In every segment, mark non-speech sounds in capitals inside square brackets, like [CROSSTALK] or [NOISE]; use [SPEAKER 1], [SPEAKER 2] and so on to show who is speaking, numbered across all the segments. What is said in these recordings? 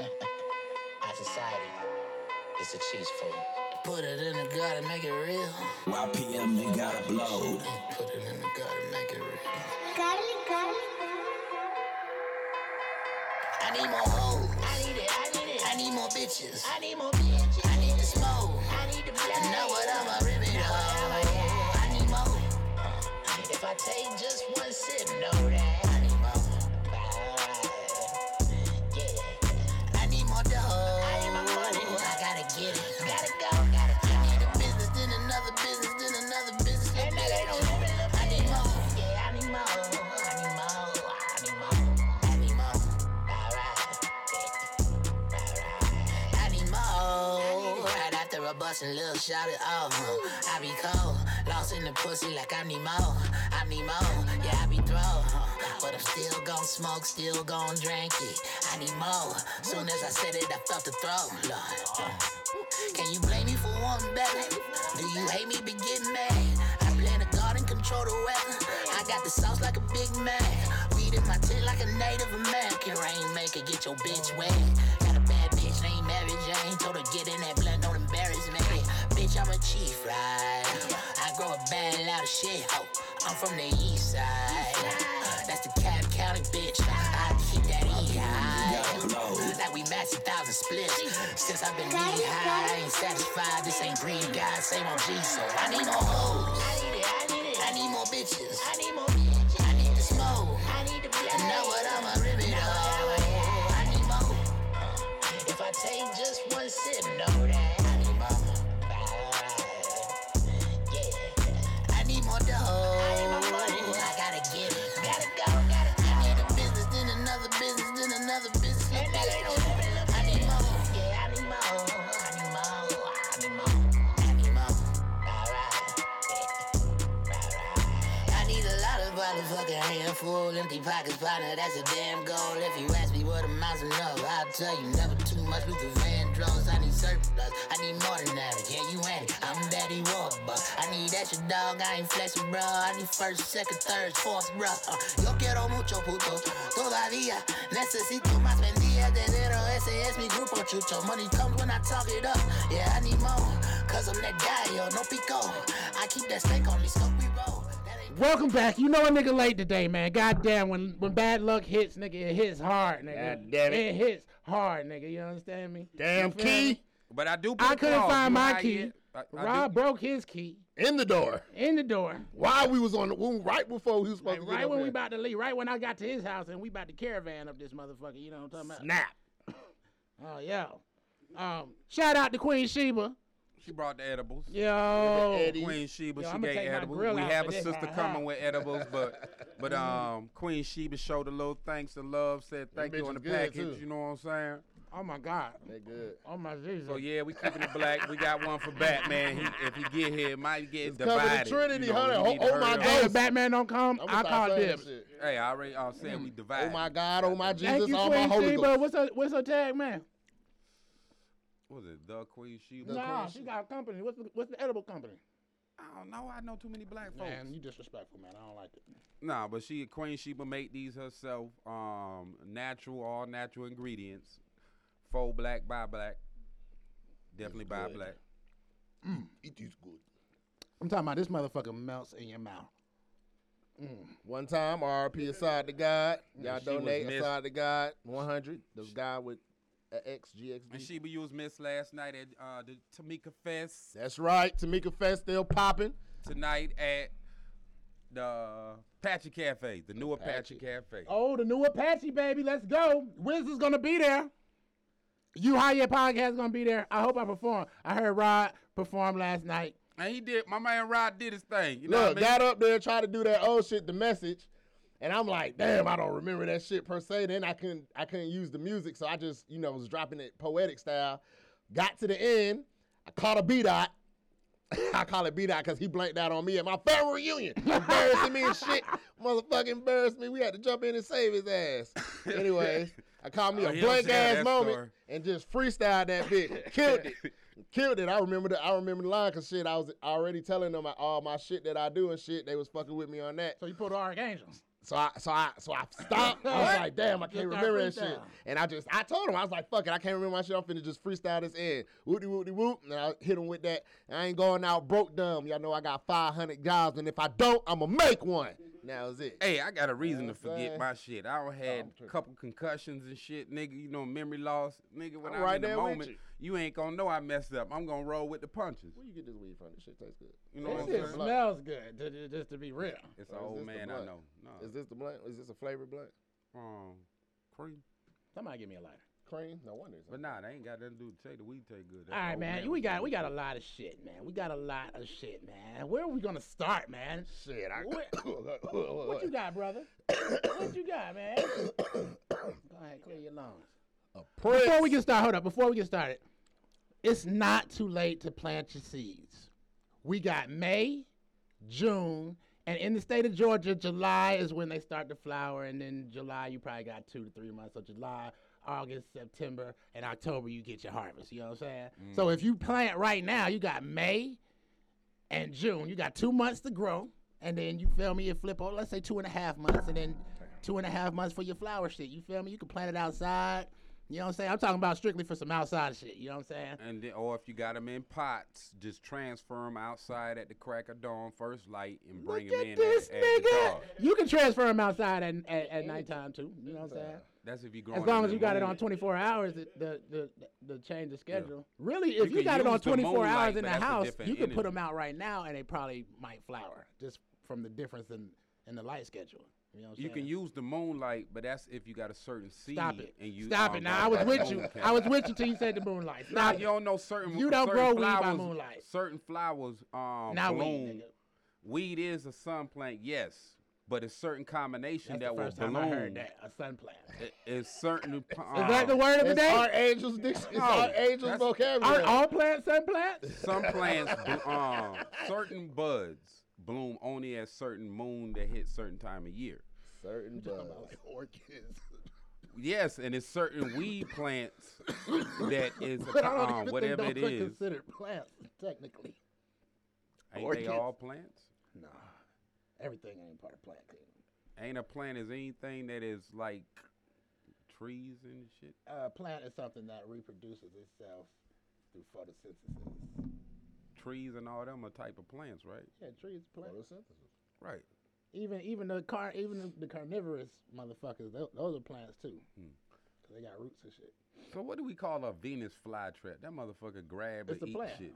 [SPEAKER 1] Our society is a cheese food. Put it in the gut and make it real. YPM, they gotta blow. Put it in the gut and make it real. Garlic, garlic. I need more hoes. I need it, I need it. I need more bitches. I need more bitches. I need the smoke. I need the blood. Know what I'm a ribbon hoe. I need more. If I take just one sip, know that. I need more. I need more dough. I need my money. I gotta get it. Gotta go. Gotta go. I need a business, then another business, then another business. That nigga don't even look I need more. Yeah, I need more. I need more. I need more. I need more. Alright. I need more. Right after a bus and little shout it off. I be cold, lost in the pussy like I need more. I need more, yeah, I be throw. But I'm still gon' smoke, still gon' drink it. I need more. Soon as I said it, I felt the throat, Lord. Can you blame me for one better? Do you hate me? Be getting mad. I plan a garden, control the weather. I got the sauce like a big man. Weed in my tent like a Native American. Rainmaker, get your bitch wet. Got a bad bitch named Mary Jane. Told her get in that blood, don't embarrass me. Bitch, I'm a chief, right? I grow a bad lot of shit. Oh, I'm from the east side. That's the Cab County bitch. I keep that E high. Like we match a thousand splits. Since I've been knee high, I ain't satisfied. This ain't green guy, same on G. So I need more hoes. I need it, I need it. I need more bitches. I need more bitches. I need the smoke. I need the blood. Know what I'm a ribbon hoe. I need more. If I take just one sip, know that. I need more. I need more dough. I need my money. I gotta get it. Gotta go. Gotta go. I need a business, then another business, then another business. And that ain't no limit. I need more. Yeah, I need more. I need more. I need more. I need more. Alright. I need a lot of bottle, fucking handful, empty pockets, partner. That's a damn goal. If you ask me what amounts enough, I'll tell you never too much. Luther Vandross, I need surplus. I need more than that. Yeah, you ain't. it. I'm Daddy Warbuck. I need extra dog. I ain't flexing, bro. I need first, second, third, fourth, bro. Uh, yo quiero mucho puto. Todavía necesito más vendía dinero. Ese es mi grupo chucho. Money comes when I talk it up. Yeah, I need more. Cause I'm that guy, yo. No pico. I keep that steak on me, so we roll. That ain't
[SPEAKER 2] Welcome back. You know a nigga late today, man. Goddamn, when when bad luck hits, nigga, it hits hard, nigga.
[SPEAKER 3] God damn it.
[SPEAKER 2] hits hard, nigga. You understand me?
[SPEAKER 3] Damn
[SPEAKER 2] You feel me?
[SPEAKER 3] key Oh,
[SPEAKER 4] But I do. Put
[SPEAKER 2] I
[SPEAKER 4] a
[SPEAKER 2] couldn't
[SPEAKER 4] clause.
[SPEAKER 2] find
[SPEAKER 4] You
[SPEAKER 2] my
[SPEAKER 4] high
[SPEAKER 2] key.
[SPEAKER 4] yet? I- I do-
[SPEAKER 2] Rob broke his key
[SPEAKER 3] in the door.
[SPEAKER 2] in the door.
[SPEAKER 3] Why we was on the we- right before we was supposed to get
[SPEAKER 2] Right
[SPEAKER 3] over
[SPEAKER 2] when we
[SPEAKER 3] there.
[SPEAKER 2] about to leave, right when I got to his house and we about to caravan up this motherfucker, you know what I'm talking
[SPEAKER 3] snap.
[SPEAKER 2] about? [LAUGHS] Oh yeah. Um, shout out to Queen Sheba.
[SPEAKER 4] She brought the edibles.
[SPEAKER 2] Yo.
[SPEAKER 3] Eddie.
[SPEAKER 4] Queen Sheba,
[SPEAKER 2] Yo,
[SPEAKER 4] she
[SPEAKER 2] I'ma
[SPEAKER 4] gave
[SPEAKER 2] take my
[SPEAKER 4] edibles.
[SPEAKER 2] grill
[SPEAKER 4] We
[SPEAKER 2] out
[SPEAKER 4] have
[SPEAKER 2] for
[SPEAKER 4] a
[SPEAKER 2] this Uh-huh.
[SPEAKER 4] sister
[SPEAKER 2] right
[SPEAKER 4] coming
[SPEAKER 2] here.
[SPEAKER 4] with edibles,
[SPEAKER 2] [LAUGHS]
[SPEAKER 4] but but um Queen Sheba showed a little thanks and love, said thank
[SPEAKER 3] bitch
[SPEAKER 4] you on the
[SPEAKER 3] was good,
[SPEAKER 4] package,
[SPEAKER 3] too.
[SPEAKER 4] you know what I'm saying?
[SPEAKER 2] Oh my God.
[SPEAKER 3] They good.
[SPEAKER 2] Oh my Jesus.
[SPEAKER 4] So yeah, we keeping it black. We got one for Batman. He, if he get here, it might get
[SPEAKER 3] covered in
[SPEAKER 4] divided. you
[SPEAKER 3] Trinity,
[SPEAKER 4] know,
[SPEAKER 3] honey.
[SPEAKER 4] we need
[SPEAKER 3] Oh,
[SPEAKER 4] to
[SPEAKER 3] oh, my
[SPEAKER 4] hurry up.
[SPEAKER 2] Hey,
[SPEAKER 3] God.
[SPEAKER 2] if Batman don't come,
[SPEAKER 3] I'm
[SPEAKER 2] I
[SPEAKER 3] gonna start
[SPEAKER 2] call
[SPEAKER 3] saying
[SPEAKER 2] dibs.
[SPEAKER 3] shit.
[SPEAKER 4] Hey, I already I was saying we divided.
[SPEAKER 3] Oh my God, oh my Jesus,
[SPEAKER 2] Thank you,
[SPEAKER 3] oh my
[SPEAKER 2] Queen
[SPEAKER 3] Holy
[SPEAKER 2] Sheba.
[SPEAKER 3] Ghost.
[SPEAKER 2] What's her What's her tag, man?
[SPEAKER 4] What was it the Queen Sheba?
[SPEAKER 2] Nah, she got a company. What's the, What's the edible company?
[SPEAKER 4] I don't know. I know too many black folks.
[SPEAKER 2] Man, you disrespectful, man. I don't like it.
[SPEAKER 4] Nah, but she Queen Sheba made these herself. Um, natural, all natural ingredients. Faux black, buy black. Definitely buy
[SPEAKER 3] good.
[SPEAKER 4] black.
[SPEAKER 3] It is good.
[SPEAKER 2] I'm talking about this motherfucker melts in your mouth.
[SPEAKER 3] One time, RP Aside to God. Y'all
[SPEAKER 4] she was
[SPEAKER 3] donate
[SPEAKER 4] missed.
[SPEAKER 3] Aside to God 100. The guy with uh, XGXB.
[SPEAKER 4] And Sheba, you was missed last night at uh, the Tamika Fest.
[SPEAKER 3] That's right. Tamika Fest still popping.
[SPEAKER 4] Tonight at the Apache Cafe, the new Apache, Cafe.
[SPEAKER 2] Oh, the new Apache baby. Let's go. Wiz is gonna be there. You High Yet podcast is gonna be there. I hope I perform. I heard Rod perform last night.
[SPEAKER 4] And he did. My man Rod did his thing. You know
[SPEAKER 3] Look,
[SPEAKER 4] what I mean?
[SPEAKER 3] got up there and tried to do that old shit, the message. And I'm like, damn, I don't remember that shit per se. Then I couldn't I couldn't use the music, so I just, you know, was dropping it poetic style. Got to the end. I caught a B dot. [LAUGHS] I call it B dot because he blanked out on me at my family
[SPEAKER 4] [LAUGHS]
[SPEAKER 3] reunion. Embarrassing me and shit. Motherfucking embarrassed me. We had to jump in and save his ass. Anyways, I called me
[SPEAKER 4] Oh,
[SPEAKER 3] a
[SPEAKER 4] he don't
[SPEAKER 3] blank
[SPEAKER 4] share
[SPEAKER 3] ass
[SPEAKER 4] that
[SPEAKER 3] moment
[SPEAKER 4] story.
[SPEAKER 3] and just freestyled that
[SPEAKER 4] [LAUGHS]
[SPEAKER 3] bitch. Killed it. Killed it. I remember the I remember the line because shit, I was already telling them all my shit that I do and shit. They was fucking with me on that.
[SPEAKER 2] So you pulled the Archangels.
[SPEAKER 3] So I so I so I stopped. I was
[SPEAKER 2] What?
[SPEAKER 3] like, damn, I can't
[SPEAKER 2] Just
[SPEAKER 3] remember that
[SPEAKER 2] start
[SPEAKER 3] shit.
[SPEAKER 2] freestyling.
[SPEAKER 3] And I just I told him, I was like, fuck it, I can't remember my shit. I'm finna just freestyle this in. Whoopty whoopty whoop. And I hit him with that. I ain't going out broke dumb. Y'all know I got five hundred jobs, and if I don't, I'ma make one. And That was it.
[SPEAKER 4] Hey, I got a reason
[SPEAKER 3] know
[SPEAKER 4] to
[SPEAKER 3] what I'm
[SPEAKER 4] forget
[SPEAKER 3] saying?
[SPEAKER 4] my shit. I don't had a
[SPEAKER 3] I'm tripping.
[SPEAKER 4] couple concussions and shit, nigga. You know, memory loss, nigga. When
[SPEAKER 3] I'm
[SPEAKER 4] I'm,
[SPEAKER 3] right
[SPEAKER 4] in the
[SPEAKER 3] there with
[SPEAKER 4] moment,
[SPEAKER 3] you.
[SPEAKER 4] you. ain't gonna know I messed up. I'm gonna roll with the punches.
[SPEAKER 3] Where you get this weed from? This shit tastes good.
[SPEAKER 4] You know
[SPEAKER 2] This
[SPEAKER 4] what
[SPEAKER 2] shit
[SPEAKER 4] I'm saying?
[SPEAKER 2] smells good, to- to- just to be real.
[SPEAKER 4] It's
[SPEAKER 3] Or
[SPEAKER 4] an old
[SPEAKER 3] Oh, is this the
[SPEAKER 4] man I
[SPEAKER 3] blunt?
[SPEAKER 4] know. No,
[SPEAKER 3] Is this the blunt? Is this a flavored blunt?
[SPEAKER 4] um, cream.
[SPEAKER 2] Somebody give me a lighter.
[SPEAKER 3] Cream? No wonder. It's [LAUGHS]
[SPEAKER 4] But nah, they ain't got nothing to do with the The weed taste good. That's
[SPEAKER 2] All right,
[SPEAKER 4] old
[SPEAKER 2] man.
[SPEAKER 4] man
[SPEAKER 2] We
[SPEAKER 4] with the
[SPEAKER 2] got we
[SPEAKER 4] weed.
[SPEAKER 2] got a lot of shit, man. We got a lot of shit, man. Where are we gonna start, man?
[SPEAKER 3] shit. I,
[SPEAKER 2] What- What you got, brother? what you got, man? Go ahead, clear your lungs. Before we get started, hold up. Before we get started, it's not too late to plant your seeds. We got May, June, and in the state of Georgia, July is when they start to flower, and then July you probably got two to three months. So July, August, September, and October you get your harvest. You know what I'm saying? So if you plant right now, you got May and June. You got two months to grow, and then you feel me. You flip over. Let's say two and a half months, and then two and a half months for your flower shit. You feel me? You can plant it outside. You know what I'm saying? I'm talking about strictly for some outside shit. You know what I'm saying?
[SPEAKER 4] And then, or if you got them in pots, just transfer them outside at the crack of dawn, first light, and bring
[SPEAKER 2] Look
[SPEAKER 4] them in
[SPEAKER 2] at this
[SPEAKER 4] at, at the
[SPEAKER 2] nigga.
[SPEAKER 4] dark.
[SPEAKER 2] You can transfer them outside at, at, at nighttime too. You know what I'm saying?
[SPEAKER 4] That's if you grow.
[SPEAKER 2] As long as you got it on 24 hours, it- the the the change of schedule. Really, if you,
[SPEAKER 4] can
[SPEAKER 2] got it on
[SPEAKER 4] use the
[SPEAKER 2] 24 hours
[SPEAKER 4] moonlight,
[SPEAKER 2] in
[SPEAKER 4] but
[SPEAKER 2] the
[SPEAKER 4] that's a
[SPEAKER 2] house,
[SPEAKER 4] different
[SPEAKER 2] you can put
[SPEAKER 4] energy.
[SPEAKER 2] them out right now, and they probably might flower just from the difference in in the light schedule. You know what I'm
[SPEAKER 4] You
[SPEAKER 2] saying?
[SPEAKER 4] can use the moonlight, but that's if you got a certain seed.
[SPEAKER 2] Stop it.
[SPEAKER 4] And you
[SPEAKER 2] Stop it.
[SPEAKER 4] um,
[SPEAKER 2] Now I
[SPEAKER 4] got
[SPEAKER 2] was
[SPEAKER 4] that
[SPEAKER 2] with
[SPEAKER 4] moon
[SPEAKER 2] you.
[SPEAKER 4] cat.
[SPEAKER 2] I was with you till you said the
[SPEAKER 4] [LAUGHS]
[SPEAKER 2] moonlight.
[SPEAKER 4] Nah,
[SPEAKER 2] Stop
[SPEAKER 4] you
[SPEAKER 2] it.
[SPEAKER 4] don't know certain.
[SPEAKER 2] You don't
[SPEAKER 4] certain
[SPEAKER 2] grow weed by
[SPEAKER 4] flowers,
[SPEAKER 2] moonlight.
[SPEAKER 4] Certain flowers um
[SPEAKER 2] Not weed,
[SPEAKER 4] bloom.
[SPEAKER 2] nigga.
[SPEAKER 4] Weed is a sun plant, yes, but it's certain combination
[SPEAKER 2] That's
[SPEAKER 4] that
[SPEAKER 2] the first
[SPEAKER 4] will
[SPEAKER 2] time
[SPEAKER 4] bloom.
[SPEAKER 2] I heard that. A sun plant. Is
[SPEAKER 4] It-
[SPEAKER 2] [LAUGHS]
[SPEAKER 4] It's certain. um, Is
[SPEAKER 2] that the word of the
[SPEAKER 3] It's
[SPEAKER 2] day?
[SPEAKER 3] our angels' diction. It's our
[SPEAKER 4] No,
[SPEAKER 3] angels'
[SPEAKER 4] that's-
[SPEAKER 2] Are
[SPEAKER 3] vocabulary.
[SPEAKER 2] all plants sun plants?
[SPEAKER 4] Some plants,
[SPEAKER 2] [LAUGHS]
[SPEAKER 4] bl- um, certain buds bloom only at certain moon that hit certain time of year.
[SPEAKER 3] Certain bugs.
[SPEAKER 2] orchids.
[SPEAKER 4] Yes, and it's certain weed plants that is a,
[SPEAKER 2] But I don't
[SPEAKER 4] co- um,
[SPEAKER 2] even
[SPEAKER 4] whatever
[SPEAKER 2] think
[SPEAKER 4] it
[SPEAKER 2] those are
[SPEAKER 4] is.
[SPEAKER 2] considered plants technically.
[SPEAKER 4] Ain't
[SPEAKER 2] orchids.
[SPEAKER 4] they all plants?
[SPEAKER 2] Nah, everything ain't part of plant kingdom.
[SPEAKER 4] Ain't a plant is anything that is like trees and shit.
[SPEAKER 2] Uh, plant is something that reproduces itself through photosynthesis.
[SPEAKER 4] Trees and all them are type of plants, right?
[SPEAKER 2] Yeah, trees, plants.
[SPEAKER 4] Right.
[SPEAKER 2] Even even the car even the, the carnivorous motherfuckers, tho- those are plants too.
[SPEAKER 4] Hmm.
[SPEAKER 2] 'Cause they got roots and shit.
[SPEAKER 4] So what do we call a Venus flytrap? That motherfucker grab
[SPEAKER 2] It's
[SPEAKER 4] and
[SPEAKER 2] a
[SPEAKER 4] eat
[SPEAKER 2] plant.
[SPEAKER 4] shit.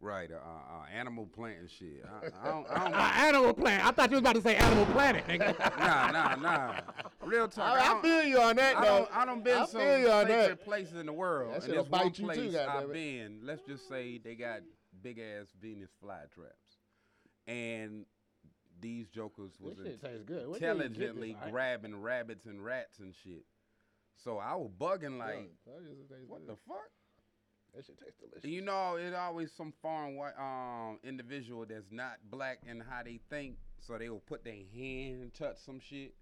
[SPEAKER 4] Right, uh, uh, animal plant and shit. I, I don't, I
[SPEAKER 2] Uh, [LAUGHS]
[SPEAKER 4] don't
[SPEAKER 2] animal plant. I thought you was about to say animal planet, nigga.
[SPEAKER 4] [LAUGHS] nah, nah, nah. Real talk. I,
[SPEAKER 3] I, I
[SPEAKER 4] don't,
[SPEAKER 3] feel you on that,
[SPEAKER 4] I
[SPEAKER 3] though.
[SPEAKER 4] don't, I don't been
[SPEAKER 3] I
[SPEAKER 4] some
[SPEAKER 3] feel you on
[SPEAKER 4] sacred
[SPEAKER 3] that.
[SPEAKER 4] places in the world.
[SPEAKER 3] That
[SPEAKER 4] and
[SPEAKER 3] shit'll
[SPEAKER 4] there's one
[SPEAKER 3] bite you too,
[SPEAKER 4] place
[SPEAKER 3] goddamn
[SPEAKER 4] I've
[SPEAKER 3] it.
[SPEAKER 4] been. Let's just say they got big ass Venus flytraps, and these jokers
[SPEAKER 2] this
[SPEAKER 4] was
[SPEAKER 2] shit
[SPEAKER 4] int-
[SPEAKER 2] tastes good. Where the hell you get this?
[SPEAKER 4] intelligently
[SPEAKER 2] All right.
[SPEAKER 4] grabbing rabbits and rats and shit. So I was bugging like, what the fuck?
[SPEAKER 3] That shit tastes delicious.
[SPEAKER 4] And You know, it always some foreign white um individual that's not black and how they think, so they will put their hand and touch some shit.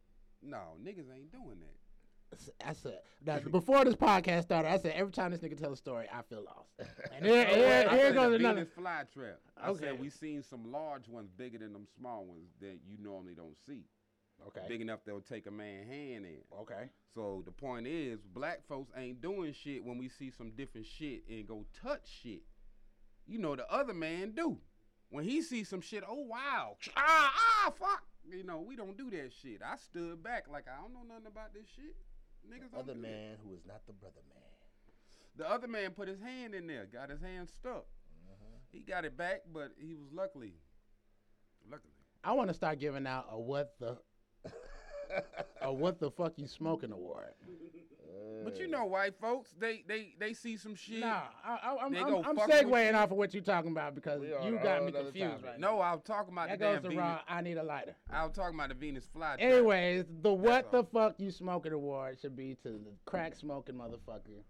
[SPEAKER 4] No, niggas ain't doing that.
[SPEAKER 2] I said that before this podcast started. I said every time this nigga tells a story, I feel
[SPEAKER 4] [LAUGHS]
[SPEAKER 2] lost. And here, here,
[SPEAKER 4] Oh, I
[SPEAKER 2] here
[SPEAKER 4] said
[SPEAKER 2] goes
[SPEAKER 4] a
[SPEAKER 2] another.
[SPEAKER 4] Venus flytrap. I
[SPEAKER 2] Okay.
[SPEAKER 4] said we seen some large ones bigger than them small ones that you normally don't see.
[SPEAKER 2] Okay.
[SPEAKER 4] Big enough they'll take a man hand in.
[SPEAKER 2] Okay.
[SPEAKER 4] So the point is, black folks ain't doing shit when we see some different shit and go touch shit. You know the other man do. When he sees some shit, oh wow, ah ah fuck. You know we don't do that shit. I stood back like I don't know nothing about this shit. Niggas don't
[SPEAKER 3] Other
[SPEAKER 4] do that.
[SPEAKER 3] man who is not the brother man.
[SPEAKER 4] The other man put his hand in there, got his hand stuck. He got it back, but he was luckily, luckily.
[SPEAKER 2] I want to start giving out a what the [LAUGHS] a what the fuck you smoking award.
[SPEAKER 4] But you know, white folks, they they they see some shit.
[SPEAKER 2] Nah, I, I, I'm,
[SPEAKER 4] They
[SPEAKER 2] I'm,
[SPEAKER 4] go
[SPEAKER 2] I'm
[SPEAKER 4] fuck with
[SPEAKER 2] segueing off of what you're talking about because
[SPEAKER 3] We on
[SPEAKER 2] you
[SPEAKER 3] a
[SPEAKER 2] got
[SPEAKER 3] whole
[SPEAKER 2] me
[SPEAKER 3] nother
[SPEAKER 2] confused
[SPEAKER 3] topic.
[SPEAKER 2] right now.
[SPEAKER 4] No, I was talking about
[SPEAKER 2] That
[SPEAKER 4] the damn
[SPEAKER 2] goes to
[SPEAKER 4] Venus.
[SPEAKER 2] Raw. I need a lighter.
[SPEAKER 4] I was talking about the Venus flytrap.
[SPEAKER 2] Anyways, the what the
[SPEAKER 4] all.
[SPEAKER 2] fuck you smoking award should be to the crack smoking motherfucker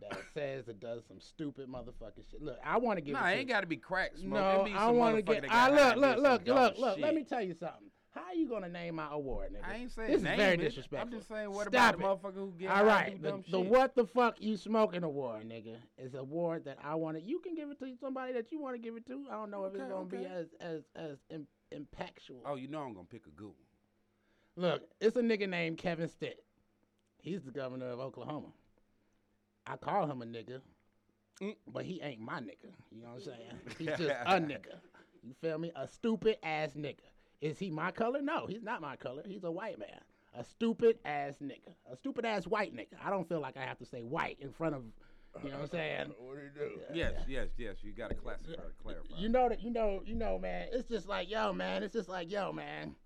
[SPEAKER 2] that says it does some stupid motherfucking shit. Look, I want to give.
[SPEAKER 4] No,
[SPEAKER 2] it
[SPEAKER 4] nah,
[SPEAKER 2] to
[SPEAKER 4] ain't got to be crack smoke.
[SPEAKER 2] No,
[SPEAKER 4] it be some
[SPEAKER 2] I want to
[SPEAKER 4] motherfucker
[SPEAKER 2] get.
[SPEAKER 4] that
[SPEAKER 2] I
[SPEAKER 4] got high
[SPEAKER 2] look,
[SPEAKER 4] and
[SPEAKER 2] look,
[SPEAKER 4] did
[SPEAKER 2] look,
[SPEAKER 4] some
[SPEAKER 2] look,
[SPEAKER 4] dumb
[SPEAKER 2] look. Let
[SPEAKER 4] shit.
[SPEAKER 2] me tell you something. How you gonna name my award, nigga?
[SPEAKER 4] I ain't saying
[SPEAKER 2] this
[SPEAKER 4] name
[SPEAKER 2] is very
[SPEAKER 4] it.
[SPEAKER 2] disrespectful.
[SPEAKER 4] I'm just saying, what
[SPEAKER 2] Stop
[SPEAKER 4] about
[SPEAKER 2] it.
[SPEAKER 4] the motherfucker who get
[SPEAKER 2] All
[SPEAKER 4] high and
[SPEAKER 2] right,
[SPEAKER 4] do
[SPEAKER 2] the,
[SPEAKER 4] dumb
[SPEAKER 2] the
[SPEAKER 4] shit?
[SPEAKER 2] what the fuck you smoking award, nigga, is an award that I want to. You can give it to somebody that you want to give it to. I don't know if it's
[SPEAKER 4] Okay,
[SPEAKER 2] gonna be
[SPEAKER 4] okay.
[SPEAKER 2] as as as im- impactful.
[SPEAKER 4] Oh, you know I'm gonna pick a good one.
[SPEAKER 2] Look, it's a nigga named Kevin Stitt. He's the governor of Oklahoma. I call him a nigga, but he ain't my nigga. You know what I'm saying? He's just a nigga. You feel me? A stupid ass nigga. Is he my color? No, he's not my color. He's a white man. A stupid ass nigga. A stupid ass white nigga. I don't feel like I have to say white in front of, you know what I'm saying?
[SPEAKER 3] What do you do?
[SPEAKER 4] Yes, yes, yes. You got to clarify. clarify.
[SPEAKER 2] You know that you know you know man. It's just like yo man. It's just like yo man.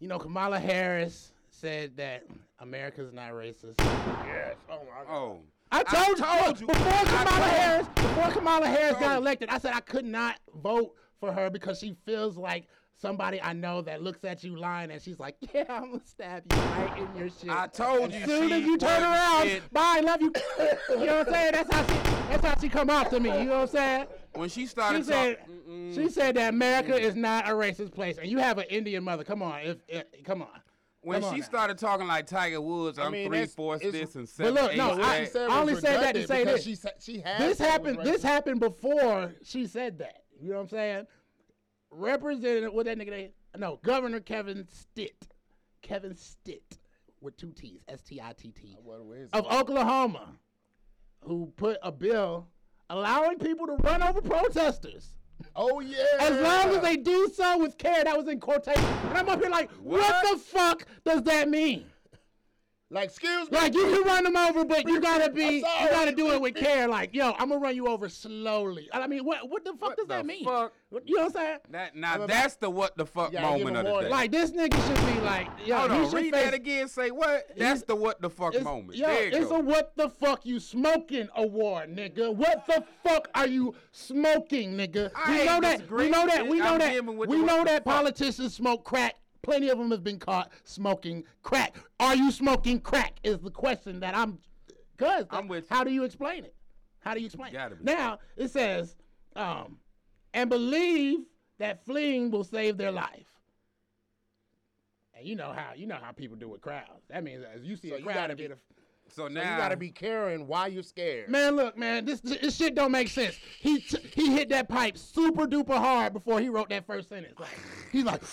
[SPEAKER 2] You know Kamala Harris said that America's not racist.
[SPEAKER 3] Yes. Oh my God.
[SPEAKER 4] oh,
[SPEAKER 2] I told,
[SPEAKER 4] told
[SPEAKER 2] you
[SPEAKER 4] you.
[SPEAKER 2] before
[SPEAKER 4] I
[SPEAKER 2] Kamala
[SPEAKER 4] told you.
[SPEAKER 2] Harris before Kamala Harris got
[SPEAKER 4] Told.
[SPEAKER 2] elected. I said I could not vote for her because she feels like somebody I know that looks at you lying and she's like, [LAUGHS] yeah, I'm gonna stab you right in your shit.
[SPEAKER 4] I told you
[SPEAKER 2] As soon as
[SPEAKER 4] she
[SPEAKER 2] you turn
[SPEAKER 4] wasn't
[SPEAKER 2] around,
[SPEAKER 4] shit.
[SPEAKER 2] bye, love you. [COUGHS] you know what I'm saying? That's how she. That's how she come off to me. You know what I'm saying?
[SPEAKER 4] when she
[SPEAKER 2] She
[SPEAKER 4] started
[SPEAKER 2] said,
[SPEAKER 4] talking,
[SPEAKER 2] she said that America is not a racist place, and you have an Indian mother. Come on, if, if come on.
[SPEAKER 4] when
[SPEAKER 2] come on
[SPEAKER 4] she
[SPEAKER 2] now.
[SPEAKER 4] started talking like Tiger Woods, I'm
[SPEAKER 3] mean,
[SPEAKER 4] three
[SPEAKER 3] that's-
[SPEAKER 4] fourths
[SPEAKER 3] it's-
[SPEAKER 4] this and
[SPEAKER 2] But
[SPEAKER 4] seven.
[SPEAKER 2] look, no,
[SPEAKER 4] eighths
[SPEAKER 2] I-
[SPEAKER 4] that.
[SPEAKER 2] I only said that to say
[SPEAKER 3] because
[SPEAKER 2] this.
[SPEAKER 3] She, sa- she had
[SPEAKER 2] this
[SPEAKER 3] said it was
[SPEAKER 2] happened. This
[SPEAKER 3] racist.
[SPEAKER 2] happened before she said that. You know what I'm saying? Representative, what that nigga name? No, Governor Kevin Stitt. Kevin Stitt with two T's, S T I T T,
[SPEAKER 3] What was it?
[SPEAKER 2] of Oklahoma, who put a bill allowing people to run over protesters.
[SPEAKER 3] Oh yeah.
[SPEAKER 2] As long as they do so with care, that was in quotation. And I'm up here like, what
[SPEAKER 4] What?
[SPEAKER 2] the fuck does that mean?
[SPEAKER 3] like, excuse me.
[SPEAKER 2] Like you can run them over, but you gotta be, you
[SPEAKER 3] sorry.
[SPEAKER 2] gotta do it with care. Like, yo, I'm gonna run you over slowly. I mean, what, what the fuck does
[SPEAKER 4] the
[SPEAKER 2] that mean?
[SPEAKER 4] fuck?
[SPEAKER 2] What- You know what I'm saying?
[SPEAKER 4] That now
[SPEAKER 3] about-
[SPEAKER 4] that's the what the fuck
[SPEAKER 3] Yeah, I give
[SPEAKER 4] moment
[SPEAKER 3] a
[SPEAKER 4] of the
[SPEAKER 3] warning.
[SPEAKER 4] day.
[SPEAKER 2] Like this nigga should be like, yo,
[SPEAKER 4] Hold
[SPEAKER 2] he
[SPEAKER 4] on,
[SPEAKER 2] should
[SPEAKER 4] read
[SPEAKER 2] face,
[SPEAKER 4] that again. Say what? That's the what the fuck
[SPEAKER 2] it's-
[SPEAKER 4] moment.
[SPEAKER 2] Yo,
[SPEAKER 4] there you
[SPEAKER 2] it's
[SPEAKER 4] go.
[SPEAKER 2] a what the fuck you smoking award, nigga. What the fuck are you smoking, nigga?
[SPEAKER 4] I
[SPEAKER 2] we
[SPEAKER 4] ain't
[SPEAKER 2] know that. We
[SPEAKER 4] disagreeing.
[SPEAKER 2] know that. We know
[SPEAKER 4] I'm
[SPEAKER 2] that.
[SPEAKER 4] giving with
[SPEAKER 2] We
[SPEAKER 4] the what
[SPEAKER 2] know
[SPEAKER 4] the
[SPEAKER 2] that
[SPEAKER 4] fuck.
[SPEAKER 2] politicians smoke crack. Plenty of them have been caught smoking crack. Are you smoking crack? Is the question that I'm. Cause
[SPEAKER 4] I'm with
[SPEAKER 2] how do you explain it? How do you explain?
[SPEAKER 4] Gotta
[SPEAKER 2] it?
[SPEAKER 4] be.
[SPEAKER 2] Now it says, um, and believe that fleeing will save their life. And you know how you know how people do with crowds. That means as you see
[SPEAKER 3] So
[SPEAKER 2] a
[SPEAKER 3] you
[SPEAKER 2] crowd,
[SPEAKER 3] gotta
[SPEAKER 2] and
[SPEAKER 3] be
[SPEAKER 2] get-
[SPEAKER 3] the.
[SPEAKER 4] so
[SPEAKER 3] So
[SPEAKER 4] now
[SPEAKER 3] you gotta be caring why you're scared.
[SPEAKER 2] Man, look, man, this this shit don't make sense. He t- he hit that pipe super duper hard before he wrote that first sentence. Like, he's like, [COUGHS]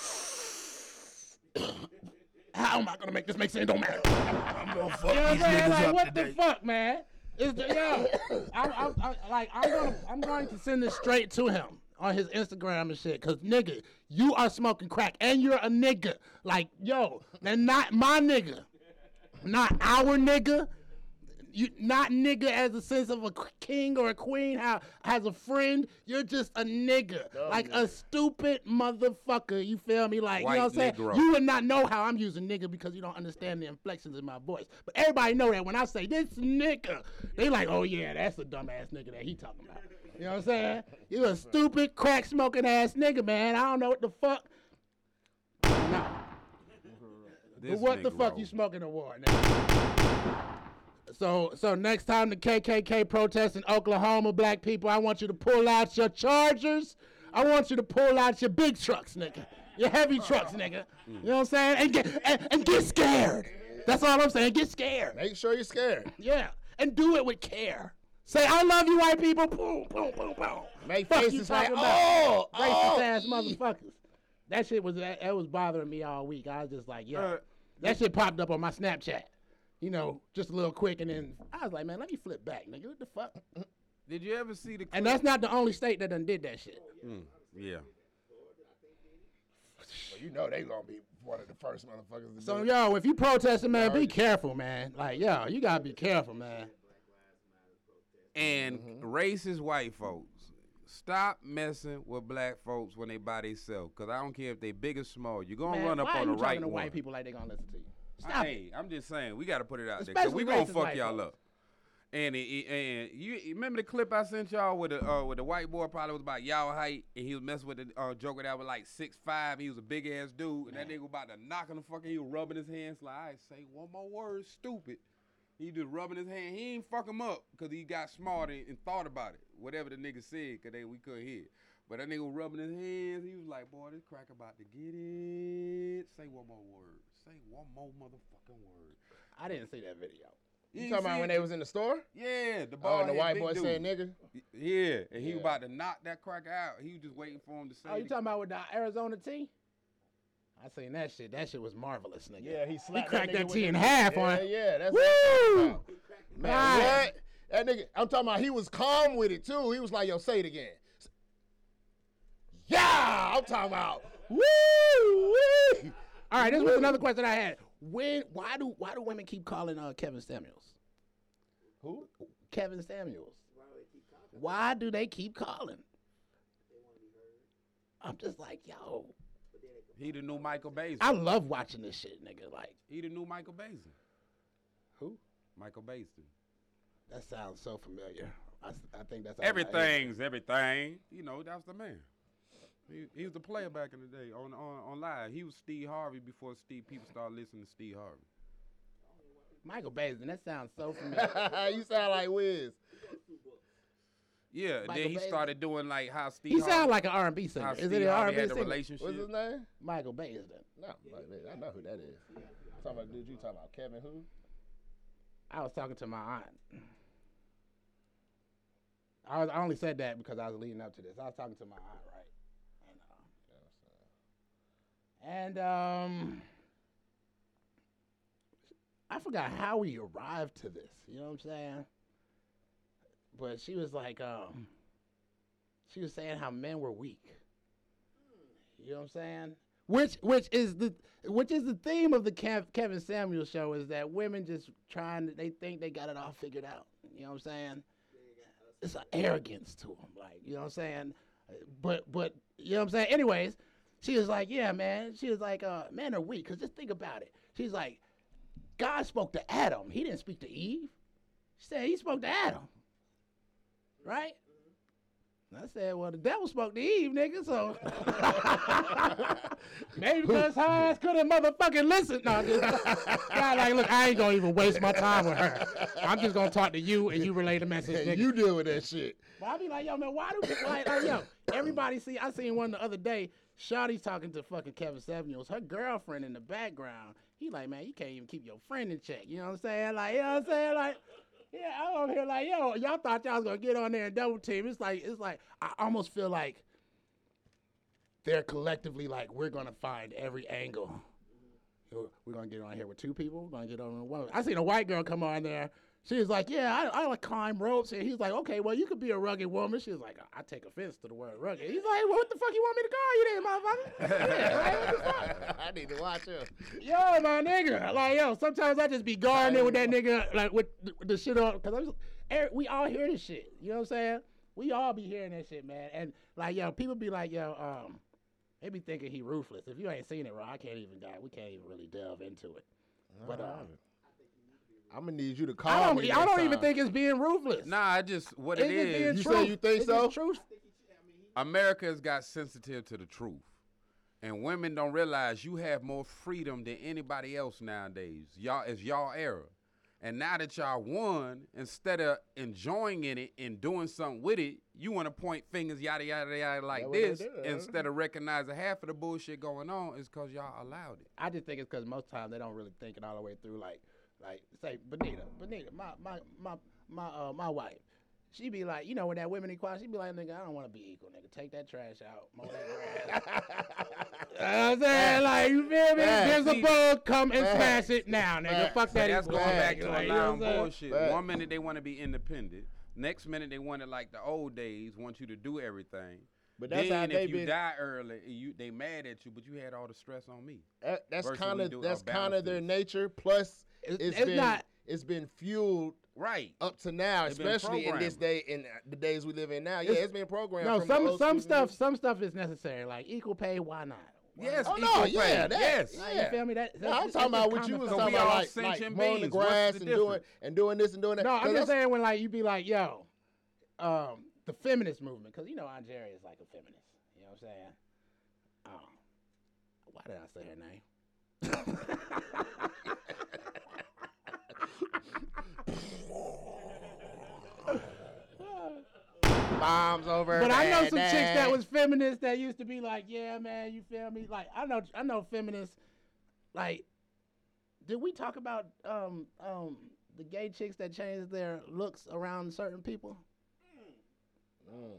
[SPEAKER 2] how am I gonna make this make sense? Don't matter.
[SPEAKER 3] I'm gonna
[SPEAKER 2] You know what
[SPEAKER 3] fuck
[SPEAKER 2] I'm saying? Like, what the fuck, man? It's the, yo, I'm, I'm, I'm, like, I'm gonna I'm going to send this straight to him on his Instagram and shit. Cause nigga, you are smoking crack and you're a nigga. Like, yo, they're not my nigga, not our nigga you not nigga as a sense of a k- king or a queen how as a friend you're just a nigga like a stupid motherfucker you feel me like you know what
[SPEAKER 4] White
[SPEAKER 2] i'm
[SPEAKER 4] Negro.
[SPEAKER 2] saying you would not know how i'm using nigga because you don't understand the inflections in my voice but everybody know that when i say this nigga they like oh yeah that's a dumbass nigga that he talking about you know what i'm saying you a stupid crack smoking ass nigga man i don't know what the fuck no.
[SPEAKER 4] this
[SPEAKER 2] But what the fuck
[SPEAKER 4] Negro.
[SPEAKER 2] you smoking a war now? So so next time the KKK protests in Oklahoma, black people, I want you to pull out your chargers. I want you to pull out your big trucks, nigga. Your heavy trucks, nigga. You know what I'm saying? And get and, and get scared. That's all I'm saying. Get scared.
[SPEAKER 3] Make sure you're scared.
[SPEAKER 2] Yeah. And do it with care. Say I love you, white people. Boom, boom, boom, boom.
[SPEAKER 3] Make
[SPEAKER 2] Fuck you
[SPEAKER 3] faces like,
[SPEAKER 2] talking about?
[SPEAKER 3] oh,
[SPEAKER 2] racist
[SPEAKER 3] oh,
[SPEAKER 2] ass
[SPEAKER 3] ee."
[SPEAKER 2] motherfuckers. That shit was that, that was bothering me all week. I was just like, yo,
[SPEAKER 4] Uh,
[SPEAKER 2] that shit popped up on my Snapchat. You know, just a little quick, and then I was like, man, let me flip back, nigga. What the fuck?
[SPEAKER 4] Did you ever see the?
[SPEAKER 2] And
[SPEAKER 4] clip?
[SPEAKER 2] that's not the only state that done did that shit.
[SPEAKER 4] Mm, yeah.
[SPEAKER 3] Well, you know they gonna be one of the first motherfuckers. To
[SPEAKER 2] So
[SPEAKER 3] do it.
[SPEAKER 2] yo, if you protesting, man, be careful, man. Like yo, you gotta be careful, man.
[SPEAKER 4] And
[SPEAKER 2] Mm-hmm.
[SPEAKER 4] racist white folks, stop messing with black folks when they by themselves. Cause I don't care if they big or small. You gonna
[SPEAKER 2] Man,
[SPEAKER 4] run up
[SPEAKER 2] why
[SPEAKER 4] on
[SPEAKER 2] are
[SPEAKER 4] the
[SPEAKER 2] you
[SPEAKER 4] right
[SPEAKER 2] talking to
[SPEAKER 4] one.
[SPEAKER 2] white people like they gonna listen to you? Stop it.
[SPEAKER 4] Hey, I'm just saying we gotta put it out there. Cause
[SPEAKER 2] Especially
[SPEAKER 4] we gonna
[SPEAKER 2] racist
[SPEAKER 4] fuck
[SPEAKER 2] white
[SPEAKER 4] y'all
[SPEAKER 2] folks.
[SPEAKER 4] up. And it, it- and you you remember the clip I sent y'all with the uh, with the white boy probably was about y'all height and he was messing with the uh, joker that was like six five. He was a big ass dude and that nigga was about to knock on the fucking. He was rubbing his hands like I say one more word, stupid. He just rubbing his hand. He ain't fuck him up because he got smart and, and thought about it. Whatever the nigga said, because we couldn't hear. it. But that nigga was rubbing his hands. He was like, boy, this crack about to get it. Say one more word. Say one more motherfucking word.
[SPEAKER 2] I didn't see that video.
[SPEAKER 3] You
[SPEAKER 4] ain't
[SPEAKER 3] talking about
[SPEAKER 4] see
[SPEAKER 3] when
[SPEAKER 4] it?
[SPEAKER 3] they was in the store?
[SPEAKER 4] Yeah, the
[SPEAKER 3] Oh,
[SPEAKER 4] ball.
[SPEAKER 3] and the white boy
[SPEAKER 4] dude.
[SPEAKER 3] said, "Nigga."
[SPEAKER 4] Yeah, and he
[SPEAKER 3] Yeah.
[SPEAKER 4] was about to knock that crack out. He was just waiting for him to say.
[SPEAKER 2] Oh, you
[SPEAKER 4] it.
[SPEAKER 2] talking about with the Arizona team? I seen that shit. That shit was marvelous, nigga.
[SPEAKER 3] Yeah, he slapped.
[SPEAKER 2] cracked
[SPEAKER 3] nigga
[SPEAKER 2] that
[SPEAKER 3] with
[SPEAKER 2] T
[SPEAKER 3] the-
[SPEAKER 2] in half
[SPEAKER 3] yeah,
[SPEAKER 2] on-
[SPEAKER 3] Yeah, that's
[SPEAKER 2] Woo!
[SPEAKER 3] Woo! Man,
[SPEAKER 2] Right.
[SPEAKER 3] what? That nigga, I'm talking about. He was calm with it too. He was like, "Yo, say it again." Yeah, I'm talking about. [LAUGHS] Woo! woo.
[SPEAKER 2] All right, this was another question I had. When, why do, why do women keep calling uh, Kevin Samuels?
[SPEAKER 3] Who?
[SPEAKER 2] Kevin Samuels. Why do they keep calling? I'm just like, yo,
[SPEAKER 4] He the new Michael Basin.
[SPEAKER 2] I love watching this shit, nigga. Like,
[SPEAKER 4] He the new Michael Basin.
[SPEAKER 2] who?
[SPEAKER 4] Michael Basin.
[SPEAKER 2] That sounds so familiar. I, s- I think
[SPEAKER 4] Oh,
[SPEAKER 2] that's how I-
[SPEAKER 4] Everything's everything. You know, that was the man. He, he was the player back in the day on, on on live. He was Steve Harvey before Steve people started listening to Steve Harvey.
[SPEAKER 2] Michael Basin. That sounds so
[SPEAKER 3] [LAUGHS]
[SPEAKER 2] familiar.
[SPEAKER 3] you sound like Wiz.
[SPEAKER 4] Yeah,
[SPEAKER 2] Michael
[SPEAKER 4] then he
[SPEAKER 2] Basin.
[SPEAKER 4] started doing like how Steve.
[SPEAKER 2] he
[SPEAKER 4] Harvey,
[SPEAKER 2] sound like an R&B
[SPEAKER 4] how
[SPEAKER 2] singer. Is
[SPEAKER 4] Steve
[SPEAKER 2] it an
[SPEAKER 4] Harvey
[SPEAKER 2] R&B
[SPEAKER 4] had a
[SPEAKER 2] singer?
[SPEAKER 4] relationship.
[SPEAKER 3] What's his name?
[SPEAKER 2] Michael Basin.
[SPEAKER 3] No, like, man, I know who that is. I'm talking about the dude. You talking about Kevin? Who?
[SPEAKER 2] I was talking to my aunt. I, was, I only said that because I was leading up to this. I was talking to my aunt, right? And, uh, and um, I forgot how we arrived to this. You know what I'm saying? But she was like, um, she was saying how men were weak. You know what I'm saying? Which which is the which is the theme of the Kev, Kevin Samuel show is that women just trying to they think they got it all figured out. You know what I'm saying? It's an arrogance to them, like you know what I'm saying. But but you know what I'm saying. Anyways, she was like, yeah, man. She was like, uh, men are weak. Cause just think about it. She's like, God spoke to Adam. He didn't speak to Eve. She said he spoke to Adam, right? I said, well, the devil spoke to Eve, nigga, so [LAUGHS] maybe because her ass couldn't motherfucking listen. No, I'm just God, like, look, I ain't gonna even waste my time with her. I'm just gonna talk to you and you relay the message,
[SPEAKER 3] Hey,
[SPEAKER 2] nigga.
[SPEAKER 3] you deal with that shit.
[SPEAKER 2] But I be like, yo, man, why do people like, like, yo, everybody see, I seen one the other day, Shawty's talking to fucking Kevin Samuels, her girlfriend in the background. He like, man, you can't even keep your friend in check. You know what I'm saying? Like, you know what I'm saying? Like, yeah, I'm over here like, yo, y'all thought y'all was gonna get on there and double team. It's like, it's like, I almost feel like they're collectively like, we're gonna find every angle. We're we're gonna get on here with two people. We're gonna get on with one. I seen a white girl come on there. She was like, "Yeah, I, I like climb ropes," and he's like, "Okay, well, you could be a rugged woman." She was like, "I I take offense to the word rugged." He's like, "Well, what the fuck you want me to call you then, motherfucker?" [LAUGHS] yeah, like, what the fuck?
[SPEAKER 3] [LAUGHS] I need to watch him.
[SPEAKER 2] Yo, my nigga. Like, yo, sometimes I just be guarding it with that nigga, like, with the, with the shit on. Because I'm just, er, we all hear this shit. You know what I'm saying? We all be hearing that shit, man. And, like, yo, people be like, yo, um, they be thinking he ruthless. If you ain't seen it, bro, I can't even, God, we can't even really delve into it. But, uh,
[SPEAKER 4] uh,
[SPEAKER 3] I'm gonna need you to call
[SPEAKER 2] I don't, e,
[SPEAKER 3] me.
[SPEAKER 2] I
[SPEAKER 3] next
[SPEAKER 2] don't even
[SPEAKER 3] time.
[SPEAKER 2] think it's being ruthless.
[SPEAKER 4] Nah, I just what it
[SPEAKER 2] It's just being
[SPEAKER 4] is.
[SPEAKER 3] You say
[SPEAKER 2] truth.
[SPEAKER 3] you think
[SPEAKER 2] It's just
[SPEAKER 3] so?
[SPEAKER 2] Truth.
[SPEAKER 4] America's got sensitive to the truth. And women don't realize you have more freedom than anybody else nowadays. Y'all it's y'all era. And now that y'all won, instead of enjoying in it and doing something with it, you want to point fingers yada yada yada like
[SPEAKER 3] That what they
[SPEAKER 4] this
[SPEAKER 3] do, huh?
[SPEAKER 4] instead of recognizing half of the bullshit going on is cause y'all allowed it.
[SPEAKER 2] I just think it's because most times they don't really think it all the way through. Like, like say Benita, Benita, my my my my uh, my wife, she be like, you know, when that women equality, she be like, nigga, I don't want to be equal, nigga. Take that trash out. Mow
[SPEAKER 3] [LAUGHS]
[SPEAKER 2] that grass. You know what I'm saying, like, you feel me?
[SPEAKER 3] Facts.
[SPEAKER 2] There's a bug, come and
[SPEAKER 3] Facts.
[SPEAKER 2] smash it now, nigga.
[SPEAKER 3] Facts.
[SPEAKER 2] Fuck that.
[SPEAKER 4] But that's going
[SPEAKER 2] equality,
[SPEAKER 4] back to
[SPEAKER 2] like, you know
[SPEAKER 4] allowing
[SPEAKER 2] what I'm saying?
[SPEAKER 4] bullshit.
[SPEAKER 3] Right.
[SPEAKER 4] One minute they want to be independent. Next minute they want it like the old days, want you to do everything.
[SPEAKER 3] But that's
[SPEAKER 4] then
[SPEAKER 3] how they
[SPEAKER 4] if you
[SPEAKER 3] been-
[SPEAKER 4] die early, eh, you they mad at you, but you had all the stress on me.
[SPEAKER 3] That- that's
[SPEAKER 4] versus
[SPEAKER 3] kind
[SPEAKER 4] we do
[SPEAKER 3] of
[SPEAKER 4] our
[SPEAKER 3] that's kind of their
[SPEAKER 4] balances.
[SPEAKER 3] nature. Plus,
[SPEAKER 2] It's-
[SPEAKER 3] it's
[SPEAKER 2] it's
[SPEAKER 3] been
[SPEAKER 2] not-
[SPEAKER 3] it's been fueled
[SPEAKER 4] Right.
[SPEAKER 3] up to now,
[SPEAKER 4] They've been
[SPEAKER 3] especially in this
[SPEAKER 4] programmed.
[SPEAKER 3] day in the days we live in now. yeah,
[SPEAKER 2] It's-
[SPEAKER 3] it's been programmed.
[SPEAKER 2] No,
[SPEAKER 3] from the
[SPEAKER 2] some
[SPEAKER 3] old
[SPEAKER 2] some
[SPEAKER 3] school to
[SPEAKER 2] stuff some stuff is necessary. Like equal pay, why not?
[SPEAKER 4] yes.
[SPEAKER 3] Oh,
[SPEAKER 4] equal
[SPEAKER 3] no,
[SPEAKER 4] pay.
[SPEAKER 3] yeah, that-
[SPEAKER 4] yes.
[SPEAKER 3] yeah.
[SPEAKER 2] Like, You feel me? That,
[SPEAKER 3] new. No,
[SPEAKER 2] that's-
[SPEAKER 3] I'm
[SPEAKER 2] it's
[SPEAKER 3] talking
[SPEAKER 2] just
[SPEAKER 3] about what you
[SPEAKER 2] common
[SPEAKER 3] was
[SPEAKER 2] sense.
[SPEAKER 4] we
[SPEAKER 3] talking about,
[SPEAKER 4] all
[SPEAKER 3] like,
[SPEAKER 4] sentient
[SPEAKER 3] like mowing the
[SPEAKER 4] beings. What's
[SPEAKER 3] grass
[SPEAKER 4] the
[SPEAKER 3] and doing
[SPEAKER 4] difference?
[SPEAKER 3] and doing this and doing that.
[SPEAKER 2] No, I'm
[SPEAKER 3] 'Cause
[SPEAKER 2] just
[SPEAKER 3] that's-
[SPEAKER 2] saying when like you be like, yo, um, the feminist movement, because you know Aunt Jerry is like a feminist. You know what I'm saying? Um, why did I say her name? [LAUGHS] Uh,
[SPEAKER 3] bombs over.
[SPEAKER 2] But I know some
[SPEAKER 3] Baghdad.
[SPEAKER 2] chicks that was feminists that used to be like, yeah, man, you feel me? Like I know I know feminists. Like, did we talk about um um the gay chicks that changed their looks around certain people?
[SPEAKER 3] Mm.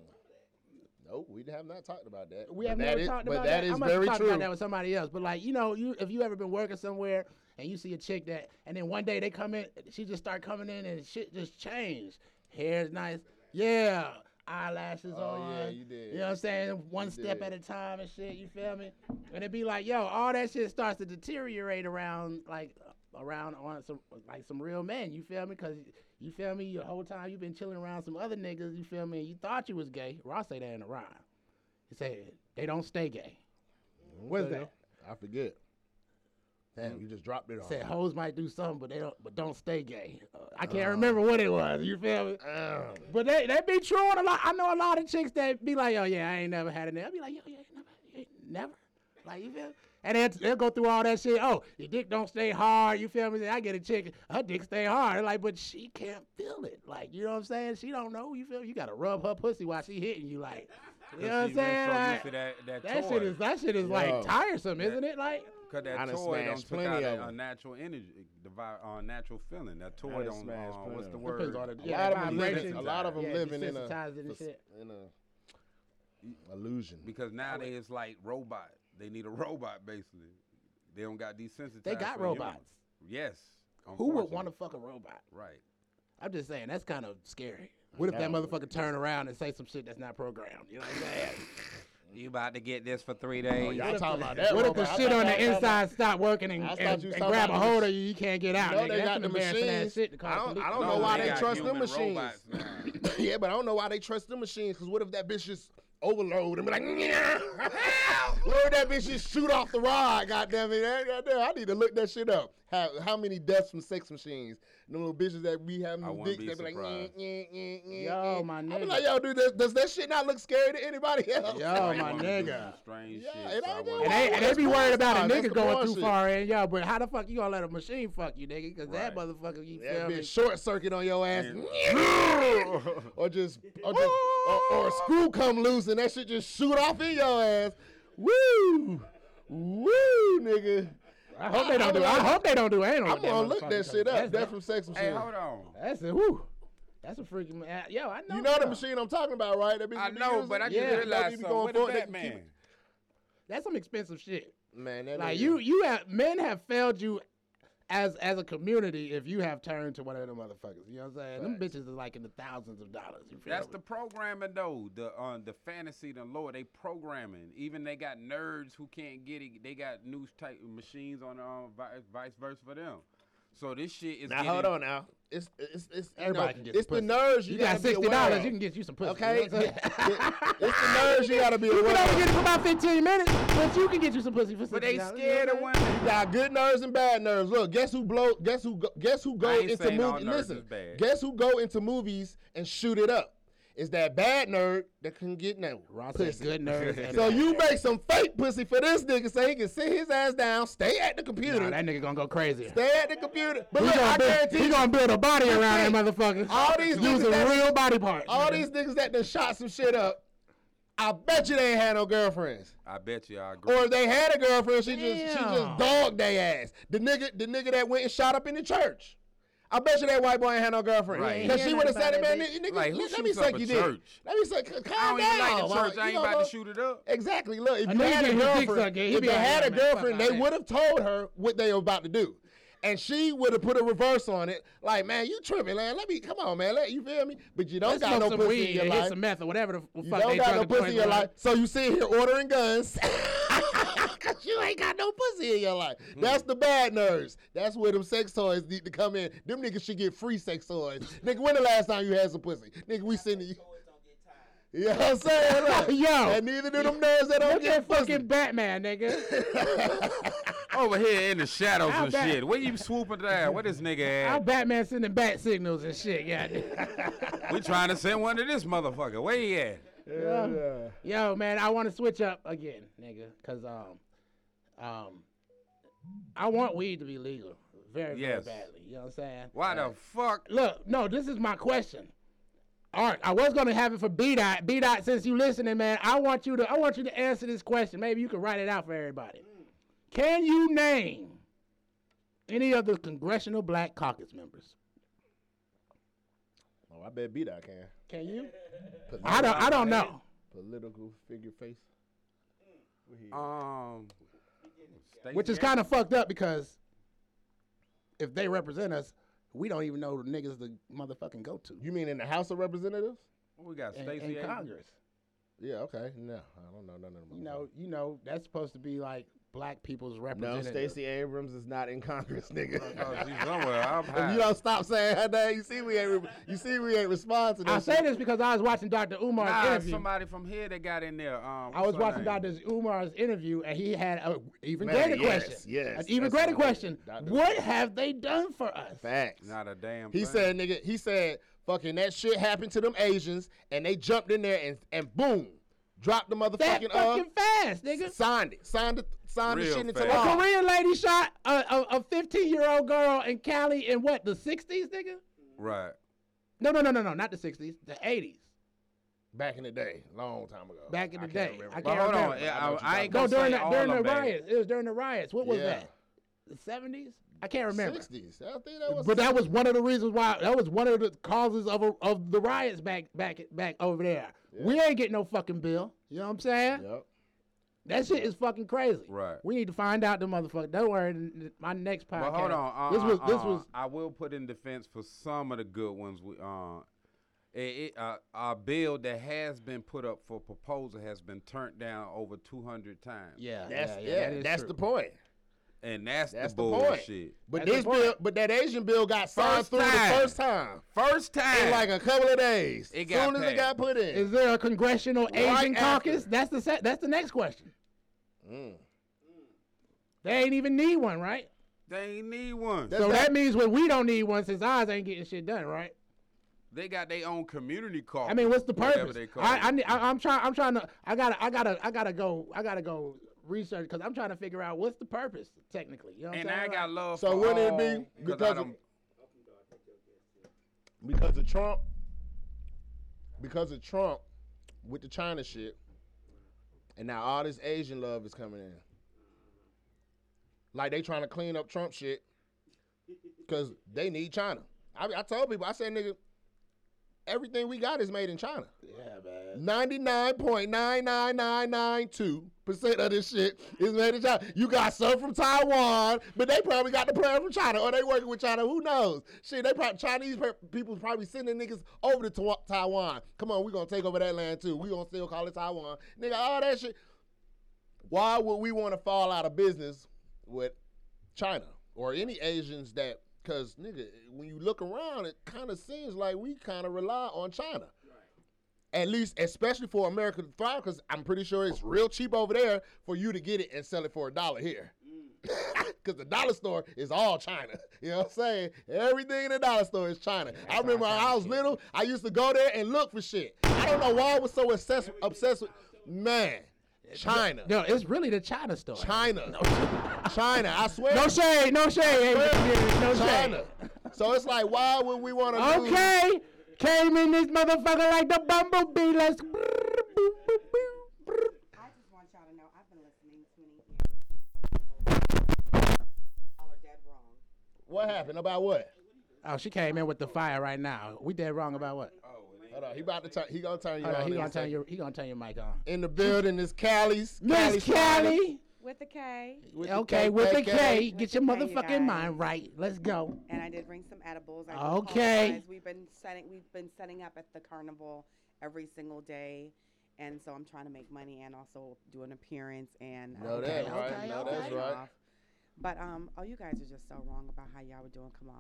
[SPEAKER 3] Nope, we We have not talked about that.
[SPEAKER 2] We
[SPEAKER 3] But
[SPEAKER 2] have
[SPEAKER 3] that
[SPEAKER 2] never
[SPEAKER 3] is-
[SPEAKER 2] talked
[SPEAKER 3] but
[SPEAKER 2] about
[SPEAKER 3] that
[SPEAKER 2] that. I
[SPEAKER 3] is
[SPEAKER 2] must have
[SPEAKER 3] very
[SPEAKER 2] talked
[SPEAKER 3] true.
[SPEAKER 2] about that with somebody else. But like, you know, you if you ever been working somewhere and you see a chick that, and then one day they come in, she just start coming in and shit just changed. Hair's nice, yeah. Eyelashes
[SPEAKER 3] Oh,
[SPEAKER 2] on.
[SPEAKER 3] yeah, you did.
[SPEAKER 2] You know what I'm saying? One step
[SPEAKER 3] did.
[SPEAKER 2] at a time and shit. You feel me? And it'd be like, yo, all that shit starts to deteriorate around like around on some like some real men. You feel me? Cause you feel me? The whole time you've been chilling around some other niggas. You feel me? You thought you was gay. Ross say that in a rhyme. He said they don't stay gay. What's that?
[SPEAKER 3] I forget. Damn, you just dropped it on.
[SPEAKER 2] Said
[SPEAKER 3] me.
[SPEAKER 2] hoes might do something, but they don't. But don't stay gay. Uh, I can't remember what it was. You feel me?
[SPEAKER 3] Uh,
[SPEAKER 2] But they they be true on a lot. I know a lot of chicks that be like, oh yeah, I ain't never had a nigga. I be like, yo, you ain't never, you ain't never. Like you feel? me? And they'll, they'll go through all that shit. Oh, your dick don't stay hard. You feel me? Then I get a chick, her dick stay hard. Like, but she can't feel it. Like, you know what I'm saying? She don't know. You feel? me? You gotta rub her pussy while she hitting you. Like, you know what I'm saying? Like,
[SPEAKER 4] So used to that, that,
[SPEAKER 2] that
[SPEAKER 4] toy.
[SPEAKER 2] shit is that shit is
[SPEAKER 3] Yo.
[SPEAKER 2] like tiresome, isn't it? Like,
[SPEAKER 4] Cause
[SPEAKER 3] I
[SPEAKER 4] that toy
[SPEAKER 3] done
[SPEAKER 4] don't
[SPEAKER 3] smashed
[SPEAKER 4] took
[SPEAKER 3] plenty
[SPEAKER 4] out
[SPEAKER 3] of
[SPEAKER 4] that
[SPEAKER 3] them.
[SPEAKER 4] unnatural energy, the vi- uh, natural feeling. That toy
[SPEAKER 3] done
[SPEAKER 4] don't.
[SPEAKER 3] smashed
[SPEAKER 4] Uh,
[SPEAKER 3] plenty
[SPEAKER 4] what's
[SPEAKER 3] of
[SPEAKER 4] the
[SPEAKER 3] them.
[SPEAKER 4] word?
[SPEAKER 2] Because-
[SPEAKER 3] a
[SPEAKER 2] Yeah,
[SPEAKER 3] lot of them
[SPEAKER 2] vibrations.
[SPEAKER 3] living. A lot of them
[SPEAKER 2] Yeah,
[SPEAKER 3] living in a
[SPEAKER 2] desensitized and
[SPEAKER 3] fas-
[SPEAKER 2] shit.
[SPEAKER 3] in a illusion.
[SPEAKER 4] Because now they it's like robot. They need a robot basically. They don't got desensitized.
[SPEAKER 2] they got
[SPEAKER 4] for humans.
[SPEAKER 2] robots.
[SPEAKER 4] Yes.
[SPEAKER 2] Who would
[SPEAKER 4] unfortunately.
[SPEAKER 2] want to fuck a robot?
[SPEAKER 4] Right.
[SPEAKER 2] I'm just saying that's kind of scary. What if that
[SPEAKER 3] know.
[SPEAKER 2] motherfucker turn around and say some shit that's not programmed? You know what I'm saying?
[SPEAKER 3] [LAUGHS]
[SPEAKER 4] You about to get this for three days.
[SPEAKER 3] Oh, Y'all talking about that?
[SPEAKER 2] what if
[SPEAKER 3] robot?
[SPEAKER 2] the
[SPEAKER 3] I
[SPEAKER 2] shit
[SPEAKER 3] thought
[SPEAKER 2] on
[SPEAKER 3] y'all
[SPEAKER 2] the
[SPEAKER 3] talking about-
[SPEAKER 2] inside stop working and,
[SPEAKER 3] I thought
[SPEAKER 2] and,
[SPEAKER 3] you
[SPEAKER 2] and
[SPEAKER 3] talking
[SPEAKER 2] grab a
[SPEAKER 3] about
[SPEAKER 2] hold
[SPEAKER 3] the-
[SPEAKER 2] of you? You can't get out.
[SPEAKER 3] No,
[SPEAKER 2] nigga.
[SPEAKER 3] they
[SPEAKER 2] That's
[SPEAKER 3] got
[SPEAKER 2] some
[SPEAKER 3] the
[SPEAKER 2] embarrassing ass
[SPEAKER 3] machines.
[SPEAKER 2] Shit to call
[SPEAKER 3] I
[SPEAKER 2] the
[SPEAKER 3] don't,
[SPEAKER 2] police.
[SPEAKER 3] I don't know why they,
[SPEAKER 4] got
[SPEAKER 3] trust them
[SPEAKER 4] human
[SPEAKER 3] machines.
[SPEAKER 4] robots now.
[SPEAKER 3] [LAUGHS] yeah, but I don't know why they trust them machines. Cause what if that bitch just overload and be like, "Help!" what if that bitch just shoot off the rod? Goddamn it! eh, Goddamn, I need to look that shit up. How how many deaths from sex machines? Them little bitches that be having
[SPEAKER 4] I
[SPEAKER 3] them
[SPEAKER 4] wouldn't be
[SPEAKER 3] dicks that be like,
[SPEAKER 4] surprised.
[SPEAKER 3] "Nyeh, nyeh, nyeh,
[SPEAKER 2] Yo,
[SPEAKER 3] nyeh."
[SPEAKER 2] my
[SPEAKER 3] I be
[SPEAKER 2] nigga.
[SPEAKER 3] like, yo, dude, does, does that shit not look scary to anybody else?
[SPEAKER 2] Yo,
[SPEAKER 3] [LAUGHS]
[SPEAKER 4] They
[SPEAKER 2] my
[SPEAKER 4] wanna do
[SPEAKER 2] nigga.
[SPEAKER 4] some Strange
[SPEAKER 3] Yeah,
[SPEAKER 4] shit,
[SPEAKER 3] it
[SPEAKER 4] so I
[SPEAKER 3] ain't
[SPEAKER 4] wasn't-
[SPEAKER 3] that
[SPEAKER 2] And they,
[SPEAKER 3] Why
[SPEAKER 2] and they
[SPEAKER 3] would-
[SPEAKER 2] be worried
[SPEAKER 3] Nah,
[SPEAKER 2] about a
[SPEAKER 3] that's
[SPEAKER 2] nigga
[SPEAKER 3] the
[SPEAKER 2] going
[SPEAKER 3] bullshit.
[SPEAKER 2] too far in, yo. But how the fuck you gonna let a machine fuck you, nigga? Because that
[SPEAKER 4] Right.
[SPEAKER 2] motherfucker, you
[SPEAKER 3] That
[SPEAKER 2] feel me?
[SPEAKER 3] bitch short circuit on your ass. [LAUGHS] or just or just or, or a screw come loose and that shit just shoot off in your ass. Woo! Woo, nigga.
[SPEAKER 2] I hope they don't do. I hope they don't do anal.
[SPEAKER 3] I'm
[SPEAKER 2] with that
[SPEAKER 3] gonna look that
[SPEAKER 2] motherfucker,
[SPEAKER 3] shit up.
[SPEAKER 2] that's-
[SPEAKER 3] That's from sex
[SPEAKER 4] Hey,
[SPEAKER 3] machine.
[SPEAKER 4] hold on.
[SPEAKER 2] That's a whoo. That's a freaking uh, yo. I know.
[SPEAKER 3] you know the
[SPEAKER 2] yo.
[SPEAKER 3] machine I'm talking about, right? That bitch
[SPEAKER 4] I
[SPEAKER 3] be
[SPEAKER 4] know,
[SPEAKER 3] using-
[SPEAKER 4] but I
[SPEAKER 2] Yeah.
[SPEAKER 4] just realized
[SPEAKER 3] Nigga be
[SPEAKER 4] something.
[SPEAKER 3] going
[SPEAKER 4] What
[SPEAKER 3] for it,
[SPEAKER 4] is
[SPEAKER 3] they
[SPEAKER 4] that
[SPEAKER 3] can keep
[SPEAKER 4] man?
[SPEAKER 2] That's some expensive shit.
[SPEAKER 3] man, that
[SPEAKER 2] Like
[SPEAKER 3] nigga-
[SPEAKER 2] you, you have men have failed you as as a community if you have turned to one of them motherfuckers. You know what I'm saying? Them bitches is like in the thousands of dollars. You feel
[SPEAKER 4] That's
[SPEAKER 2] me?
[SPEAKER 4] the programming though. The uh, the fantasy, the lore, they programming. Even they got nerds who can't get it. They got new type machines on um, vi- vice versa for them. So this shit is
[SPEAKER 3] now
[SPEAKER 4] getting,
[SPEAKER 3] hold on now. It's it's it's you
[SPEAKER 2] Everybody
[SPEAKER 3] know,
[SPEAKER 2] can get
[SPEAKER 3] it's
[SPEAKER 2] some
[SPEAKER 3] the
[SPEAKER 2] pussy.
[SPEAKER 3] nerves you,
[SPEAKER 2] You got
[SPEAKER 3] gotta be
[SPEAKER 2] sixty
[SPEAKER 3] aware
[SPEAKER 2] dollars,
[SPEAKER 3] of.
[SPEAKER 2] you can get you some pussy.
[SPEAKER 3] Okay,
[SPEAKER 2] You know what I'm saying?
[SPEAKER 3] [LAUGHS] it's the nerves you gotta be
[SPEAKER 2] You
[SPEAKER 3] aware.
[SPEAKER 2] can only
[SPEAKER 3] of.
[SPEAKER 2] get it for about fifteen minutes, but you can get you some pussy for.
[SPEAKER 4] But
[SPEAKER 2] $60,
[SPEAKER 4] they
[SPEAKER 2] you know
[SPEAKER 4] scared of
[SPEAKER 2] what I'm
[SPEAKER 4] women.
[SPEAKER 3] You got good nerves and bad nerves. Look, guess who blow? Guess who? Go, guess who go
[SPEAKER 4] I ain't
[SPEAKER 3] into
[SPEAKER 4] saying all
[SPEAKER 3] movies?
[SPEAKER 4] nerves
[SPEAKER 3] Listen,
[SPEAKER 4] is bad.
[SPEAKER 3] guess who go into movies and shoot it up? It's that bad nerd that couldn't get no
[SPEAKER 2] Ross has
[SPEAKER 3] pussy.
[SPEAKER 2] good
[SPEAKER 3] [LAUGHS]
[SPEAKER 2] nerves. and
[SPEAKER 3] So
[SPEAKER 2] bad-
[SPEAKER 3] you make some fake pussy for this nigga so he can sit his ass down, stay at the computer,
[SPEAKER 2] Nah, that nigga gonna go crazy.
[SPEAKER 3] stay at the computer. But
[SPEAKER 2] He
[SPEAKER 3] look, I
[SPEAKER 2] gonna, build,
[SPEAKER 3] guarantee
[SPEAKER 2] he
[SPEAKER 3] you,
[SPEAKER 2] gonna build a body around that
[SPEAKER 3] thing-
[SPEAKER 2] motherfucker.
[SPEAKER 3] all these niggas
[SPEAKER 2] using
[SPEAKER 3] that-
[SPEAKER 2] real body parts.
[SPEAKER 3] all
[SPEAKER 2] nigga.
[SPEAKER 3] these niggas that done shot some shit up. I bet you they ain't had no girlfriends.
[SPEAKER 4] I bet you I agree.
[SPEAKER 3] Or if they had a girlfriend, she just she just
[SPEAKER 2] Damn.
[SPEAKER 3] dogged their ass. The nigga, the nigga that went and shot up in the church. I bet you that white boy ain't had no girlfriend.
[SPEAKER 4] Right.
[SPEAKER 3] Cause she
[SPEAKER 2] Yeah,
[SPEAKER 3] would have said,
[SPEAKER 2] nobody,
[SPEAKER 3] "Man,
[SPEAKER 2] bitch.
[SPEAKER 3] nigga,
[SPEAKER 4] Like, who
[SPEAKER 3] let, let me
[SPEAKER 4] shoots up
[SPEAKER 3] suck
[SPEAKER 4] a
[SPEAKER 3] you dick.
[SPEAKER 4] church?
[SPEAKER 3] Let me suck. Calm
[SPEAKER 4] I don't
[SPEAKER 3] down.
[SPEAKER 4] even like the
[SPEAKER 3] Like,
[SPEAKER 4] church. I
[SPEAKER 3] you
[SPEAKER 4] ain't
[SPEAKER 3] know,
[SPEAKER 4] about
[SPEAKER 3] look-
[SPEAKER 4] to shoot it up.
[SPEAKER 3] Exactly. Look, if
[SPEAKER 2] A
[SPEAKER 3] you
[SPEAKER 2] nigga
[SPEAKER 3] had a
[SPEAKER 2] get his dick
[SPEAKER 3] girlfriend,
[SPEAKER 2] sucked, yeah, he
[SPEAKER 3] if
[SPEAKER 2] be
[SPEAKER 3] they
[SPEAKER 2] like,
[SPEAKER 3] had a
[SPEAKER 2] "Man, man, fuck
[SPEAKER 3] girlfriend,
[SPEAKER 2] out
[SPEAKER 3] they
[SPEAKER 2] that."
[SPEAKER 3] would have told her what they were about to do. And she would have put a reverse on it, like, man, you tripping, man. Let me come on, man. Let you feel me? But you don't
[SPEAKER 2] Let's
[SPEAKER 3] got
[SPEAKER 2] smoke
[SPEAKER 3] no
[SPEAKER 2] some
[SPEAKER 3] pussy
[SPEAKER 2] weed
[SPEAKER 3] in your
[SPEAKER 2] and hit
[SPEAKER 3] life.
[SPEAKER 2] some meth or whatever the f-
[SPEAKER 3] You
[SPEAKER 2] fuck
[SPEAKER 3] don't
[SPEAKER 2] they
[SPEAKER 3] got
[SPEAKER 2] drug
[SPEAKER 3] no
[SPEAKER 2] the joint
[SPEAKER 3] pussy in your
[SPEAKER 2] around.
[SPEAKER 3] life, so you sit here ordering guns. [LAUGHS] Cause you ain't got no pussy in your life.
[SPEAKER 2] Hmm.
[SPEAKER 3] That's the bad nerds. That's where them sex toys need to come in. Them niggas should get free sex toys. Nigga, when the last time you had some pussy? Nigga, we sending you. [LAUGHS] You know what I'm saying?
[SPEAKER 2] [LAUGHS]
[SPEAKER 3] Look,
[SPEAKER 2] Yo.
[SPEAKER 3] And neither do them nerds that don't
[SPEAKER 2] Look
[SPEAKER 3] get
[SPEAKER 2] at
[SPEAKER 3] pussy.
[SPEAKER 2] fucking Batman, nigga.
[SPEAKER 4] Over here in the shadows
[SPEAKER 2] How
[SPEAKER 4] and
[SPEAKER 2] bad-
[SPEAKER 4] shit. Where you swooping down? Where this nigga
[SPEAKER 2] How
[SPEAKER 4] at?
[SPEAKER 2] Batman sending bat signals and shit, yeah.
[SPEAKER 4] We trying to send one to this motherfucker. Where he at?
[SPEAKER 3] Yeah.
[SPEAKER 2] [LAUGHS] Yo, man, I want to switch up again, nigga, cause um, um, I want weed to be legal very,
[SPEAKER 4] Yes.
[SPEAKER 2] very badly. You know what I'm saying?
[SPEAKER 4] Why the fuck?
[SPEAKER 2] Look, no, this is my question. All right, I was gonna have it for B dot. B dot, since you listening, man, I want you to I want you to answer this question. Maybe you can write it out for everybody. Can you name any of the congressional black caucus members?
[SPEAKER 3] Oh, I bet B dot can.
[SPEAKER 2] Can you?
[SPEAKER 3] Political,
[SPEAKER 2] I don't I don't know.
[SPEAKER 3] political figure. here.
[SPEAKER 4] Um, Stacey
[SPEAKER 2] Which is kind of fucked up because if they represent us, we don't even know the niggas to motherfucking go to.
[SPEAKER 3] you mean in the House of Representatives?
[SPEAKER 4] Abrams. We got
[SPEAKER 2] In, in
[SPEAKER 4] Stacey Abrams.
[SPEAKER 2] Congress.
[SPEAKER 3] Yeah. Okay. No, I don't know nothing about.
[SPEAKER 2] You know, you know, that's supposed to be like black people's
[SPEAKER 3] that. no,
[SPEAKER 2] representative.
[SPEAKER 3] Stacey Abrams is not in Congress,
[SPEAKER 4] Oh,
[SPEAKER 3] [LAUGHS] nigga.
[SPEAKER 4] she's somewhere.
[SPEAKER 2] [LAUGHS]
[SPEAKER 4] I'm
[SPEAKER 3] If
[SPEAKER 4] high.
[SPEAKER 3] you don't stop saying her name, you see we ain't re- you see we ain't responding.
[SPEAKER 2] I say this because I was watching Dr. Umar's
[SPEAKER 4] Nah,
[SPEAKER 2] interview.
[SPEAKER 4] somebody from here that got in there. Um,
[SPEAKER 2] I
[SPEAKER 4] what's
[SPEAKER 2] was
[SPEAKER 4] her
[SPEAKER 2] watching
[SPEAKER 4] name?
[SPEAKER 2] Dr. Umar's interview, and he had an even
[SPEAKER 3] Man,
[SPEAKER 2] greater
[SPEAKER 3] yes,
[SPEAKER 2] question.
[SPEAKER 3] yes,
[SPEAKER 2] an even
[SPEAKER 3] that's
[SPEAKER 2] greater
[SPEAKER 3] what I
[SPEAKER 2] question.
[SPEAKER 3] did. Dr.
[SPEAKER 2] What have they done for us?
[SPEAKER 3] facts.
[SPEAKER 4] Not a damn.
[SPEAKER 3] He
[SPEAKER 4] thing.
[SPEAKER 3] said, nigga, he said, fucking that shit happened to them Asians, and they jumped in there and and boom, dropped the motherfucking
[SPEAKER 2] That fucking fast,
[SPEAKER 3] uh,
[SPEAKER 2] nigga.
[SPEAKER 3] signed it, signed the signed the
[SPEAKER 4] Real
[SPEAKER 3] shit into
[SPEAKER 4] fast.
[SPEAKER 2] A
[SPEAKER 4] Wow.
[SPEAKER 3] law.
[SPEAKER 2] Korean lady shot a, a, a 15 year old girl in Cali in what, the 60s, nigga?
[SPEAKER 4] Right.
[SPEAKER 2] No, no, no, no, no, not the 60s, the 80s.
[SPEAKER 3] Back in the day, long time ago.
[SPEAKER 2] Back in the
[SPEAKER 3] can't
[SPEAKER 2] day.
[SPEAKER 3] remember.
[SPEAKER 2] I
[SPEAKER 4] But
[SPEAKER 2] can't
[SPEAKER 4] hold on.
[SPEAKER 2] remember.
[SPEAKER 4] yeah,
[SPEAKER 3] I know
[SPEAKER 4] I,
[SPEAKER 3] what
[SPEAKER 4] I
[SPEAKER 3] you're
[SPEAKER 4] ain't
[SPEAKER 2] No,
[SPEAKER 4] gonna
[SPEAKER 2] during
[SPEAKER 4] say
[SPEAKER 2] the,
[SPEAKER 4] all
[SPEAKER 2] during
[SPEAKER 4] of
[SPEAKER 2] the
[SPEAKER 4] that.
[SPEAKER 2] riots. It was during the riots. What was
[SPEAKER 3] Yeah.
[SPEAKER 2] that? The 70s? I can't remember.
[SPEAKER 3] 60s. I think that was.
[SPEAKER 2] But that was one of the reasons why that was one of the causes of of the riots back back back over there. We ain't getting no fucking bill. You know what I'm saying?
[SPEAKER 3] Yep.
[SPEAKER 2] That shit is fucking crazy.
[SPEAKER 4] Right.
[SPEAKER 2] We need to find out the motherfucker. Don't worry, n- n- my next podcast.
[SPEAKER 4] But hold on. Uh,
[SPEAKER 2] this was this
[SPEAKER 4] uh,
[SPEAKER 2] was
[SPEAKER 4] I will put in defense for some of the good ones. We uh, it, it, uh, a bill that has been put up for proposal has been turned down over two hundred times.
[SPEAKER 2] yeah.
[SPEAKER 3] That's
[SPEAKER 2] yeah,
[SPEAKER 3] yeah.
[SPEAKER 2] yeah, that is
[SPEAKER 3] that's
[SPEAKER 2] true.
[SPEAKER 3] the point.
[SPEAKER 4] And that's,
[SPEAKER 3] That's
[SPEAKER 4] the
[SPEAKER 3] the, point.
[SPEAKER 4] bullshit.
[SPEAKER 3] But
[SPEAKER 2] That's the
[SPEAKER 3] this
[SPEAKER 2] point.
[SPEAKER 3] bill, but that Asian bill got signed
[SPEAKER 4] First
[SPEAKER 3] through
[SPEAKER 4] time.
[SPEAKER 3] the first time
[SPEAKER 4] First time.
[SPEAKER 3] in like a couple of days.
[SPEAKER 4] It
[SPEAKER 3] soon
[SPEAKER 4] got
[SPEAKER 3] as it
[SPEAKER 4] passed.
[SPEAKER 3] got put in.
[SPEAKER 2] Is there a congressional Asian
[SPEAKER 3] after.
[SPEAKER 2] caucus? That's the se- that's the next question.
[SPEAKER 4] Mm.
[SPEAKER 2] They ain't even need one, right?
[SPEAKER 4] they ain't need one.
[SPEAKER 3] That's
[SPEAKER 2] So
[SPEAKER 3] not-
[SPEAKER 2] that means when we don't need one, since ours ain't getting shit done, right?
[SPEAKER 4] they got their own community call.
[SPEAKER 2] I mean, what's the
[SPEAKER 4] Whatever
[SPEAKER 2] purpose?
[SPEAKER 4] they call
[SPEAKER 2] I,
[SPEAKER 4] it.
[SPEAKER 2] I, need- I I'm trying. I'm trying to. I gotta. I gotta. I gotta go. I gotta go research because I'm trying to figure out what's the purpose technically. You know what
[SPEAKER 4] and
[SPEAKER 2] I'm saying?
[SPEAKER 4] I got love.
[SPEAKER 3] So
[SPEAKER 4] for
[SPEAKER 3] wouldn't it
[SPEAKER 4] all,
[SPEAKER 3] be
[SPEAKER 4] because
[SPEAKER 3] because
[SPEAKER 4] I
[SPEAKER 3] of-
[SPEAKER 4] done-
[SPEAKER 3] because of Trump, because of Trump with the China shit, and now all this Asian love is coming in. Like they trying to clean up Trump shit because they need China. I, I told people, I said, nigga, everything we got is made in China.
[SPEAKER 2] yeah, man.
[SPEAKER 3] 99.99992% of this shit is made in China. You got some from Taiwan, but they probably got the plan from China, or they working with China. Who knows? Shit, they probably Chinese per- people probably sending niggas over to Taiwa- Taiwan. Come on, we gonna take over that land too. We gonna still call it Taiwan, nigga. All that shit. Why would we want to fall out of business with China or any Asians that? Cause nigga, when you look around, it kind of seems like we kind of rely on China at least, especially for American Thrive, because I'm pretty sure it's real cheap over there for you to get it and sell it for a dollar here. [LAUGHS] Because the dollar store is all China. You know what I'm saying? Everything in the dollar store is China. I remember when I was little, I used to go there and look for shit. I don't know why I was so obsessed, obsessed with, man, China.
[SPEAKER 2] No, it's really the China story.
[SPEAKER 3] China. China. I swear.
[SPEAKER 2] No shade. No shade.
[SPEAKER 3] Well,
[SPEAKER 2] Asian. No
[SPEAKER 3] China.
[SPEAKER 2] shade.
[SPEAKER 3] So it's like, why would we want to
[SPEAKER 2] Okay. Came in this motherfucker like the bumblebee. Let's.
[SPEAKER 5] I just want y'all to know I've been listening to an ear. Y'all are dead wrong.
[SPEAKER 3] What happened? About what?
[SPEAKER 2] Oh, she came in with the fire right now. We dead wrong about what?
[SPEAKER 3] Hold on. He about to turn, he gonna turn you
[SPEAKER 2] Hold
[SPEAKER 3] on.
[SPEAKER 2] on, he
[SPEAKER 3] in a
[SPEAKER 2] gonna turn
[SPEAKER 3] second.
[SPEAKER 2] your he gonna turn your mic on.
[SPEAKER 3] in the building is Callie's.
[SPEAKER 2] Miss Kelly.
[SPEAKER 5] With a K.
[SPEAKER 3] With the
[SPEAKER 2] Okay,
[SPEAKER 3] K-
[SPEAKER 2] with the
[SPEAKER 3] K-
[SPEAKER 2] K, get
[SPEAKER 5] With
[SPEAKER 2] your
[SPEAKER 5] the K, you
[SPEAKER 2] motherfucking
[SPEAKER 5] guys.
[SPEAKER 2] mind right. Let's go.
[SPEAKER 5] And I did bring some edibles. I do
[SPEAKER 2] Okay.
[SPEAKER 5] apologize. We've been setting we've been setting up at the carnival every single day. And so I'm trying to make money and also do an appearance and
[SPEAKER 3] Know that,
[SPEAKER 5] okay,
[SPEAKER 2] right?
[SPEAKER 5] okay,
[SPEAKER 2] Know
[SPEAKER 5] okay.
[SPEAKER 2] that's
[SPEAKER 3] right.
[SPEAKER 5] But um, oh, you guys are just so wrong about how y'all were doing Kamala.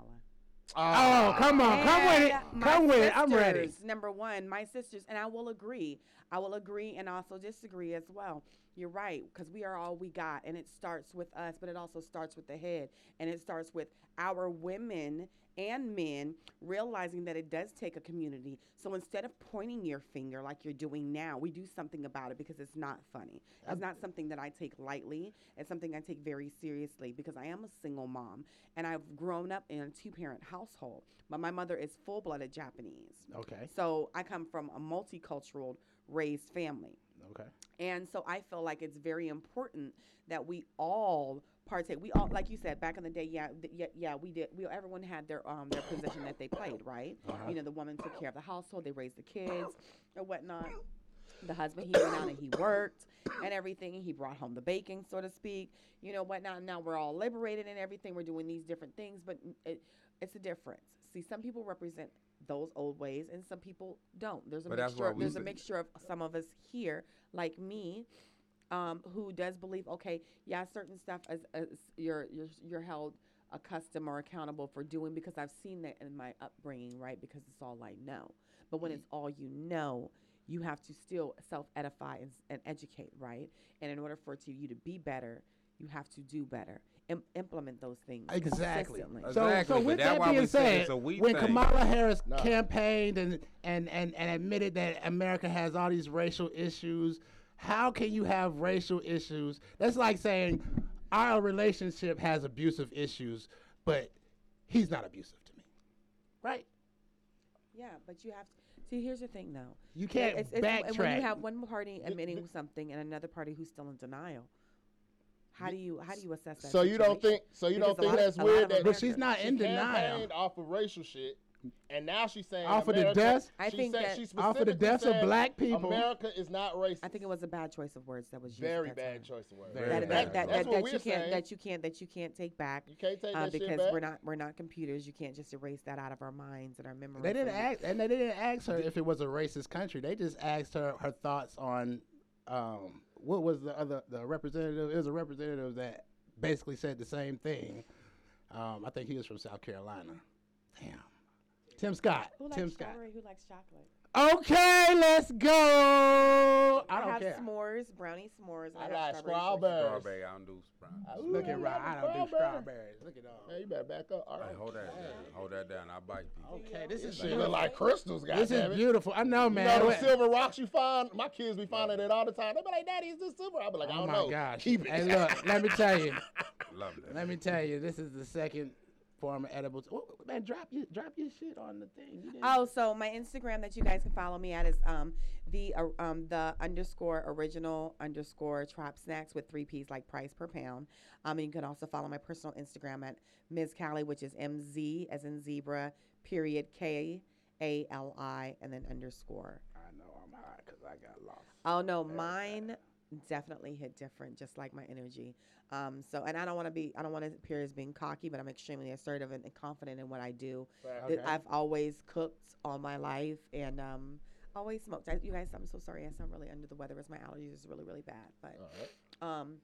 [SPEAKER 2] Oh, come on, come with it,
[SPEAKER 5] And my
[SPEAKER 2] come with it. I'm ready.
[SPEAKER 5] sisters, Number one, my sisters, and I will agree. I will agree and also disagree as well. You're right, because we are all we got, and it starts with us, but it also starts with the head, and it starts with our women and men realizing that it does take a community. So instead of pointing your finger like you're doing now, we do something about it because it's not funny. It's not something that I take lightly. It's something I take very seriously because I am a single mom and I've grown up in a two-parent household. But my mother is full-blooded Japanese.
[SPEAKER 2] Okay,
[SPEAKER 5] So I come from a multicultural raised family.
[SPEAKER 2] okay.
[SPEAKER 5] And so I feel like it's very important that we all partake. We all, like you said, back in the day, yeah, th- yeah, yeah we did. We everyone had their um their position
[SPEAKER 4] Uh-huh.
[SPEAKER 5] that they played, right? You know, the woman took care of the household, they raised the kids, or whatnot. the husband he went out and he worked and everything and he brought home the bacon so to speak you know whatnot now we're all liberated and everything we're doing these different things but n- it, it's a difference see some people represent those old ways and some people don't there's a
[SPEAKER 4] But that's why
[SPEAKER 5] mixture
[SPEAKER 4] we
[SPEAKER 5] there's a
[SPEAKER 4] said-
[SPEAKER 5] mixture of some of us here like me um, who does believe okay yeah certain stuff is, is you're, you're you're held accustomed or accountable for doing because i've seen that in my upbringing right because it's all i know but
[SPEAKER 2] Mm-hmm.
[SPEAKER 5] when it's all you know you have to still self-edify and, s- and educate right and in order for to you to be better you have to do better Im- implement those things
[SPEAKER 2] Exactly.
[SPEAKER 5] consistently.
[SPEAKER 4] Uh,
[SPEAKER 2] So,
[SPEAKER 4] Exactly,
[SPEAKER 2] so
[SPEAKER 4] but
[SPEAKER 2] with
[SPEAKER 4] that's
[SPEAKER 2] that
[SPEAKER 4] why we
[SPEAKER 2] being
[SPEAKER 4] said
[SPEAKER 2] said,
[SPEAKER 4] it's a we
[SPEAKER 2] when
[SPEAKER 4] thing.
[SPEAKER 2] Kamala Harris
[SPEAKER 3] No.
[SPEAKER 2] campaigned and, and, and, and admitted that America has all these racial issues, how can you have racial issues? That's like saying our relationship has abusive issues, but he's not abusive to me, right?
[SPEAKER 5] yeah but you have to see here's the thing though
[SPEAKER 2] You can't
[SPEAKER 5] it's, it's,
[SPEAKER 2] backtrack.
[SPEAKER 5] when you have one party admitting
[SPEAKER 3] th-
[SPEAKER 5] something and another party who's still in denial how do you how do you assess that
[SPEAKER 3] So you don't
[SPEAKER 5] situation?
[SPEAKER 3] think? So you
[SPEAKER 5] Because
[SPEAKER 3] don't
[SPEAKER 5] a
[SPEAKER 3] think
[SPEAKER 5] lot of-
[SPEAKER 3] that's
[SPEAKER 5] a lot
[SPEAKER 3] weird
[SPEAKER 5] of
[SPEAKER 3] that
[SPEAKER 2] but she's not
[SPEAKER 3] she
[SPEAKER 2] in denial.
[SPEAKER 3] campaigned off of racial shit, and now she's saying
[SPEAKER 2] Off of the
[SPEAKER 3] America-
[SPEAKER 2] deaths?
[SPEAKER 5] I
[SPEAKER 3] she
[SPEAKER 5] think
[SPEAKER 3] said-
[SPEAKER 5] that-
[SPEAKER 3] she
[SPEAKER 2] Off of the
[SPEAKER 3] specifically
[SPEAKER 2] deaths of
[SPEAKER 3] said
[SPEAKER 2] black people.
[SPEAKER 3] America is not racist.
[SPEAKER 5] I think it was a bad choice of words that was used. at
[SPEAKER 3] very
[SPEAKER 5] that
[SPEAKER 3] bad
[SPEAKER 5] time.
[SPEAKER 3] choice of words.
[SPEAKER 2] Very bad
[SPEAKER 5] That, that, that,
[SPEAKER 2] choice.
[SPEAKER 5] that,
[SPEAKER 3] That's
[SPEAKER 5] that
[SPEAKER 3] what we're
[SPEAKER 5] you can't
[SPEAKER 3] saying.
[SPEAKER 5] that you can't that you can't take back
[SPEAKER 3] You can't take
[SPEAKER 5] uh,
[SPEAKER 3] that shit
[SPEAKER 5] because
[SPEAKER 3] back.
[SPEAKER 5] we're not we're not computers. You can't just erase that out of our minds and our memories.
[SPEAKER 2] They didn't
[SPEAKER 5] and-
[SPEAKER 2] ask, and they didn't ask her if it was a racist country. They just asked her her thoughts on um, what was the other the representative. It was a representative that basically said the same thing. Um, I think he was from South Carolina. Damn, Tim Scott.
[SPEAKER 5] Who likes
[SPEAKER 2] Tim Scott.
[SPEAKER 5] strawberry? Who likes chocolate?
[SPEAKER 2] Okay, let's go. I
[SPEAKER 5] I,
[SPEAKER 2] don't
[SPEAKER 5] have
[SPEAKER 2] care.
[SPEAKER 5] s'mores, brownie s'mores. and
[SPEAKER 3] I
[SPEAKER 5] have
[SPEAKER 3] like
[SPEAKER 5] strawberry
[SPEAKER 3] strawberry.
[SPEAKER 5] shortcake.
[SPEAKER 4] Strawberry, I don't do brownies.
[SPEAKER 2] Look at
[SPEAKER 3] Ooh,
[SPEAKER 2] Rob. I don't do
[SPEAKER 3] strawberry.
[SPEAKER 2] strawberries. Look at all.
[SPEAKER 3] Man, you better back up. All
[SPEAKER 4] Hey,
[SPEAKER 3] right.
[SPEAKER 4] hold that down. Hold that down. I bite people.
[SPEAKER 2] Okay, this
[SPEAKER 3] This
[SPEAKER 2] is
[SPEAKER 3] shit look
[SPEAKER 2] beautiful.
[SPEAKER 3] like crystals,
[SPEAKER 2] This
[SPEAKER 3] goddamn
[SPEAKER 2] is
[SPEAKER 3] it.
[SPEAKER 2] beautiful. I know,
[SPEAKER 3] You
[SPEAKER 2] man.
[SPEAKER 3] know the
[SPEAKER 2] What-
[SPEAKER 3] silver rocks you find? My kids be finding it all the time. They be like, "Daddy, is this silver?" I be like, "I
[SPEAKER 2] Oh
[SPEAKER 3] don't
[SPEAKER 2] my
[SPEAKER 3] know.
[SPEAKER 2] gosh.
[SPEAKER 3] Keep it."
[SPEAKER 2] Hey, look. Let me tell
[SPEAKER 3] [LAUGHS]
[SPEAKER 2] you.
[SPEAKER 4] Love that.
[SPEAKER 2] Let me tell you, this is the second form of edibles. Oh, man, drop your drop your shit on the thing. You didn't-
[SPEAKER 5] Oh, so my Instagram that you guys can follow me at is um the uh, um the underscore original underscore trap snacks with three P's like price per pound. Um, and you can also follow my personal Instagram at Ms. Callie, which is M Z as in zebra period K A L I and then underscore.
[SPEAKER 2] I know I'm hot because I got lost.
[SPEAKER 5] Oh no, mine definitely hit different, just like my energy. Um, so and I don't want to be I don't want to appear as being cocky, but I'm extremely assertive and, and confident in what I do. Th- I've always cooked all my life and um, always smoked. I, you guys, I'm so sorry. I sound really under the weather. It's my allergies is really, really bad. But um,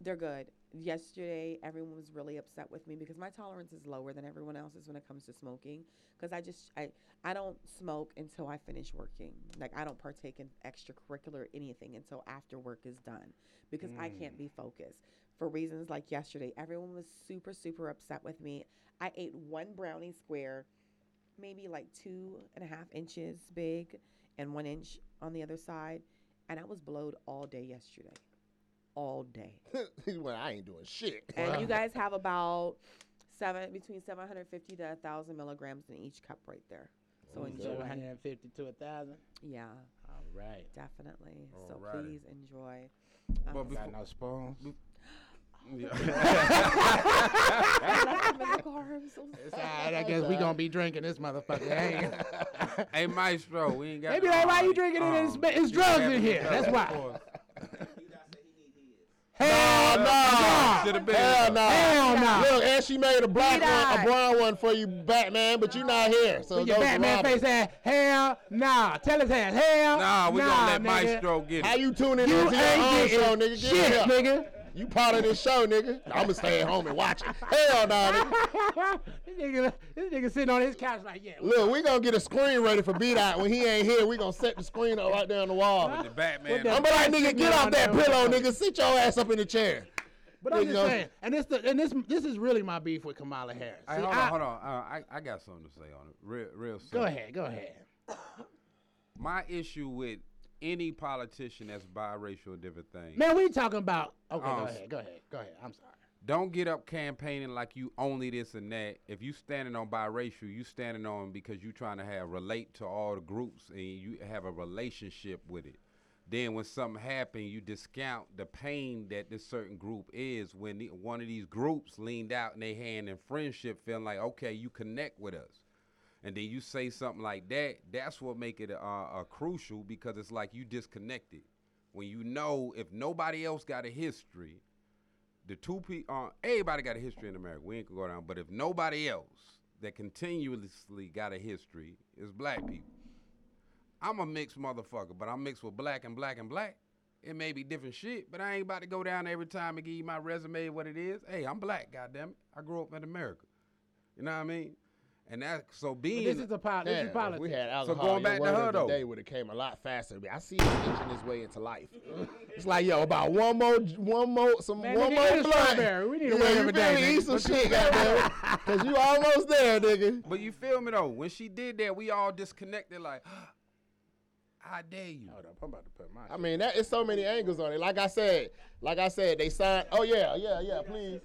[SPEAKER 5] they're good. Yesterday, everyone was really upset with me because my tolerance is lower than everyone else's when it comes to smoking. Because I just I I don't smoke until I finish working. Like I don't partake in extracurricular or anything until after work is done because I can't be focused for reasons like yesterday. Everyone was super super upset with me. I ate one brownie square, maybe like two and a half inches big, and one inch on the other side, and I was blowed all day yesterday, all day.
[SPEAKER 3] [LAUGHS] He went, I ain't doing shit.
[SPEAKER 5] And you guys have about seven between 750 to 1,000 milligrams in each cup right there.
[SPEAKER 2] Oh,
[SPEAKER 5] So enjoy.
[SPEAKER 2] 750 to 1,000.
[SPEAKER 5] Yeah,
[SPEAKER 2] All right.
[SPEAKER 5] definitely. So
[SPEAKER 4] Alrighty.
[SPEAKER 5] please enjoy.
[SPEAKER 4] But
[SPEAKER 5] Um,
[SPEAKER 4] before,
[SPEAKER 2] Got no spoons. [LAUGHS]
[SPEAKER 4] yeah.
[SPEAKER 5] I love my medical arms. I'm so
[SPEAKER 2] It's all right. I guess we gonna be drinking this
[SPEAKER 4] [LAUGHS]
[SPEAKER 2] motherfucker. ain't we?
[SPEAKER 4] hey, Maestro, we ain't got. Uh-huh.
[SPEAKER 2] They be like, why you drinking it? It's, ba- it's drugs in here. That's why. [LAUGHS] Hell no.
[SPEAKER 4] Should have been.
[SPEAKER 3] Hell no.
[SPEAKER 2] Hell no.
[SPEAKER 3] Look, and she made a black one,
[SPEAKER 5] Jedi.
[SPEAKER 3] a brown one for you, Batman, but you're not here. So
[SPEAKER 2] With your
[SPEAKER 3] those are
[SPEAKER 2] Batman
[SPEAKER 3] robberies.
[SPEAKER 2] face ass. Hell nah. Tell his ass. Hell
[SPEAKER 4] Nah, we gonna let
[SPEAKER 2] nigga.
[SPEAKER 4] Maestro get
[SPEAKER 3] How
[SPEAKER 4] it.
[SPEAKER 3] you tuning
[SPEAKER 2] You
[SPEAKER 3] in to your
[SPEAKER 2] ain't getting
[SPEAKER 3] own show, nigga? Get
[SPEAKER 2] shit,
[SPEAKER 3] it up.
[SPEAKER 2] nigga. [LAUGHS]
[SPEAKER 3] You part of this show, nigga. I'ma stay at home and watch it. Hell no,
[SPEAKER 2] [LAUGHS]
[SPEAKER 3] nigga.
[SPEAKER 2] this, nigga, this nigga sitting on his couch like, yeah.
[SPEAKER 3] Look, we gonna get a screen ready for beat out when he ain't here. We gonna set the screen up right there on the wall.
[SPEAKER 2] [LAUGHS]
[SPEAKER 4] The Batman.
[SPEAKER 2] What
[SPEAKER 3] I'm be like, nigga, get off that pillow, nigga. Sit your ass up in the chair.
[SPEAKER 2] But I'm
[SPEAKER 3] Nigga.
[SPEAKER 2] just saying, and this the, and this this is really my beef with Kamala Harris.
[SPEAKER 4] Hey,
[SPEAKER 2] See,
[SPEAKER 4] hold
[SPEAKER 2] I-
[SPEAKER 4] on, hold on. Uh, I, I got something to say on it. Real, real.
[SPEAKER 2] Go
[SPEAKER 4] simple.
[SPEAKER 2] ahead, go ahead.
[SPEAKER 4] My issue with any politician that's biracial or different thing.
[SPEAKER 2] Man, we talking about. Okay,
[SPEAKER 4] Oh,
[SPEAKER 2] go
[SPEAKER 4] s-
[SPEAKER 2] ahead, go ahead, go ahead. I'm sorry.
[SPEAKER 4] Don't get up campaigning like you only this and that. If you standing on biracial, you standing on because you trying to have relate to all the groups and you have a relationship with it. Then when something happen, you discount the pain that this certain group is when the, one of these groups leaned out and they hand in friendship, feeling like okay, you connect with us. and then you say something like that, that's what make it uh, uh, crucial because it's like you disconnected. When you know if nobody else got a history, the two people, uh, everybody got a history in America. We ain't gonna go down, but if nobody else that continuously got a history is black people. I'm a mixed motherfucker, but I'm mixed with black and black and black. It may be different shit, but I ain't about to go down every time and give you my resume what it is. Hey, I'm black, goddamn it. I grew up in America. You know what I mean? And that so being
[SPEAKER 2] This is a pol- this is
[SPEAKER 3] Damn, if
[SPEAKER 2] politics.
[SPEAKER 3] we had alcohol,
[SPEAKER 4] going back to
[SPEAKER 3] your
[SPEAKER 4] her,
[SPEAKER 3] word
[SPEAKER 4] though.
[SPEAKER 3] today would have came a lot faster. But I see him inching his way into life. it's like yo, about one more, one more, some
[SPEAKER 2] Man,
[SPEAKER 3] one
[SPEAKER 2] nigga,
[SPEAKER 3] more
[SPEAKER 2] eat a
[SPEAKER 3] blunt.
[SPEAKER 2] strawberry. We need to
[SPEAKER 3] yeah,
[SPEAKER 2] wait
[SPEAKER 3] you
[SPEAKER 2] every
[SPEAKER 3] feel
[SPEAKER 2] day,
[SPEAKER 3] me?
[SPEAKER 2] nigga.
[SPEAKER 3] Eat some shit, goddamn,
[SPEAKER 2] [LAUGHS]
[SPEAKER 3] cause you almost there, nigga.
[SPEAKER 4] But you feel me though? When she did that, we all disconnected. Like, [GASPS] I dare you.
[SPEAKER 2] Hold up, I'm about to put my.
[SPEAKER 3] I mean, that it's so many angles on it. Like I said, like I said, they signed. Oh yeah, yeah, yeah. Please.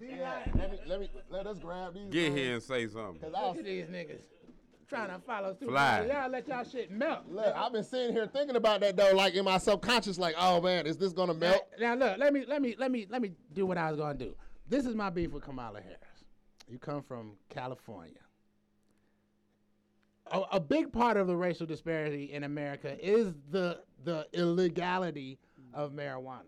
[SPEAKER 3] Yeah, let me, let me, let us grab these.
[SPEAKER 4] Get
[SPEAKER 3] man,
[SPEAKER 4] here and say something.
[SPEAKER 3] 'cause I
[SPEAKER 2] Look at these niggas trying to follow through.
[SPEAKER 4] Fly.
[SPEAKER 2] Y'all let y'all shit melt.
[SPEAKER 3] Look, I've been sitting here thinking about that though, like in my subconscious, like, oh man, is this gonna melt?
[SPEAKER 2] Now look, let me let me let me let me do what I was gonna do. This is my beef with Kamala Harris. You come from California. A, a big part of the racial disparity in America is the the illegality of marijuana.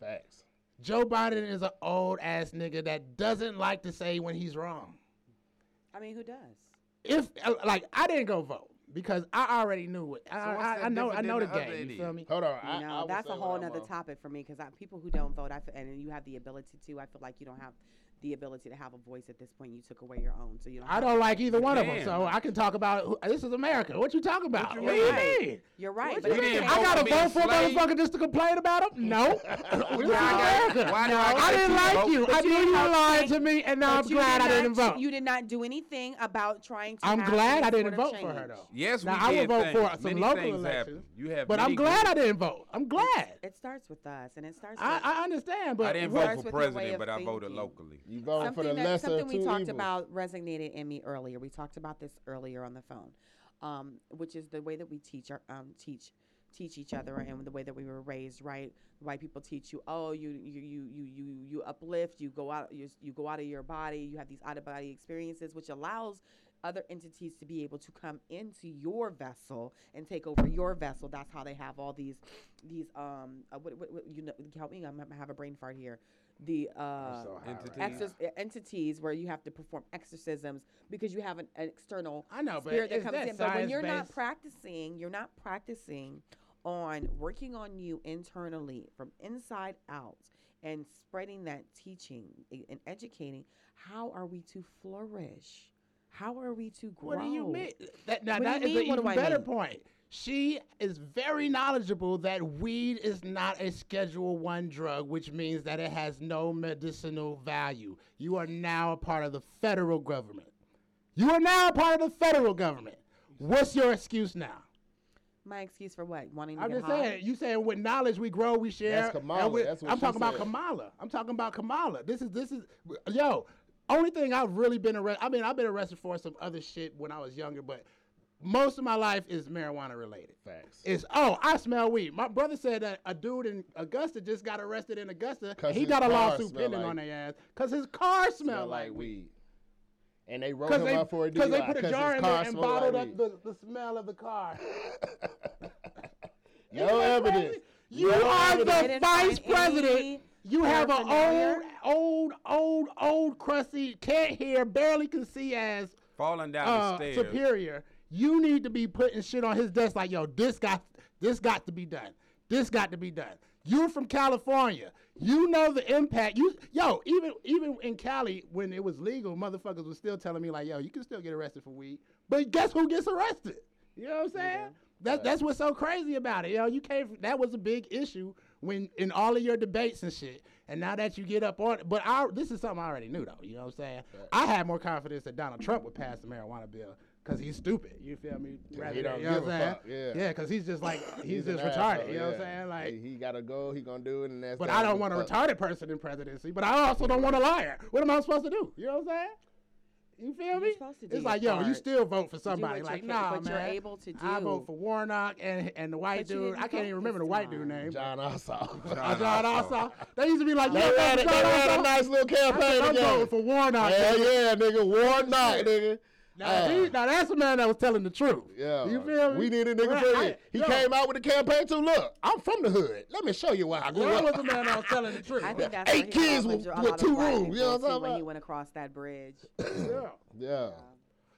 [SPEAKER 3] Facts.
[SPEAKER 2] Joe Biden is an old ass nigga that doesn't like to say when he's wrong.
[SPEAKER 5] I mean, who does?
[SPEAKER 2] If uh, like I didn't go vote because I already knew it. I,
[SPEAKER 4] So what's
[SPEAKER 2] I,
[SPEAKER 4] that
[SPEAKER 2] I know I
[SPEAKER 4] different
[SPEAKER 2] know the
[SPEAKER 4] than the other
[SPEAKER 2] game. You
[SPEAKER 4] idiot?
[SPEAKER 2] feel me?
[SPEAKER 3] Hold on.
[SPEAKER 5] You
[SPEAKER 3] I, I
[SPEAKER 5] know,
[SPEAKER 3] will
[SPEAKER 5] that's
[SPEAKER 3] say
[SPEAKER 5] a
[SPEAKER 3] what
[SPEAKER 5] whole
[SPEAKER 3] I'm
[SPEAKER 5] nother
[SPEAKER 3] on.
[SPEAKER 5] topic for me because people who don't vote, I feel, and you have the ability to, I feel like you don't have the ability to have a voice at this point. You took away your own, so you don't.
[SPEAKER 2] I
[SPEAKER 5] have-
[SPEAKER 2] don't like either one of them,
[SPEAKER 4] Damn.
[SPEAKER 2] so I can talk about who- this is America. What you talking about?
[SPEAKER 4] you
[SPEAKER 2] What do you
[SPEAKER 5] mean?
[SPEAKER 2] mean?
[SPEAKER 5] You're right.
[SPEAKER 4] you
[SPEAKER 5] but
[SPEAKER 4] mean?
[SPEAKER 5] okay,
[SPEAKER 4] I
[SPEAKER 2] I
[SPEAKER 4] got-
[SPEAKER 2] gotta
[SPEAKER 4] Vote for
[SPEAKER 2] vote for a
[SPEAKER 4] being
[SPEAKER 2] motherfucker just to complain about him?
[SPEAKER 4] [LAUGHS]
[SPEAKER 2] No. This is
[SPEAKER 4] I got-
[SPEAKER 2] America.
[SPEAKER 4] why do I
[SPEAKER 2] I
[SPEAKER 4] get
[SPEAKER 2] didn't
[SPEAKER 4] to
[SPEAKER 2] like
[SPEAKER 4] vote?
[SPEAKER 2] you. I
[SPEAKER 5] But you
[SPEAKER 2] knew
[SPEAKER 5] did
[SPEAKER 2] you were
[SPEAKER 5] not
[SPEAKER 2] lying
[SPEAKER 5] think-
[SPEAKER 2] to me, and now
[SPEAKER 5] but
[SPEAKER 2] I'm
[SPEAKER 5] you
[SPEAKER 2] glad
[SPEAKER 5] did
[SPEAKER 2] I
[SPEAKER 5] not
[SPEAKER 2] didn't
[SPEAKER 5] ch-
[SPEAKER 2] vote.
[SPEAKER 5] You did not do anything about trying to.
[SPEAKER 2] I'm
[SPEAKER 5] have
[SPEAKER 2] glad
[SPEAKER 5] any
[SPEAKER 2] I didn't
[SPEAKER 5] sort of
[SPEAKER 2] vote for her
[SPEAKER 5] change.
[SPEAKER 2] though.
[SPEAKER 4] Yes, we
[SPEAKER 2] Now I
[SPEAKER 4] did
[SPEAKER 2] would vote
[SPEAKER 4] things.
[SPEAKER 2] for some
[SPEAKER 4] Many
[SPEAKER 2] local
[SPEAKER 4] things
[SPEAKER 2] elections,
[SPEAKER 4] happen. You have
[SPEAKER 2] but I'm
[SPEAKER 4] many
[SPEAKER 2] glad
[SPEAKER 4] good-
[SPEAKER 2] I didn't vote. I'm glad.
[SPEAKER 5] It starts with us, and it starts.
[SPEAKER 2] I,
[SPEAKER 5] with
[SPEAKER 2] I understand, but
[SPEAKER 4] I didn't
[SPEAKER 2] what-
[SPEAKER 5] Starts
[SPEAKER 4] vote for
[SPEAKER 5] with your way
[SPEAKER 4] president,
[SPEAKER 5] of
[SPEAKER 4] but I voted
[SPEAKER 5] thinking.
[SPEAKER 4] locally.
[SPEAKER 3] You voting for the
[SPEAKER 5] something that,
[SPEAKER 3] lesser
[SPEAKER 5] something
[SPEAKER 3] of
[SPEAKER 5] we
[SPEAKER 3] two
[SPEAKER 5] talked
[SPEAKER 3] evils.
[SPEAKER 5] about resonated in me earlier. We talked about this earlier on the phone, um, which is the way that we teach our um, teach teach each other and the way that we were raised. Right, white people teach you, oh, you you you you you you uplift, you go out you, you go out of your body, you have these out of body experiences, which allows other entities to be able to come into your vessel and take over your vessel. That's how they have all these, these um, uh, what, what, what you know, help me, I'm, I have a brain fart here. The uh,
[SPEAKER 4] Entity.
[SPEAKER 5] exor- uh, entities where you have to perform exorcisms because you have an, an external
[SPEAKER 2] I know, but
[SPEAKER 5] spirit that
[SPEAKER 2] is
[SPEAKER 5] comes
[SPEAKER 2] that
[SPEAKER 5] in. But when you're not
[SPEAKER 2] science-based?
[SPEAKER 5] practicing, you're not practicing on working on you internally from inside out and spreading that teaching i- and educating. How are we to flourish? How are we to grow?
[SPEAKER 2] What do you mean? That, now,
[SPEAKER 5] What do
[SPEAKER 2] that
[SPEAKER 5] you
[SPEAKER 2] is an
[SPEAKER 5] mean, what
[SPEAKER 2] even
[SPEAKER 5] do I
[SPEAKER 2] better
[SPEAKER 5] mean?
[SPEAKER 2] point. She is very knowledgeable that weed is not a Schedule One drug, which means that it has no medicinal value. You are now a part of the federal government. You are now a part of the federal government. What's your excuse now?
[SPEAKER 5] My excuse for what? Wanting to
[SPEAKER 2] I'm
[SPEAKER 5] get
[SPEAKER 2] just
[SPEAKER 5] high?
[SPEAKER 2] saying. You saying with knowledge we grow, we share.
[SPEAKER 3] That's Kamala.
[SPEAKER 2] and we-
[SPEAKER 3] That's what
[SPEAKER 2] I'm
[SPEAKER 3] she
[SPEAKER 2] talking about
[SPEAKER 3] said.
[SPEAKER 2] Kamala. I'm talking about Kamala. This is this is yo. Only thing I've really been arrested. I mean, I've been arrested for some other shit when I was younger, but most of my life is marijuana related.
[SPEAKER 3] Facts.
[SPEAKER 2] It's oh, I smell weed. My brother said that a dude in Augusta just got arrested in Augusta.
[SPEAKER 3] 'Cause
[SPEAKER 2] He
[SPEAKER 3] his
[SPEAKER 2] got a
[SPEAKER 3] car
[SPEAKER 2] lawsuit
[SPEAKER 3] smell
[SPEAKER 2] pending
[SPEAKER 3] like-
[SPEAKER 2] on their ass because his car smelled
[SPEAKER 3] Smell
[SPEAKER 2] like
[SPEAKER 3] like
[SPEAKER 2] weed.
[SPEAKER 3] weed. And they wrote
[SPEAKER 2] Because
[SPEAKER 3] him
[SPEAKER 2] they,
[SPEAKER 3] up for a
[SPEAKER 2] 'cause they
[SPEAKER 3] DUI,
[SPEAKER 2] put a
[SPEAKER 3] 'cause
[SPEAKER 2] jar
[SPEAKER 3] his
[SPEAKER 2] in
[SPEAKER 3] car
[SPEAKER 2] there and
[SPEAKER 3] smelled like
[SPEAKER 2] bottled
[SPEAKER 3] weed.
[SPEAKER 2] up the, the smell of the car.
[SPEAKER 3] No evidence.
[SPEAKER 2] You
[SPEAKER 3] No
[SPEAKER 2] are
[SPEAKER 3] evidence.
[SPEAKER 5] They
[SPEAKER 2] the
[SPEAKER 5] didn't
[SPEAKER 2] vice
[SPEAKER 5] find any
[SPEAKER 2] president. You have an old,
[SPEAKER 5] paraphernalia?
[SPEAKER 2] old, old, old, crusty, can't hear, barely can see as
[SPEAKER 4] Falling down
[SPEAKER 2] uh,
[SPEAKER 4] the stairs.
[SPEAKER 2] superior. You need to be putting shit on his desk like, yo, this got, this got to be done. This got to be done. You're from California. You know the impact. You, yo, even even in Cali when it was legal, motherfuckers was still telling me like, yo, you can still get arrested for weed. But guess who gets arrested? You know what I'm saying? That, that's what's so crazy about it. Yo, you came. From, that was a big issue when in all of your debates and shit. And now that you get up on it, but I, this is something I already knew though. You know what I'm saying? I had more confidence that Donald Trump would pass the marijuana bill because he's stupid. You feel me? Rather than-
[SPEAKER 3] don't
[SPEAKER 2] you know
[SPEAKER 3] give
[SPEAKER 2] what
[SPEAKER 3] a
[SPEAKER 2] I'm saying?
[SPEAKER 3] fuck, yeah.
[SPEAKER 2] Yeah, because he's just
[SPEAKER 3] [COUGHS]
[SPEAKER 2] like he's,
[SPEAKER 3] an
[SPEAKER 2] just
[SPEAKER 3] asshole,
[SPEAKER 2] retarded. You know what I'm
[SPEAKER 3] yeah.
[SPEAKER 2] saying? Like.
[SPEAKER 3] he, he gotta go. He gonna do it, and that's.
[SPEAKER 2] but
[SPEAKER 3] that.
[SPEAKER 2] I don't want a
[SPEAKER 3] Fuck.
[SPEAKER 2] retarded person in presidency. But I also don't want a liar. What am I supposed to do? You know what I'm saying? You feel me?
[SPEAKER 5] supposed to do
[SPEAKER 2] it's
[SPEAKER 5] your
[SPEAKER 2] like, yo, you
[SPEAKER 5] part.
[SPEAKER 2] still vote for somebody.
[SPEAKER 5] what
[SPEAKER 2] Like,
[SPEAKER 5] you can-
[SPEAKER 2] nah,
[SPEAKER 5] what
[SPEAKER 2] man.
[SPEAKER 5] you're able to
[SPEAKER 2] I vote
[SPEAKER 5] do.
[SPEAKER 2] for Warnock and and the white
[SPEAKER 5] But you
[SPEAKER 2] dude.
[SPEAKER 5] didn't
[SPEAKER 2] I can't even
[SPEAKER 5] vote
[SPEAKER 2] remember
[SPEAKER 5] this
[SPEAKER 2] the white dude
[SPEAKER 5] time.
[SPEAKER 2] name.
[SPEAKER 3] John Ossoff.
[SPEAKER 2] Uh,
[SPEAKER 4] John
[SPEAKER 2] John Ossoff.
[SPEAKER 4] Ossoff.
[SPEAKER 2] They used to be like, yo,
[SPEAKER 3] They
[SPEAKER 2] man, John
[SPEAKER 3] ran, they ran a
[SPEAKER 2] Ossoff.
[SPEAKER 3] nice
[SPEAKER 2] I said,
[SPEAKER 3] little campaign
[SPEAKER 2] I'm
[SPEAKER 3] together.
[SPEAKER 2] voting for Warnock.
[SPEAKER 3] Hell
[SPEAKER 2] nigga.
[SPEAKER 3] yeah, nigga. Warnock, nigga.
[SPEAKER 2] Now, he- now that's a man that was telling the truth.
[SPEAKER 3] Yeah.
[SPEAKER 2] You feel me?
[SPEAKER 3] We need a nigga
[SPEAKER 2] Right,
[SPEAKER 3] for
[SPEAKER 2] I-
[SPEAKER 3] it. He
[SPEAKER 2] yo,
[SPEAKER 3] came out with a campaign too. Look, I'm from the hood. Let me show you why I grew
[SPEAKER 2] That was
[SPEAKER 3] up.
[SPEAKER 2] the man that was telling the truth.
[SPEAKER 5] I think that's
[SPEAKER 3] Eight
[SPEAKER 5] where he
[SPEAKER 3] kids
[SPEAKER 5] probably
[SPEAKER 3] with-
[SPEAKER 5] drew a
[SPEAKER 3] with
[SPEAKER 5] lot of
[SPEAKER 3] two
[SPEAKER 5] black
[SPEAKER 3] rooms, you know
[SPEAKER 5] people,
[SPEAKER 3] what I'm
[SPEAKER 5] too,
[SPEAKER 3] talking
[SPEAKER 5] When he
[SPEAKER 3] about?
[SPEAKER 5] went across that bridge.
[SPEAKER 2] yeah.
[SPEAKER 3] [LAUGHS] Yeah.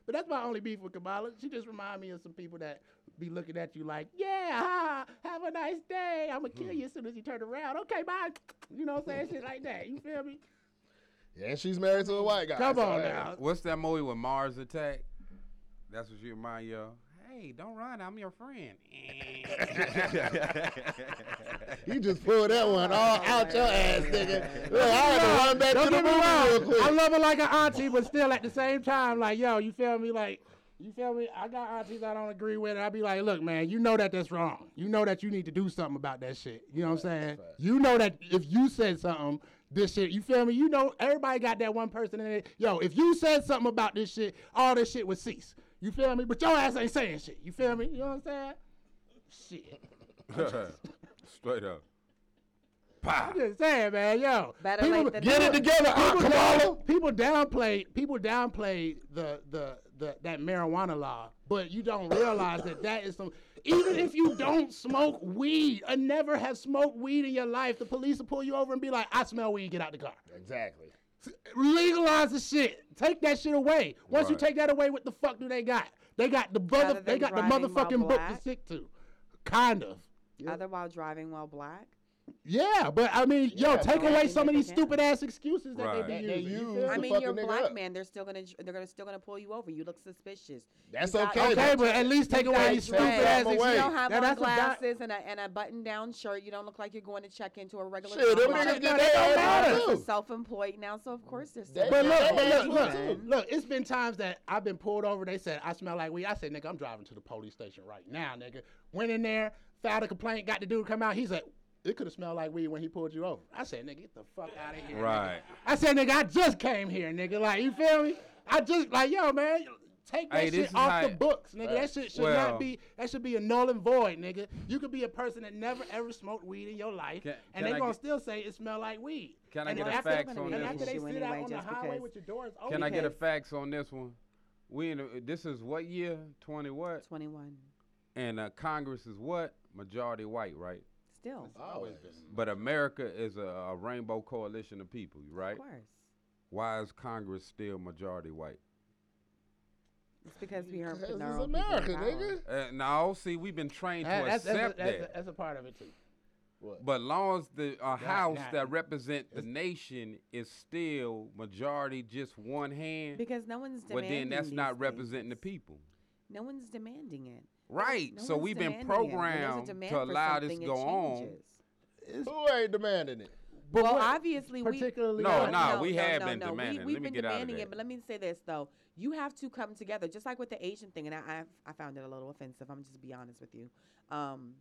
[SPEAKER 2] But that's my only beef with Kamala. She just remind me of some people that be looking at you like, yeah, ha, have a nice day. I'm going to kill you as soon as you turn around. Okay, bye. You know what I'm saying? Shit like that. You feel me?
[SPEAKER 3] Yeah, and she's married to a white guy.
[SPEAKER 2] Come
[SPEAKER 3] so
[SPEAKER 2] on
[SPEAKER 3] hey.
[SPEAKER 2] now.
[SPEAKER 4] What's that movie with Mars Attack? That's what you remind y'all. Hey, don't run. I'm
[SPEAKER 2] [LAUGHS]
[SPEAKER 4] your friend. [LAUGHS]
[SPEAKER 3] You just pulled that one
[SPEAKER 2] [LAUGHS]
[SPEAKER 3] all out your ass, nigga. Look, I had to run back
[SPEAKER 2] Don't
[SPEAKER 3] to the
[SPEAKER 2] get me
[SPEAKER 3] movie real
[SPEAKER 2] wrong. I
[SPEAKER 3] quick.
[SPEAKER 2] love her like an auntie, but still at the same time, like, yo, you feel me? Like, you feel me? I got aunties I don't agree with. And I be like, look, man, you know that that's wrong. You know that you need to do something about that shit. You know what I'm saying? You know that if you said something, this shit, you feel me? You know, everybody got that one person in it. Yo, if you said something about this shit, all this shit would cease. You feel me? But your ass ain't saying shit. You feel me? You know what I'm saying? Shit. [LAUGHS]
[SPEAKER 4] Straight up.
[SPEAKER 2] I'm just saying, man, yo.
[SPEAKER 5] Better
[SPEAKER 2] people-
[SPEAKER 5] late than
[SPEAKER 3] Get it
[SPEAKER 5] never.
[SPEAKER 3] together, Aunt
[SPEAKER 2] people,
[SPEAKER 3] Kamala.
[SPEAKER 2] down, people downplayed people downplayed the, the the that marijuana law, but you don't realize that that is some. Even if you don't smoke weed or never have smoked weed in your life, the police will pull you over and be like, "I smell weed. Get out the car."
[SPEAKER 3] Exactly.
[SPEAKER 2] Legalize the shit. Take that shit away. Once you
[SPEAKER 4] Right.
[SPEAKER 2] take that away, what the fuck do they got? They got the mother,
[SPEAKER 5] Rather
[SPEAKER 2] they
[SPEAKER 5] than
[SPEAKER 2] got the
[SPEAKER 5] driving while
[SPEAKER 2] motherfucking book to
[SPEAKER 5] black.
[SPEAKER 2] stick to. Kind of.
[SPEAKER 5] Other while driving while black.
[SPEAKER 2] Yeah, but I mean, yo,
[SPEAKER 3] Yeah,
[SPEAKER 2] take
[SPEAKER 5] but-
[SPEAKER 2] away some of these
[SPEAKER 5] Yeah.
[SPEAKER 2] stupid ass excuses that
[SPEAKER 4] Right.
[SPEAKER 2] they
[SPEAKER 3] That
[SPEAKER 2] be
[SPEAKER 3] they
[SPEAKER 2] using. you
[SPEAKER 3] use
[SPEAKER 2] feel
[SPEAKER 3] to
[SPEAKER 5] I
[SPEAKER 2] me?
[SPEAKER 5] mean,
[SPEAKER 3] fuck
[SPEAKER 5] you're a
[SPEAKER 3] a nigga
[SPEAKER 5] black
[SPEAKER 3] up.
[SPEAKER 5] man. They're still gonna. They're gonna still gonna pull you over. You look suspicious.
[SPEAKER 3] That's
[SPEAKER 5] You got-
[SPEAKER 3] okay.
[SPEAKER 2] Okay, but at least take away
[SPEAKER 3] Take
[SPEAKER 2] these
[SPEAKER 3] that
[SPEAKER 2] stupid
[SPEAKER 3] crap
[SPEAKER 2] ass
[SPEAKER 3] away.
[SPEAKER 2] excuses.
[SPEAKER 5] You
[SPEAKER 3] Wait.
[SPEAKER 5] don't have
[SPEAKER 2] Now,
[SPEAKER 5] on
[SPEAKER 2] that's what that-
[SPEAKER 5] glasses and a, and a button-down shirt. You don't look like you're going to check into a regular.
[SPEAKER 3] Shit, them
[SPEAKER 5] job.
[SPEAKER 3] niggas
[SPEAKER 2] No,
[SPEAKER 3] get
[SPEAKER 2] they don't
[SPEAKER 3] their
[SPEAKER 2] matter.
[SPEAKER 3] ass
[SPEAKER 5] They're
[SPEAKER 3] too.
[SPEAKER 5] self-employed now, so of course they're.
[SPEAKER 3] They-
[SPEAKER 5] Self-
[SPEAKER 2] But
[SPEAKER 3] Yeah,
[SPEAKER 2] look,
[SPEAKER 3] they
[SPEAKER 2] but
[SPEAKER 3] do
[SPEAKER 2] look, look,
[SPEAKER 3] too.
[SPEAKER 2] look. It's been times that I've been pulled over. They said I smell like weed. I said, nigga, I'm driving to the police station right now, nigga. Went in there, filed a complaint, got the dude to come out. He said, it could have smelled like weed when he pulled you over. I said, nigga, get the fuck out of here. nigga.
[SPEAKER 4] Right.
[SPEAKER 2] I said, nigga, I just came here, nigga. Like, you feel me? I just like, yo, man, take that
[SPEAKER 4] Hey, this
[SPEAKER 2] shit
[SPEAKER 4] is
[SPEAKER 2] off the
[SPEAKER 4] how-
[SPEAKER 2] books, nigga. That shit should
[SPEAKER 4] Well-
[SPEAKER 2] not be. That should be a null and void, nigga. You could be a person that never ever smoked weed in your life,
[SPEAKER 4] Can- can
[SPEAKER 2] and they
[SPEAKER 4] I
[SPEAKER 2] gonna
[SPEAKER 4] get-
[SPEAKER 2] still say it smell like weed.
[SPEAKER 4] Can I
[SPEAKER 2] and
[SPEAKER 4] get a
[SPEAKER 2] after,
[SPEAKER 4] fax
[SPEAKER 2] and
[SPEAKER 4] on this
[SPEAKER 2] after
[SPEAKER 4] one?
[SPEAKER 2] they
[SPEAKER 5] issue
[SPEAKER 2] sit out
[SPEAKER 5] anyway,
[SPEAKER 2] on the
[SPEAKER 5] just
[SPEAKER 2] highway
[SPEAKER 5] because-
[SPEAKER 2] with your doors open.
[SPEAKER 4] Can I get a
[SPEAKER 5] Because-
[SPEAKER 4] fax on this one? We in a, this is what year? Twenty what?
[SPEAKER 5] Twenty-one.
[SPEAKER 4] And uh, Congress is what? Majority white, right?
[SPEAKER 5] Still,
[SPEAKER 3] Always.
[SPEAKER 4] But America is a, a rainbow coalition of people, right?
[SPEAKER 5] of course.
[SPEAKER 4] Why is Congress still majority white?
[SPEAKER 5] It's because we are.
[SPEAKER 3] This is
[SPEAKER 5] putting our own people in
[SPEAKER 3] America,
[SPEAKER 5] power.
[SPEAKER 3] nigga.
[SPEAKER 4] Uh, now, see, we've been trained
[SPEAKER 2] That-
[SPEAKER 4] to
[SPEAKER 2] that's, that's,
[SPEAKER 4] accept
[SPEAKER 2] a, that's,
[SPEAKER 4] that.
[SPEAKER 2] a, that's a part of it too.
[SPEAKER 4] But long as the uh, house
[SPEAKER 2] nah,
[SPEAKER 4] that represent the nation is still majority, just one hand.
[SPEAKER 5] Because no one's
[SPEAKER 4] well, then
[SPEAKER 5] demanding.
[SPEAKER 4] that's
[SPEAKER 5] these
[SPEAKER 4] not
[SPEAKER 5] things.
[SPEAKER 4] representing the people.
[SPEAKER 5] No one's demanding it.
[SPEAKER 4] Right.
[SPEAKER 5] No
[SPEAKER 4] so
[SPEAKER 5] one's
[SPEAKER 4] we've been
[SPEAKER 5] demanding it. When there's a
[SPEAKER 4] programmed
[SPEAKER 5] demand
[SPEAKER 4] to
[SPEAKER 5] for
[SPEAKER 4] allow this
[SPEAKER 5] something, it
[SPEAKER 4] go on.
[SPEAKER 5] changes.
[SPEAKER 3] Who ain't demanding it?
[SPEAKER 2] But
[SPEAKER 5] well,
[SPEAKER 2] what-
[SPEAKER 5] obviously,
[SPEAKER 2] particularly
[SPEAKER 5] we,
[SPEAKER 4] No,
[SPEAKER 2] what-
[SPEAKER 4] nah, we have been demanding it.
[SPEAKER 5] We,
[SPEAKER 4] Let
[SPEAKER 5] have
[SPEAKER 4] me
[SPEAKER 5] been
[SPEAKER 4] get out of
[SPEAKER 5] demanding
[SPEAKER 4] that.
[SPEAKER 5] it, but let me say this though: you have to come together, just like with the Asian thing. And I, I, I found it a little offensive. I'm just be honest with you. Um,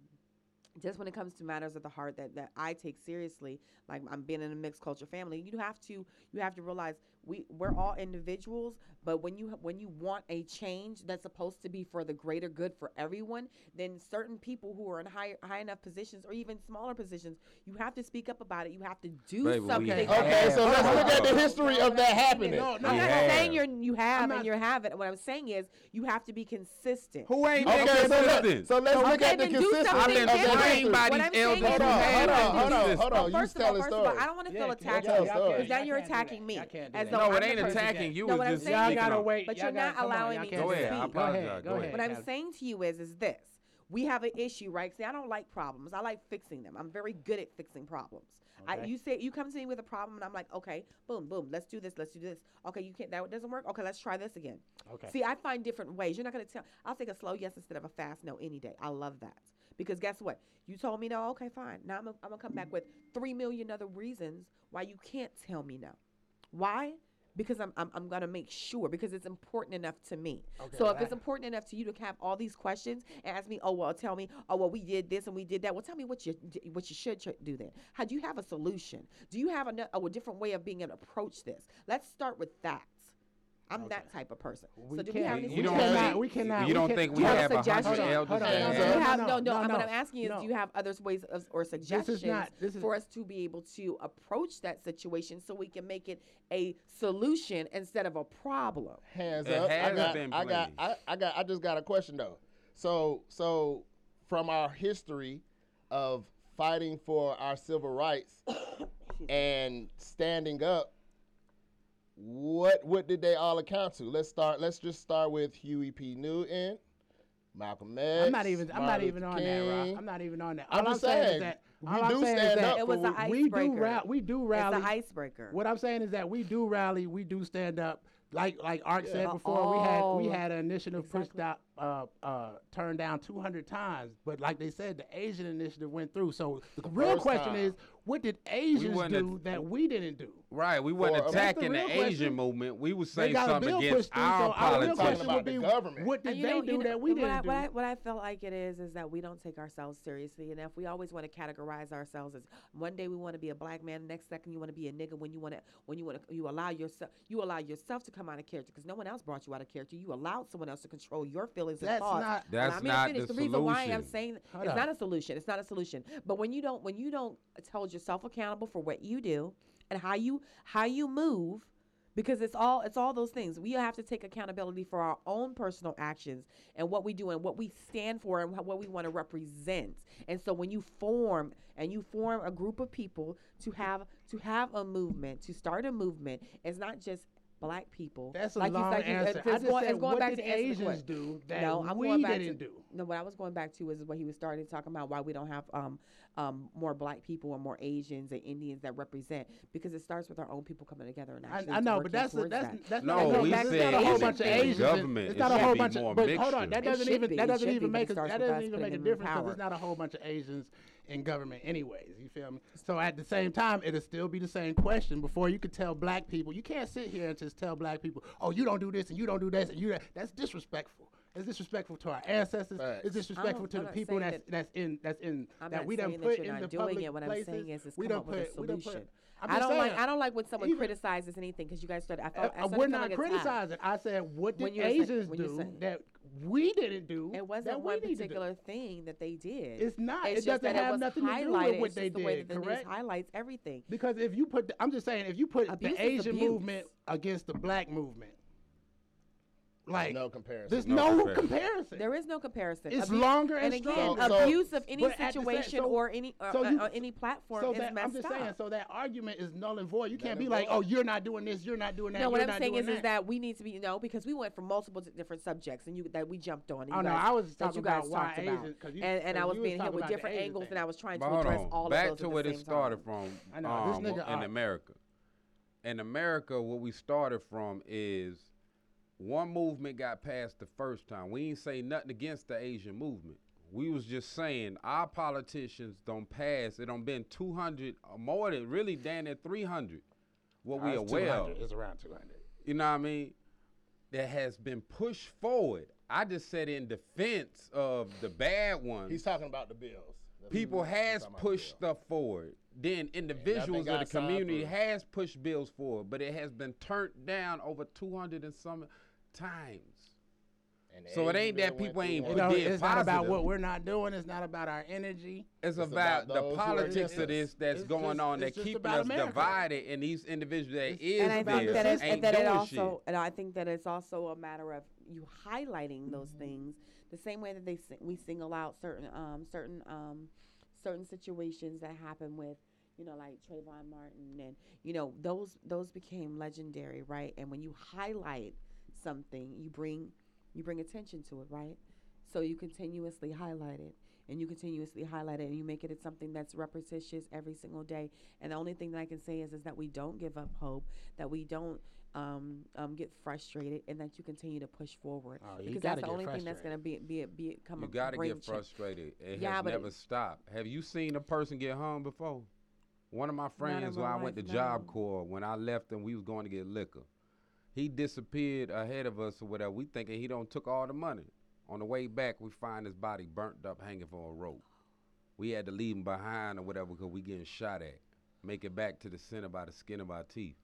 [SPEAKER 5] just when it comes to matters of the heart that, that I take seriously, like I'm being in a mixed culture family, you have to you have to realize we we're all individuals, but when you when you want a change that's supposed to be for the greater good for everyone, then certain people who are in high high enough positions or even smaller positions, you have to speak up about it. You have to do
[SPEAKER 4] Baby, we
[SPEAKER 5] something.
[SPEAKER 4] have-
[SPEAKER 5] about
[SPEAKER 3] Okay,
[SPEAKER 5] it.
[SPEAKER 3] so let's
[SPEAKER 2] Hold on,
[SPEAKER 3] look at
[SPEAKER 2] hold
[SPEAKER 3] the
[SPEAKER 2] on.
[SPEAKER 3] history of that happening.
[SPEAKER 2] No, no,
[SPEAKER 5] I'm
[SPEAKER 4] You
[SPEAKER 5] not
[SPEAKER 4] have.
[SPEAKER 5] saying you're, you have
[SPEAKER 2] not-
[SPEAKER 5] and you haven't. What I'm saying is you have to be consistent.
[SPEAKER 4] Who ain't
[SPEAKER 3] Okay,
[SPEAKER 4] been
[SPEAKER 3] so,
[SPEAKER 4] consistent?
[SPEAKER 3] let, so let's look
[SPEAKER 5] Okay,
[SPEAKER 3] at the
[SPEAKER 5] then do
[SPEAKER 3] consistency
[SPEAKER 5] something
[SPEAKER 3] of that
[SPEAKER 5] different.
[SPEAKER 4] trained by
[SPEAKER 5] What
[SPEAKER 4] these
[SPEAKER 5] I'm saying
[SPEAKER 4] elders
[SPEAKER 5] is
[SPEAKER 4] who
[SPEAKER 3] Hold on,
[SPEAKER 4] had
[SPEAKER 3] hold
[SPEAKER 4] us
[SPEAKER 3] on, hold on,
[SPEAKER 4] consistent.
[SPEAKER 3] hold on. You
[SPEAKER 5] First of all,
[SPEAKER 3] telling
[SPEAKER 5] first of all,
[SPEAKER 3] stories.
[SPEAKER 5] I don't want to feel
[SPEAKER 2] Yeah,
[SPEAKER 5] attacked
[SPEAKER 3] y'all
[SPEAKER 5] because
[SPEAKER 3] can't do
[SPEAKER 5] now
[SPEAKER 3] that.
[SPEAKER 5] you're
[SPEAKER 2] Y'all can't do
[SPEAKER 5] attacking
[SPEAKER 2] that.
[SPEAKER 5] me.
[SPEAKER 2] Y'all can't do
[SPEAKER 5] As
[SPEAKER 2] that.
[SPEAKER 5] though
[SPEAKER 4] No,
[SPEAKER 5] I'm
[SPEAKER 4] it
[SPEAKER 5] the
[SPEAKER 4] ain't
[SPEAKER 5] person-
[SPEAKER 4] attacking. You
[SPEAKER 5] No,
[SPEAKER 4] was
[SPEAKER 5] what I'm
[SPEAKER 4] just
[SPEAKER 5] saying
[SPEAKER 2] Y'all
[SPEAKER 5] is-
[SPEAKER 4] speaking
[SPEAKER 2] gotta
[SPEAKER 4] on-
[SPEAKER 2] wait.
[SPEAKER 5] But
[SPEAKER 2] y'all
[SPEAKER 5] you're
[SPEAKER 2] gotta-
[SPEAKER 5] not
[SPEAKER 2] come on, y'all
[SPEAKER 5] allowing me
[SPEAKER 2] can't
[SPEAKER 5] to
[SPEAKER 2] do
[SPEAKER 4] Go ahead,
[SPEAKER 2] that.
[SPEAKER 4] I
[SPEAKER 5] speak.
[SPEAKER 2] Go ahead,
[SPEAKER 4] apologize,
[SPEAKER 2] go
[SPEAKER 4] go
[SPEAKER 2] ahead,
[SPEAKER 5] What I'm
[SPEAKER 2] Callie.
[SPEAKER 5] saying to you is, is this: we have an issue, right? See, I don't like problems. I like fixing them. I'm very good at fixing problems. I,
[SPEAKER 2] Okay.
[SPEAKER 5] you say you come to me with a problem, and I'm like, okay, boom, boom, let's do this, let's do this. Okay, you can't. That doesn't work. Okay, let's try this again.
[SPEAKER 2] Okay.
[SPEAKER 5] See, I find different ways. You're not gonna tell. I'll take a slow yes instead of a fast no any day. I love that because guess what? You told me no. Okay, fine. Now I'm gonna, I'm gonna come back with three million other reasons why you can't tell me no. Why? Because I'm, I'm, I'm gonna make sure because it's important enough to me. so if it's important enough to you to have all these questions and ask me, oh well, tell me, oh well, we did this and we did that. Well, tell me what you d- what you should tr- do then. How do you have a solution? Do you have ano- a, different way of being able to approach this? Let's start with that. I'm that type of person.
[SPEAKER 2] We
[SPEAKER 5] so do we have
[SPEAKER 2] can't-
[SPEAKER 5] any
[SPEAKER 2] we
[SPEAKER 4] You don't
[SPEAKER 5] suggestions?
[SPEAKER 2] cannot-
[SPEAKER 4] think-
[SPEAKER 2] we cannot-
[SPEAKER 4] You
[SPEAKER 2] we
[SPEAKER 4] don't
[SPEAKER 2] can't-
[SPEAKER 4] think
[SPEAKER 5] Do
[SPEAKER 4] we
[SPEAKER 5] you have a
[SPEAKER 4] have a
[SPEAKER 5] suggestion?
[SPEAKER 4] hundred elders?
[SPEAKER 2] Hold on, hold
[SPEAKER 5] No, do
[SPEAKER 2] on,
[SPEAKER 5] you
[SPEAKER 2] no,
[SPEAKER 5] have,
[SPEAKER 2] no,
[SPEAKER 5] no, no,
[SPEAKER 2] no,
[SPEAKER 5] and What
[SPEAKER 2] no.
[SPEAKER 5] I'm asking is,
[SPEAKER 2] No.
[SPEAKER 5] do you have other ways of, or suggestions
[SPEAKER 2] not- this is-
[SPEAKER 5] for us to be able to approach that situation so we can make it a solution instead of a problem?
[SPEAKER 3] Hands
[SPEAKER 4] It
[SPEAKER 3] up. I
[SPEAKER 4] has
[SPEAKER 3] got,
[SPEAKER 4] been
[SPEAKER 3] I got,
[SPEAKER 4] plenty.
[SPEAKER 3] I, I got, I just got a question though. So, so from our history of fighting for our
[SPEAKER 2] [COUGHS]
[SPEAKER 3] civil rights and standing up, what what did they all account to? Let's start. Let's just start with Huey P. Newton, Malcolm X.
[SPEAKER 2] I'm not even. I'm not
[SPEAKER 3] Martin
[SPEAKER 2] even
[SPEAKER 3] Luther
[SPEAKER 2] on that,
[SPEAKER 3] King.
[SPEAKER 2] Rob. I'm not even on that. All
[SPEAKER 3] I'm
[SPEAKER 2] I'm,
[SPEAKER 3] just
[SPEAKER 2] saying
[SPEAKER 3] saying,
[SPEAKER 2] is that
[SPEAKER 3] we
[SPEAKER 2] all I'm
[SPEAKER 3] do
[SPEAKER 2] saying
[SPEAKER 3] stand
[SPEAKER 2] is that
[SPEAKER 3] up
[SPEAKER 5] It was
[SPEAKER 3] But
[SPEAKER 5] an icebreaker.
[SPEAKER 2] we do rally. We do rally.
[SPEAKER 5] It's an icebreaker.
[SPEAKER 2] What I'm saying is that we do rally, we do stand up. Like like Ark said
[SPEAKER 5] But
[SPEAKER 2] before, we had
[SPEAKER 5] all
[SPEAKER 2] we
[SPEAKER 5] of-
[SPEAKER 2] had an initiative pushed out, uh, uh, turned down 200 times. But like they said, the Asian initiative went through. So the, real
[SPEAKER 3] first
[SPEAKER 2] question
[SPEAKER 3] time.
[SPEAKER 2] is, what did Asians
[SPEAKER 4] wasn't a-
[SPEAKER 2] do that we didn't do?
[SPEAKER 4] Right, we wasn't
[SPEAKER 3] That's the
[SPEAKER 4] attacking the,
[SPEAKER 2] real
[SPEAKER 4] Asian
[SPEAKER 2] question.
[SPEAKER 4] movement. We was
[SPEAKER 2] They
[SPEAKER 4] saying
[SPEAKER 2] got a
[SPEAKER 4] something
[SPEAKER 2] bill
[SPEAKER 4] against
[SPEAKER 2] pushed through.
[SPEAKER 4] our
[SPEAKER 2] so our real
[SPEAKER 4] politics.
[SPEAKER 2] question
[SPEAKER 3] Talking
[SPEAKER 2] would
[SPEAKER 3] about the
[SPEAKER 2] be,
[SPEAKER 3] government.
[SPEAKER 2] what
[SPEAKER 5] And
[SPEAKER 2] did
[SPEAKER 5] you
[SPEAKER 2] they
[SPEAKER 5] know- you
[SPEAKER 2] do
[SPEAKER 5] know-
[SPEAKER 2] that we
[SPEAKER 5] and what
[SPEAKER 2] didn't
[SPEAKER 5] I,
[SPEAKER 2] do?
[SPEAKER 5] What I, what I felt like it is is that we don't take ourselves seriously enough. We always want to categorize ourselves as one day we want to be a black man, next second you want to be a nigga. When you want to, when you want to, you allow yourself, you allow yourself to come out of character because no one else brought you out of character. You allowed someone else to control your feelings and
[SPEAKER 2] That's
[SPEAKER 5] thoughts.
[SPEAKER 2] not-
[SPEAKER 5] When I
[SPEAKER 4] That's
[SPEAKER 5] mean,
[SPEAKER 4] not
[SPEAKER 5] finish,
[SPEAKER 4] the
[SPEAKER 5] reason why I'm
[SPEAKER 4] solution.
[SPEAKER 5] saying
[SPEAKER 2] Hold
[SPEAKER 5] it's
[SPEAKER 2] up.
[SPEAKER 5] not a solution. It's not a solution. But when you don't, when you don't hold yourself accountable for what you do and how you how you move because it's all it's all those things we have to take accountability for our own personal actions and what we do and what we stand for and wha- what we want to represent and so when you form and you form a group of people to have to have a movement to start a movement it's not just black people
[SPEAKER 2] That's a
[SPEAKER 5] like you
[SPEAKER 2] long
[SPEAKER 5] said, you-
[SPEAKER 2] answer.
[SPEAKER 5] it's
[SPEAKER 2] I just
[SPEAKER 5] going-
[SPEAKER 2] said,
[SPEAKER 5] it's going
[SPEAKER 2] what
[SPEAKER 5] back
[SPEAKER 2] did
[SPEAKER 5] to answer the
[SPEAKER 2] Asians
[SPEAKER 5] question.
[SPEAKER 2] do that
[SPEAKER 5] no i'm
[SPEAKER 2] we
[SPEAKER 5] going back
[SPEAKER 2] didn't
[SPEAKER 5] to,
[SPEAKER 2] do?
[SPEAKER 5] no what i was going back to is what he was starting talking about why we don't have um um more black people and more asians and indians that represent because it starts with our own people coming together and
[SPEAKER 2] I,
[SPEAKER 5] actually
[SPEAKER 2] I know,
[SPEAKER 5] working
[SPEAKER 2] but that's
[SPEAKER 5] towards
[SPEAKER 2] that's
[SPEAKER 5] that.
[SPEAKER 2] that's
[SPEAKER 4] No,
[SPEAKER 2] not, that's
[SPEAKER 5] we
[SPEAKER 2] not-
[SPEAKER 5] said
[SPEAKER 2] that's not a whole
[SPEAKER 5] even
[SPEAKER 2] bunch of
[SPEAKER 5] in
[SPEAKER 2] Asians.
[SPEAKER 4] government,
[SPEAKER 2] it's
[SPEAKER 4] it
[SPEAKER 2] not a
[SPEAKER 4] should
[SPEAKER 2] whole
[SPEAKER 4] be
[SPEAKER 2] bunch.
[SPEAKER 4] more
[SPEAKER 2] Of, but hold
[SPEAKER 4] mixture.
[SPEAKER 2] on, that
[SPEAKER 5] It
[SPEAKER 2] doesn't
[SPEAKER 5] should
[SPEAKER 2] even
[SPEAKER 5] be,
[SPEAKER 2] that
[SPEAKER 5] it
[SPEAKER 2] doesn't
[SPEAKER 5] should
[SPEAKER 2] even
[SPEAKER 5] be,
[SPEAKER 2] make
[SPEAKER 5] but it
[SPEAKER 2] a,
[SPEAKER 5] starts
[SPEAKER 2] that
[SPEAKER 5] with
[SPEAKER 2] doesn't
[SPEAKER 5] us
[SPEAKER 2] even make a
[SPEAKER 5] putting them in
[SPEAKER 2] difference because
[SPEAKER 5] power.
[SPEAKER 2] it's not a whole bunch of Asians in government, anyways. You feel me? So at the same time, it'll still be the same question. Before you could tell black people, you can't sit here and just tell black people, "Oh, you don't do this and you don't do this and you." That. That's disrespectful. It's disrespectful to our ancestors.
[SPEAKER 3] Facts.
[SPEAKER 2] It's disrespectful
[SPEAKER 5] not-
[SPEAKER 2] to
[SPEAKER 5] I'm
[SPEAKER 2] the
[SPEAKER 5] not
[SPEAKER 2] people
[SPEAKER 5] saying
[SPEAKER 2] that's
[SPEAKER 5] that-
[SPEAKER 2] that's in that's in
[SPEAKER 5] I'm
[SPEAKER 2] that
[SPEAKER 5] not
[SPEAKER 2] we done
[SPEAKER 5] saying that
[SPEAKER 2] put
[SPEAKER 5] you're
[SPEAKER 2] in
[SPEAKER 5] not
[SPEAKER 2] the
[SPEAKER 5] doing
[SPEAKER 2] public
[SPEAKER 5] it. What I'm
[SPEAKER 2] places.
[SPEAKER 5] saying is, is
[SPEAKER 2] we
[SPEAKER 5] come
[SPEAKER 2] done
[SPEAKER 5] up with a
[SPEAKER 2] put- we done put-
[SPEAKER 5] solution.
[SPEAKER 2] I'm
[SPEAKER 5] I
[SPEAKER 2] just
[SPEAKER 5] don't like
[SPEAKER 2] saying.
[SPEAKER 5] I don't like when someone
[SPEAKER 2] Even-
[SPEAKER 5] criticizes anything because you guys started. Oh, I
[SPEAKER 2] Uh,
[SPEAKER 5] felt I
[SPEAKER 2] uh,
[SPEAKER 5] started
[SPEAKER 2] we're
[SPEAKER 5] feeling
[SPEAKER 2] not
[SPEAKER 5] it's odd.
[SPEAKER 2] criticizing. I said, what
[SPEAKER 5] When
[SPEAKER 2] did
[SPEAKER 5] you're saying-
[SPEAKER 2] Asians
[SPEAKER 5] when you're
[SPEAKER 2] do
[SPEAKER 5] saying-
[SPEAKER 2] that we didn't do?
[SPEAKER 5] It wasn't
[SPEAKER 2] that we
[SPEAKER 5] one
[SPEAKER 2] need to do?
[SPEAKER 5] particular thing that they did.
[SPEAKER 2] It's not. It
[SPEAKER 5] just
[SPEAKER 2] doesn't
[SPEAKER 5] that
[SPEAKER 2] have
[SPEAKER 5] was
[SPEAKER 2] nothing to do with
[SPEAKER 5] highlighted.
[SPEAKER 2] what
[SPEAKER 5] It's
[SPEAKER 2] they
[SPEAKER 5] just the way
[SPEAKER 2] did,
[SPEAKER 5] that the news
[SPEAKER 2] correct?
[SPEAKER 5] highlights everything.
[SPEAKER 2] Because if you put, the, I'm just saying, if you put
[SPEAKER 5] Abuse is
[SPEAKER 2] the Asian
[SPEAKER 5] abuse.
[SPEAKER 2] movement against the black movement, like
[SPEAKER 3] No comparison.
[SPEAKER 2] There's
[SPEAKER 4] No
[SPEAKER 2] no,
[SPEAKER 4] comparison.
[SPEAKER 2] comparison.
[SPEAKER 5] There is no comparison.
[SPEAKER 2] It's longer
[SPEAKER 5] and
[SPEAKER 2] and
[SPEAKER 5] again,
[SPEAKER 3] stronger. So-
[SPEAKER 5] abuse of any
[SPEAKER 2] but at the same-
[SPEAKER 5] situation
[SPEAKER 2] so-
[SPEAKER 5] or any or,
[SPEAKER 2] so you-
[SPEAKER 5] or any platform
[SPEAKER 2] so
[SPEAKER 5] is
[SPEAKER 2] that
[SPEAKER 5] messed
[SPEAKER 2] I'm just
[SPEAKER 5] up.
[SPEAKER 2] saying, so that argument is null and void. You can't
[SPEAKER 3] and
[SPEAKER 2] be like,
[SPEAKER 3] void.
[SPEAKER 2] oh, you're not doing this, you're not doing that.
[SPEAKER 5] No, what
[SPEAKER 2] you're
[SPEAKER 5] I'm
[SPEAKER 2] not
[SPEAKER 5] saying
[SPEAKER 2] doing
[SPEAKER 5] is, is that we need to be, you know, because we went from multiple di- different subjects and you that we jumped on. And
[SPEAKER 2] Oh,
[SPEAKER 5] you
[SPEAKER 2] no,
[SPEAKER 5] guys,
[SPEAKER 2] I was
[SPEAKER 5] that
[SPEAKER 2] talking
[SPEAKER 5] you guys
[SPEAKER 2] about why
[SPEAKER 5] talked about.
[SPEAKER 2] Asian- 'cause you-
[SPEAKER 5] and and I
[SPEAKER 2] 'cause
[SPEAKER 5] was
[SPEAKER 2] you was
[SPEAKER 5] being hit
[SPEAKER 2] talking
[SPEAKER 5] with
[SPEAKER 2] about the
[SPEAKER 5] different
[SPEAKER 2] Asian
[SPEAKER 5] angles and
[SPEAKER 2] thing.
[SPEAKER 5] I was trying to
[SPEAKER 4] But hold
[SPEAKER 5] address
[SPEAKER 4] on,
[SPEAKER 5] all
[SPEAKER 4] back
[SPEAKER 5] of those
[SPEAKER 4] to
[SPEAKER 5] at
[SPEAKER 4] where
[SPEAKER 5] the
[SPEAKER 4] it
[SPEAKER 5] same
[SPEAKER 4] started
[SPEAKER 5] time.
[SPEAKER 4] from
[SPEAKER 2] I know, this
[SPEAKER 4] um,
[SPEAKER 2] nigga uh,
[SPEAKER 4] in
[SPEAKER 2] Art.
[SPEAKER 4] America. In America, what we started from is one movement got passed the first time. We ain't say nothing against the Asian movement. We was just saying our politicians don't pass. It don't been two hundred or more than really damn near three hundred. What we aware of.
[SPEAKER 2] It's around 200.
[SPEAKER 4] You know what I mean? That has been pushed forward. I just said in defense of the bad ones.
[SPEAKER 3] He's talking about the bills. That's
[SPEAKER 4] People
[SPEAKER 3] what he's
[SPEAKER 4] has
[SPEAKER 3] talking about,
[SPEAKER 4] pushed
[SPEAKER 3] the
[SPEAKER 4] stuff forward. Then individuals of
[SPEAKER 3] got
[SPEAKER 4] the
[SPEAKER 3] signed
[SPEAKER 4] community
[SPEAKER 3] through.
[SPEAKER 4] has pushed bills forward, but it has been turned down over 200 and some times.
[SPEAKER 3] bill. And
[SPEAKER 4] so it
[SPEAKER 3] the
[SPEAKER 4] ain't
[SPEAKER 3] Asian
[SPEAKER 4] that
[SPEAKER 3] bill
[SPEAKER 4] people
[SPEAKER 3] went
[SPEAKER 4] ain't
[SPEAKER 2] You
[SPEAKER 3] through
[SPEAKER 4] We
[SPEAKER 2] know,
[SPEAKER 4] did
[SPEAKER 2] it's not about
[SPEAKER 4] positive.
[SPEAKER 2] what we're not doing. It's not about our energy.
[SPEAKER 4] It's,
[SPEAKER 3] It's
[SPEAKER 4] about,
[SPEAKER 3] about
[SPEAKER 4] the
[SPEAKER 3] those who are
[SPEAKER 4] politics
[SPEAKER 3] against us.
[SPEAKER 4] of this that's
[SPEAKER 2] It's
[SPEAKER 4] going
[SPEAKER 2] just-
[SPEAKER 4] on that
[SPEAKER 2] it's just
[SPEAKER 4] keeping
[SPEAKER 2] about
[SPEAKER 4] us
[SPEAKER 2] America.
[SPEAKER 4] divided, and these individuals that is
[SPEAKER 5] and I think
[SPEAKER 4] there
[SPEAKER 5] that, it's,
[SPEAKER 4] ain't
[SPEAKER 5] that it
[SPEAKER 4] doing
[SPEAKER 5] also,
[SPEAKER 4] shit.
[SPEAKER 5] and I think that it's also a matter of you highlighting those things the same way that they sing, we single out certain um, certain um, certain situations that happen with you know like Trayvon Martin and you know those those became legendary right and when you highlight something you bring you bring attention to it right so you continuously highlight it and you continuously highlight it and you make it it's something that's repetitious every single day and the only thing that i can say is is that we don't give up hope that we don't um, um, get frustrated and that you continue to push forward
[SPEAKER 2] Oh, you
[SPEAKER 5] because
[SPEAKER 2] gotta
[SPEAKER 5] that's the
[SPEAKER 2] get
[SPEAKER 5] only thing that's going to
[SPEAKER 2] frustrated.
[SPEAKER 5] be be it be it come
[SPEAKER 4] You
[SPEAKER 5] a-
[SPEAKER 4] got to
[SPEAKER 5] bring
[SPEAKER 4] get
[SPEAKER 5] cha-
[SPEAKER 4] frustrated. It
[SPEAKER 5] Yeah,
[SPEAKER 4] has
[SPEAKER 5] but
[SPEAKER 4] never
[SPEAKER 5] it-
[SPEAKER 4] stopped. Have you seen a person get hung before? One of my friends
[SPEAKER 5] my
[SPEAKER 4] when I went to
[SPEAKER 5] life,
[SPEAKER 4] Job
[SPEAKER 5] no.
[SPEAKER 4] Corps, when I left and we was going to get liquor, he disappeared ahead of us or whatever. We thinking he don't took all the money. On the way back, we find his body burnt up hanging from a rope. We had to leave him behind or whatever because we getting shot at. Make it back to the center by the skin of our teeth.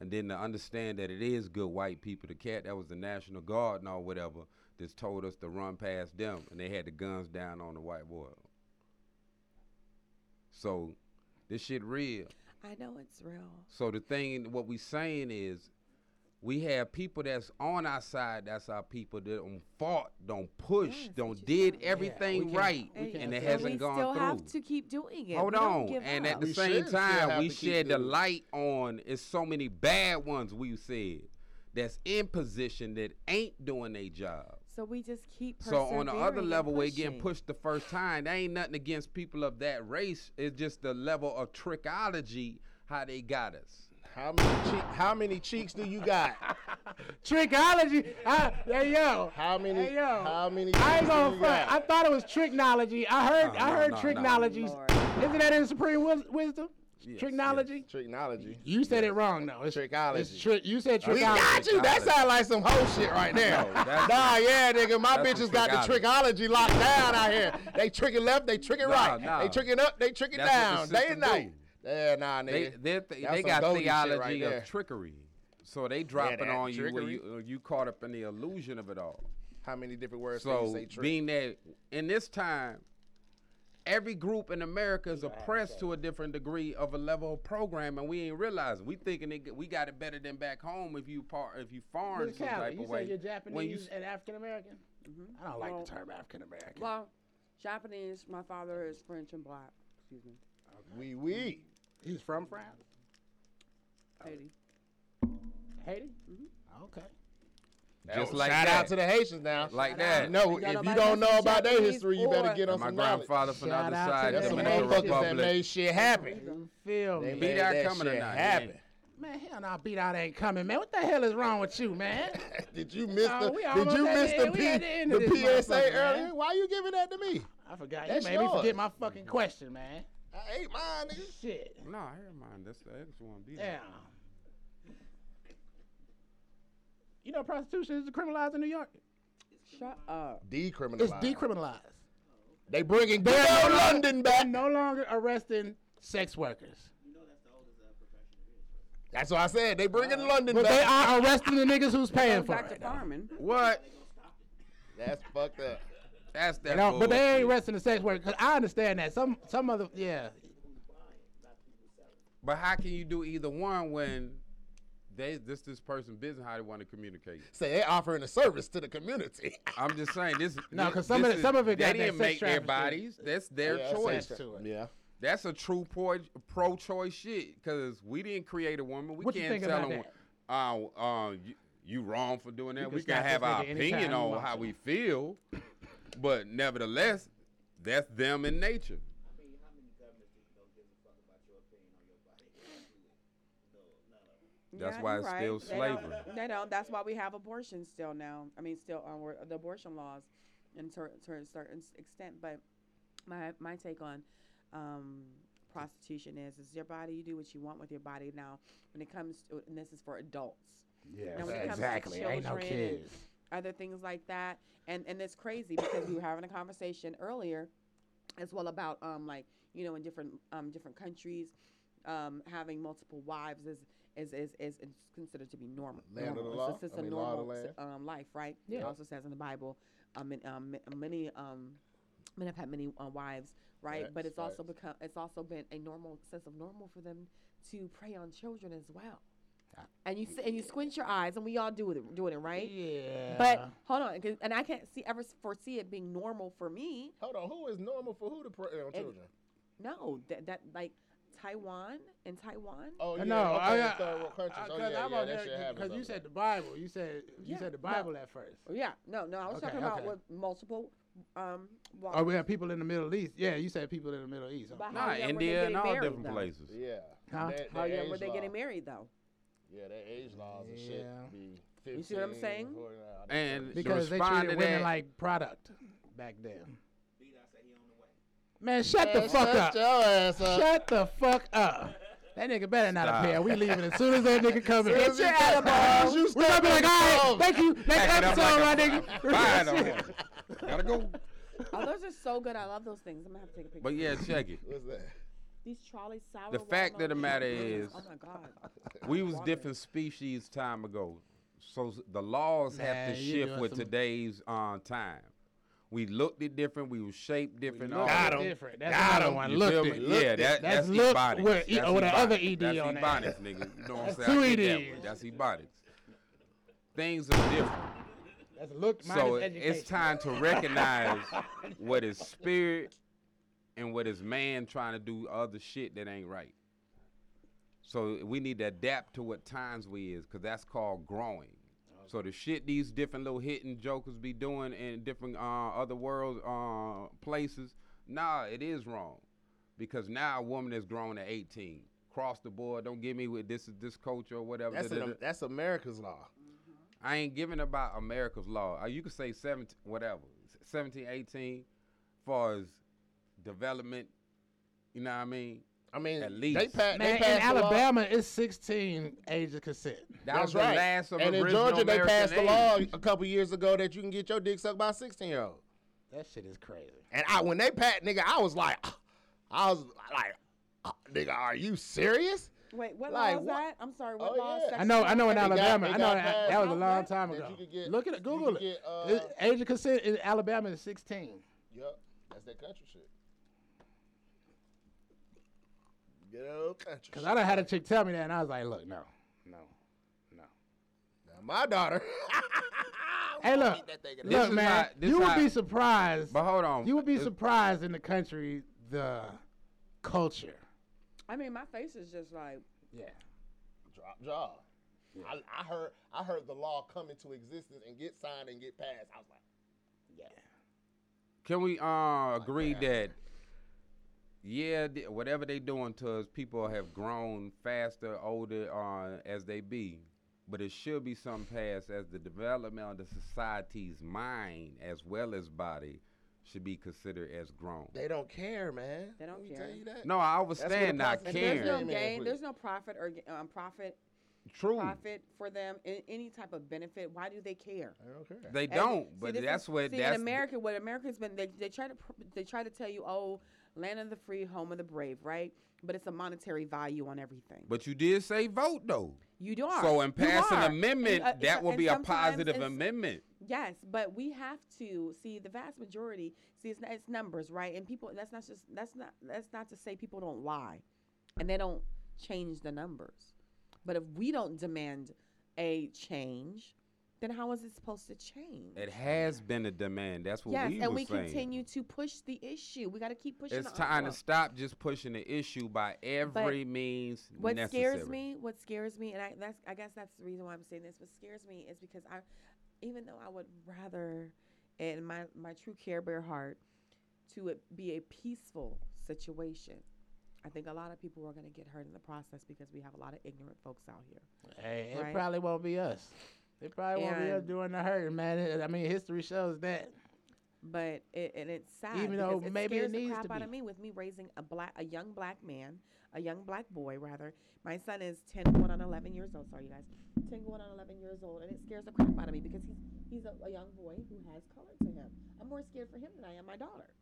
[SPEAKER 4] and then to understand that it is good white people. The cat that was the National Guard and all whatever just told us to run past them, and they had the guns down on the white boy. So this shit real.
[SPEAKER 5] I know it's real.
[SPEAKER 4] So the thing, what we saying is, we have people that's on our side. That's our people that don't fought, don't push,
[SPEAKER 5] Yes, what
[SPEAKER 4] don't
[SPEAKER 5] you
[SPEAKER 4] did
[SPEAKER 5] said.
[SPEAKER 2] Yeah, we
[SPEAKER 4] everything
[SPEAKER 2] can't-
[SPEAKER 4] right,
[SPEAKER 2] we can't
[SPEAKER 4] and it
[SPEAKER 2] say-
[SPEAKER 4] hasn't
[SPEAKER 5] we
[SPEAKER 4] gone
[SPEAKER 5] still
[SPEAKER 4] through.
[SPEAKER 5] have to keep doing it.
[SPEAKER 4] Hold
[SPEAKER 5] We don't
[SPEAKER 4] on,
[SPEAKER 5] give
[SPEAKER 4] and
[SPEAKER 5] up.
[SPEAKER 4] at the
[SPEAKER 3] We
[SPEAKER 4] same
[SPEAKER 3] should still
[SPEAKER 4] time,
[SPEAKER 3] have
[SPEAKER 4] we
[SPEAKER 3] to keep
[SPEAKER 4] shed the
[SPEAKER 3] doing it.
[SPEAKER 4] light on. It's so many bad ones we said that's in position that ain't doing their job.
[SPEAKER 5] So we just keep.
[SPEAKER 4] So on the
[SPEAKER 5] persevering
[SPEAKER 4] other
[SPEAKER 5] and
[SPEAKER 4] level, we're getting
[SPEAKER 5] pushing.
[SPEAKER 4] pushed the first time. That ain't nothing against people of that race. It's just the level of trickology how they got us.
[SPEAKER 3] How many cheek, how many cheeks do you got?
[SPEAKER 2] Trickology. I, hey yo.
[SPEAKER 3] How many-
[SPEAKER 2] Hey yo.
[SPEAKER 3] how many
[SPEAKER 2] I
[SPEAKER 3] cheeks
[SPEAKER 2] ain't gonna
[SPEAKER 3] you
[SPEAKER 2] front.
[SPEAKER 3] got?
[SPEAKER 2] I thought it was tricknology. I heard.
[SPEAKER 4] No,
[SPEAKER 2] I
[SPEAKER 4] no,
[SPEAKER 2] heard
[SPEAKER 4] no, no.
[SPEAKER 2] tricknologies.
[SPEAKER 5] Lord.
[SPEAKER 2] Isn't that in Supreme Wis- Wisdom?
[SPEAKER 4] Yes,
[SPEAKER 2] tricknology.
[SPEAKER 3] [LAUGHS] Tricknology.
[SPEAKER 2] You said it wrong though. It's
[SPEAKER 3] Trickology.
[SPEAKER 2] It's trick. You said
[SPEAKER 3] We
[SPEAKER 2] trickology.
[SPEAKER 3] got you. That sound like some hoe shit right there.
[SPEAKER 4] No, that's-
[SPEAKER 3] nah, yeah, nigga, my
[SPEAKER 4] that's some
[SPEAKER 3] bitches got the trickology locked down out here. They tricking left, they tricking
[SPEAKER 4] Nah,
[SPEAKER 3] right,
[SPEAKER 4] nah.
[SPEAKER 3] they tricking up, they tricking
[SPEAKER 4] That's what
[SPEAKER 3] down,
[SPEAKER 4] the
[SPEAKER 3] day
[SPEAKER 4] system
[SPEAKER 3] and night.
[SPEAKER 4] do.
[SPEAKER 3] Yeah, nah,
[SPEAKER 4] They they
[SPEAKER 3] nigga.
[SPEAKER 4] they,
[SPEAKER 3] That's
[SPEAKER 4] they
[SPEAKER 3] some
[SPEAKER 4] got
[SPEAKER 3] Goldie shit
[SPEAKER 4] theology
[SPEAKER 3] right there.
[SPEAKER 4] of trickery. So they dropping
[SPEAKER 3] that
[SPEAKER 4] on you where
[SPEAKER 3] trickery.
[SPEAKER 4] you, uh, you caught up in the illusion of it all.
[SPEAKER 3] How many different words can you
[SPEAKER 4] So
[SPEAKER 3] say trick?
[SPEAKER 4] being that in this time, every group in America is oppressed to a different degree of a level of program, and we ain't realizing. We thinking it, we got it better than back home if you part if you foreign
[SPEAKER 2] Miss
[SPEAKER 4] some
[SPEAKER 2] Callie,
[SPEAKER 4] type
[SPEAKER 2] you
[SPEAKER 4] of way.
[SPEAKER 2] said you're
[SPEAKER 4] When you
[SPEAKER 2] Japanese
[SPEAKER 4] s-
[SPEAKER 2] and African American. I don't like
[SPEAKER 5] Well-
[SPEAKER 2] the term African American.
[SPEAKER 5] Well, Japanese. My father is French and black. Excuse me.
[SPEAKER 3] We we.
[SPEAKER 2] He's from France.
[SPEAKER 5] Haiti.
[SPEAKER 2] Haiti. Mm-hmm. Okay.
[SPEAKER 4] just like
[SPEAKER 3] Oh, shout
[SPEAKER 4] that,
[SPEAKER 3] out to the Haitians now.
[SPEAKER 4] like that.
[SPEAKER 3] no,
[SPEAKER 5] Got
[SPEAKER 3] if you
[SPEAKER 5] nobody
[SPEAKER 3] don't
[SPEAKER 5] else
[SPEAKER 3] know
[SPEAKER 5] in
[SPEAKER 3] about their
[SPEAKER 5] Japanese
[SPEAKER 3] history, you better
[SPEAKER 5] or-
[SPEAKER 3] get on
[SPEAKER 4] And my
[SPEAKER 3] some knowledge.
[SPEAKER 4] grandfather from the
[SPEAKER 2] Shout
[SPEAKER 4] other
[SPEAKER 2] out to
[SPEAKER 4] side,
[SPEAKER 2] the
[SPEAKER 3] That's
[SPEAKER 4] the
[SPEAKER 3] some
[SPEAKER 4] Dominican
[SPEAKER 3] motherfuckers that
[SPEAKER 4] Republic.
[SPEAKER 3] made shit happen.
[SPEAKER 2] You feel
[SPEAKER 3] They
[SPEAKER 2] me?
[SPEAKER 4] beat
[SPEAKER 3] made
[SPEAKER 4] our
[SPEAKER 3] that
[SPEAKER 4] coming
[SPEAKER 3] shit
[SPEAKER 4] or not,
[SPEAKER 3] happen.
[SPEAKER 2] Man, hell no, beat out ain't coming, man. What the hell is wrong with you, man?
[SPEAKER 3] [LAUGHS] Did you miss
[SPEAKER 2] No,
[SPEAKER 3] the?
[SPEAKER 2] we
[SPEAKER 3] Did
[SPEAKER 2] almost
[SPEAKER 3] you
[SPEAKER 2] at
[SPEAKER 3] miss
[SPEAKER 2] the
[SPEAKER 3] the,
[SPEAKER 2] end- we at the end of
[SPEAKER 3] P,
[SPEAKER 2] this
[SPEAKER 3] the
[SPEAKER 2] motherfucker,
[SPEAKER 3] PSA earlier?
[SPEAKER 2] man.
[SPEAKER 3] Why you giving that to me?
[SPEAKER 2] I forgot.
[SPEAKER 3] That's
[SPEAKER 2] you made me
[SPEAKER 3] yours.
[SPEAKER 2] forget my fucking question, man.
[SPEAKER 3] I ain't mine, nigga.
[SPEAKER 2] Shit.
[SPEAKER 4] No, never mind. That's the extra one. Be
[SPEAKER 2] Damn. You know, prostitution is decriminalized in New York.
[SPEAKER 5] Shut up.
[SPEAKER 3] Decriminalized.
[SPEAKER 2] It's decriminalized.
[SPEAKER 3] They bringing down London
[SPEAKER 2] They're
[SPEAKER 3] back.
[SPEAKER 2] no longer arresting sex workers,
[SPEAKER 3] That's what I said. They bringing London
[SPEAKER 2] but
[SPEAKER 3] back.
[SPEAKER 2] they are arresting the niggas who's paying
[SPEAKER 5] Goes
[SPEAKER 2] for
[SPEAKER 5] back to
[SPEAKER 2] it. though.
[SPEAKER 5] farming.
[SPEAKER 4] What?
[SPEAKER 3] That's fucked up.
[SPEAKER 4] That's that.
[SPEAKER 2] They don't- but they ain't
[SPEAKER 4] bullshit.
[SPEAKER 2] arresting the sex workers. 'cause I understand that some some other yeah.
[SPEAKER 4] But how can you do either one when they this this person business how they want to communicate?
[SPEAKER 3] Say they offering a service to the
[SPEAKER 2] [LAUGHS]
[SPEAKER 3] community.
[SPEAKER 4] I'm just saying this.
[SPEAKER 2] No,
[SPEAKER 4] this-
[SPEAKER 2] 'cause some of it-
[SPEAKER 4] this is-
[SPEAKER 2] some of it
[SPEAKER 4] They
[SPEAKER 2] got that sex
[SPEAKER 4] didn't make their
[SPEAKER 2] trafficking.
[SPEAKER 4] bodies. That's their
[SPEAKER 3] Yeah,
[SPEAKER 4] choice.
[SPEAKER 3] sex
[SPEAKER 2] to it.
[SPEAKER 3] Yeah.
[SPEAKER 4] That's a true pro pro choice shit. Cause we didn't create a woman. We
[SPEAKER 2] What you
[SPEAKER 4] can't
[SPEAKER 2] think
[SPEAKER 4] tell
[SPEAKER 2] about
[SPEAKER 4] them.
[SPEAKER 2] that?
[SPEAKER 4] Oh, uh, you, you wrong for doing that.
[SPEAKER 2] can
[SPEAKER 4] we can
[SPEAKER 2] stop
[SPEAKER 4] have
[SPEAKER 2] this
[SPEAKER 4] our
[SPEAKER 2] nigga anytime
[SPEAKER 4] opinion
[SPEAKER 2] you
[SPEAKER 4] on
[SPEAKER 2] want
[SPEAKER 4] how
[SPEAKER 2] to.
[SPEAKER 4] we feel, but nevertheless, that's them in nature. That's
[SPEAKER 5] Yeah,
[SPEAKER 4] why
[SPEAKER 5] you're
[SPEAKER 4] it's still
[SPEAKER 5] They don't-
[SPEAKER 4] slavery.
[SPEAKER 5] They don't. That's why we have abortion still now. I mean, still on wor- the abortion laws, in cer- to a certain s- extent. But my my take on um, prostitution is: is your body. You do what you want with your body. Now, when it comes, to, and this is for adults.
[SPEAKER 2] Yeah,
[SPEAKER 5] Now, when it comes to
[SPEAKER 2] exactly. Ain't no
[SPEAKER 5] children and-
[SPEAKER 2] kids.
[SPEAKER 5] other things like that. And and it's crazy because we were having a conversation earlier as well about um like, you know, in different um different countries, um having multiple wives is is is, is, is considered to be normal.
[SPEAKER 3] Land of the
[SPEAKER 5] normal.
[SPEAKER 3] law?
[SPEAKER 5] It's, just
[SPEAKER 3] I
[SPEAKER 5] a
[SPEAKER 3] mean, law of the
[SPEAKER 5] normal s- um life, right? It
[SPEAKER 2] Yeah.
[SPEAKER 5] also says in the Bible, um, in, um ma- many um men have had many uh, wives, right? but
[SPEAKER 3] Facts,
[SPEAKER 5] it's also become it's also been a normal sense of normal for them to prey on children as well. And you sit and you squint your eyes, and we all do it, doing it, right?
[SPEAKER 2] Yeah.
[SPEAKER 5] But hold on, 'cause- and I can't see ever s- foresee it being normal for me.
[SPEAKER 3] Hold on. Who is normal for who to prey on children?
[SPEAKER 5] No, that that like Taiwan and Taiwan.
[SPEAKER 3] Oh yeah.
[SPEAKER 2] no, I,
[SPEAKER 3] okay,
[SPEAKER 2] I,
[SPEAKER 3] third world countries.
[SPEAKER 2] I-
[SPEAKER 3] oh
[SPEAKER 2] 'cause
[SPEAKER 3] yeah,
[SPEAKER 2] I'm
[SPEAKER 3] yeah,
[SPEAKER 2] on
[SPEAKER 3] that shit
[SPEAKER 2] there
[SPEAKER 3] happens.
[SPEAKER 2] because you
[SPEAKER 3] over
[SPEAKER 2] said the Bible. You said you
[SPEAKER 5] Yeah,
[SPEAKER 2] said the
[SPEAKER 5] no.
[SPEAKER 2] Bible at first.
[SPEAKER 5] Yeah, no, no, I was
[SPEAKER 2] Okay,
[SPEAKER 5] talking about
[SPEAKER 2] okay.
[SPEAKER 5] with multiple um. wa-
[SPEAKER 2] Oh, we have people in the Middle East. Yeah, you said people in the Middle East.
[SPEAKER 5] But how
[SPEAKER 4] Nah,
[SPEAKER 5] young were they
[SPEAKER 4] India
[SPEAKER 5] getting
[SPEAKER 4] and all
[SPEAKER 5] married,
[SPEAKER 4] different
[SPEAKER 5] though?
[SPEAKER 4] places.
[SPEAKER 3] there. Yeah.
[SPEAKER 2] Huh? Oh,
[SPEAKER 3] That-
[SPEAKER 5] How
[SPEAKER 3] that
[SPEAKER 5] young were
[SPEAKER 3] age
[SPEAKER 5] they
[SPEAKER 3] law.
[SPEAKER 5] getting married though?
[SPEAKER 3] Yeah, their age laws and shit.
[SPEAKER 2] Yeah.
[SPEAKER 3] Be 15,
[SPEAKER 5] You see what I'm saying?
[SPEAKER 3] 49, all that
[SPEAKER 4] And
[SPEAKER 2] because
[SPEAKER 4] to
[SPEAKER 2] they
[SPEAKER 4] respond
[SPEAKER 2] treated
[SPEAKER 4] to
[SPEAKER 2] women
[SPEAKER 4] that,
[SPEAKER 2] like product back then. Man, shut the fuck
[SPEAKER 3] shut
[SPEAKER 2] up!
[SPEAKER 3] Your ass up.
[SPEAKER 2] Shut the fuck up! That nigga better not appear. We leaving as soon as that nigga comes in.
[SPEAKER 3] As soon as you- as you
[SPEAKER 2] We're gonna
[SPEAKER 3] step
[SPEAKER 2] be like,
[SPEAKER 3] on the
[SPEAKER 2] all right,
[SPEAKER 3] phone.
[SPEAKER 2] thank you. Next
[SPEAKER 4] Pack it up
[SPEAKER 2] episode, my
[SPEAKER 4] like [LAUGHS] a-
[SPEAKER 2] nigga.
[SPEAKER 4] Fire them. Gotta go.
[SPEAKER 5] Oh, those are so good. I love those things. I'm gonna have to take a picture.
[SPEAKER 4] But yeah, check it.
[SPEAKER 3] What's that?
[SPEAKER 5] These trolley sour.
[SPEAKER 4] The fact of the
[SPEAKER 5] watermelon
[SPEAKER 4] matter
[SPEAKER 5] cheeses.
[SPEAKER 4] is-
[SPEAKER 5] Oh
[SPEAKER 3] [LAUGHS]
[SPEAKER 5] my God.
[SPEAKER 4] we was
[SPEAKER 5] Water.
[SPEAKER 4] different species time ago, so s- the laws have
[SPEAKER 2] Man,
[SPEAKER 4] to
[SPEAKER 2] you
[SPEAKER 4] shift
[SPEAKER 2] doing
[SPEAKER 4] with
[SPEAKER 2] some-
[SPEAKER 4] today's uh, time. We looked it different. We were shaped different. all
[SPEAKER 2] looked
[SPEAKER 4] that.
[SPEAKER 3] Got him.
[SPEAKER 2] different. That's
[SPEAKER 3] Got
[SPEAKER 2] another
[SPEAKER 3] him.
[SPEAKER 2] one.
[SPEAKER 4] You
[SPEAKER 2] Looked
[SPEAKER 4] feel
[SPEAKER 2] it.
[SPEAKER 4] me?
[SPEAKER 2] Looked
[SPEAKER 4] yeah,
[SPEAKER 2] it.
[SPEAKER 4] that,
[SPEAKER 2] That's
[SPEAKER 4] that's
[SPEAKER 2] looked
[SPEAKER 4] ebonics.
[SPEAKER 2] with E-
[SPEAKER 4] that's
[SPEAKER 2] with the other
[SPEAKER 4] ebonics.
[SPEAKER 2] ED
[SPEAKER 4] that's
[SPEAKER 2] on that.
[SPEAKER 4] ebonics, nigga. You know
[SPEAKER 2] [LAUGHS]
[SPEAKER 4] what I'm
[SPEAKER 2] That's
[SPEAKER 4] saying? I
[SPEAKER 2] two E
[SPEAKER 4] get that
[SPEAKER 2] EDs.
[SPEAKER 4] one. That's ebonics. Things are different.
[SPEAKER 2] That's looked minus
[SPEAKER 4] So it-
[SPEAKER 2] education.
[SPEAKER 4] it's time
[SPEAKER 2] [LAUGHS]
[SPEAKER 4] to recognize what is spirit and what is man trying to do other shit that ain't right. So we need to adapt to what times we is, cause that's called growing. So the shit these different little hidden jokers be doing in different uh, other world uh, places, nah, it is wrong, because now a woman is grown at 18, cross the board. Don't give me with this is this culture or whatever.
[SPEAKER 3] That's,
[SPEAKER 4] da-da-da.
[SPEAKER 3] an, that's America's law.
[SPEAKER 4] I ain't giving about America's law. Uh, You could say 17, whatever, 17, 18, far as development, you know what I mean?
[SPEAKER 3] I mean,
[SPEAKER 4] At least.
[SPEAKER 3] they, pa-
[SPEAKER 2] Man,
[SPEAKER 3] they
[SPEAKER 2] in
[SPEAKER 3] passed the law.
[SPEAKER 2] Alabama, it's 16 age of consent.
[SPEAKER 4] That
[SPEAKER 3] That's
[SPEAKER 4] was the
[SPEAKER 3] right.
[SPEAKER 4] last of
[SPEAKER 3] and in
[SPEAKER 4] original
[SPEAKER 3] Georgia, they
[SPEAKER 4] American
[SPEAKER 3] passed the
[SPEAKER 4] age.
[SPEAKER 3] law a couple years ago that you can get your dick sucked by a 16 year old.
[SPEAKER 2] That shit is crazy.
[SPEAKER 3] And I, when they pat nigga, I was like, [SIGHS] I was like, [SIGHS] "Ah, nigga, are you serious?
[SPEAKER 5] Wait, what
[SPEAKER 3] Like,
[SPEAKER 5] law is
[SPEAKER 3] what-
[SPEAKER 5] that? I'm sorry, what
[SPEAKER 3] Oh,
[SPEAKER 5] law is
[SPEAKER 3] yeah.
[SPEAKER 5] that?
[SPEAKER 2] I know, I know in
[SPEAKER 3] They got-
[SPEAKER 2] Alabama.
[SPEAKER 3] they
[SPEAKER 2] I know
[SPEAKER 3] got
[SPEAKER 2] that,
[SPEAKER 3] passed
[SPEAKER 2] that was a long time
[SPEAKER 3] that
[SPEAKER 2] ago.
[SPEAKER 3] you could get-
[SPEAKER 2] Look at it,
[SPEAKER 3] you
[SPEAKER 2] Google
[SPEAKER 3] could
[SPEAKER 2] it.
[SPEAKER 3] get, uh,
[SPEAKER 2] It- age of consent in Alabama is 16.
[SPEAKER 3] Yup, that's that country shit. Good old country.
[SPEAKER 2] Cause I done had a chick tell me that, and I was like, look, no, no, no.
[SPEAKER 3] shit. Now, my daughter. [LAUGHS]
[SPEAKER 2] Hey, look,
[SPEAKER 4] This
[SPEAKER 2] look,
[SPEAKER 4] is
[SPEAKER 2] man,
[SPEAKER 4] how- this
[SPEAKER 2] you would
[SPEAKER 4] how-
[SPEAKER 2] be surprised.
[SPEAKER 4] But hold on.
[SPEAKER 2] You would be
[SPEAKER 4] It's-
[SPEAKER 2] surprised in the country, the culture.
[SPEAKER 5] I mean, my face is just like,
[SPEAKER 2] Yeah.
[SPEAKER 3] Drop jaw. I, I heard I heard the law come into existence and get signed and get passed. I was like,
[SPEAKER 2] Yeah.
[SPEAKER 4] Can we uh, agree that, yeah, th- whatever they doing to us, people have grown faster, older uh, as they be. But it should be some passed as the development of the society's mind as well as body should be considered as grown.
[SPEAKER 3] they don't care, man.
[SPEAKER 5] They don't
[SPEAKER 3] Let me
[SPEAKER 5] care.
[SPEAKER 3] Tell you that.
[SPEAKER 4] No, I
[SPEAKER 3] That's where the
[SPEAKER 4] understand not
[SPEAKER 3] process-
[SPEAKER 5] there's
[SPEAKER 4] caring.
[SPEAKER 5] no
[SPEAKER 3] Amen,
[SPEAKER 5] gain,
[SPEAKER 3] please.
[SPEAKER 5] there's no profit or ga- um, profit
[SPEAKER 4] True.
[SPEAKER 5] profit for them in any type of benefit. Why do they care?
[SPEAKER 3] They don't care.
[SPEAKER 4] They
[SPEAKER 5] And-
[SPEAKER 4] don't,
[SPEAKER 5] see,
[SPEAKER 4] but
[SPEAKER 5] this
[SPEAKER 4] that's
[SPEAKER 5] is-
[SPEAKER 4] what
[SPEAKER 5] see,
[SPEAKER 4] that's
[SPEAKER 5] in America. What America's been they, they try to pr- they try to tell you, oh, land of the free, home of the brave, right? But it's a monetary value on everything.
[SPEAKER 4] But you did say vote though.
[SPEAKER 5] you do are
[SPEAKER 4] So in
[SPEAKER 5] You
[SPEAKER 4] passing
[SPEAKER 5] are.
[SPEAKER 4] an amendment,
[SPEAKER 5] And, uh,
[SPEAKER 4] that
[SPEAKER 5] so-
[SPEAKER 4] will
[SPEAKER 5] and
[SPEAKER 4] be a
[SPEAKER 5] sometimes
[SPEAKER 4] positive
[SPEAKER 5] it's-
[SPEAKER 4] amendment.
[SPEAKER 5] Yes, but we have to see the vast majority. See, it's, it's numbers, right? And people. That's not just. That's not. That's not to say people don't lie, and they don't change the numbers. But if we don't demand a change, then how is it supposed to change?
[SPEAKER 4] It has been a demand. That's what
[SPEAKER 5] yes,
[SPEAKER 4] we
[SPEAKER 5] and
[SPEAKER 4] were
[SPEAKER 5] we
[SPEAKER 4] saying.
[SPEAKER 5] continue to push the issue. We got to keep pushing.
[SPEAKER 4] It's
[SPEAKER 5] the
[SPEAKER 4] time to
[SPEAKER 5] envelope.
[SPEAKER 4] stop just pushing the issue by every means
[SPEAKER 5] What
[SPEAKER 4] necessary.
[SPEAKER 5] scares me, what scares me, and I that's I guess that's the reason why I'm saying this. What scares me is because I, even though I would rather, in my my true care bear heart, to it be a peaceful situation, I think a lot of people are going to get hurt in the process because we have a lot of ignorant folks out here.
[SPEAKER 2] Hey, it
[SPEAKER 5] Right.
[SPEAKER 2] probably won't be us. It probably won't be us
[SPEAKER 5] And-
[SPEAKER 2] doing the hurting, man. It- I mean, history shows that.
[SPEAKER 5] But it, and it's sad.
[SPEAKER 2] Even
[SPEAKER 5] because
[SPEAKER 2] though maybe it
[SPEAKER 5] scares
[SPEAKER 2] needs
[SPEAKER 5] the crap
[SPEAKER 2] to
[SPEAKER 5] out
[SPEAKER 2] be.
[SPEAKER 5] of me with me raising a black a young black man, a young black boy rather. My son is 10 going on 11 years old. Sorry, you guys. 10 going on 11 years old, and it scares the crap out of me because he's he's a, a young boy who has color to him. I'm more scared for him than I am my daughter.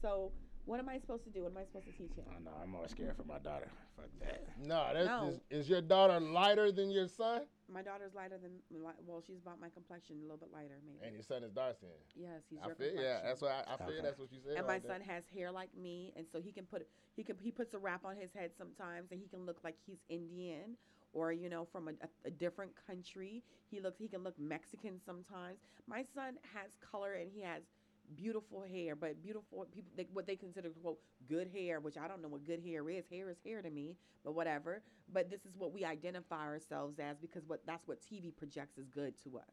[SPEAKER 5] So what am I supposed to do? What am I supposed to teach him?
[SPEAKER 2] Oh, no, I'm more scared for my daughter. Fuck that.
[SPEAKER 3] No, that's
[SPEAKER 5] No.
[SPEAKER 3] Is, is your daughter lighter than your son?
[SPEAKER 5] My daughter's lighter than li- well, she's about my complexion, a little bit lighter maybe.
[SPEAKER 3] And your son is dark skin.
[SPEAKER 5] Yes, he's
[SPEAKER 3] I
[SPEAKER 5] your
[SPEAKER 3] feel
[SPEAKER 5] complexion.
[SPEAKER 3] yeah, that's why I, I feel
[SPEAKER 2] Okay.
[SPEAKER 3] that's what you said.
[SPEAKER 5] and my
[SPEAKER 3] right there.
[SPEAKER 5] son has hair like me and so he can put he can he puts a wrap on his head sometimes and he can look like he's indian or you know from a, a, a different country he looks he can look mexican sometimes my son has color and he has beautiful hair but beautiful people they, what they consider quote good hair which i don't know what good hair is hair is hair to me but whatever but this is what we identify ourselves as because what that's what tv projects is good to us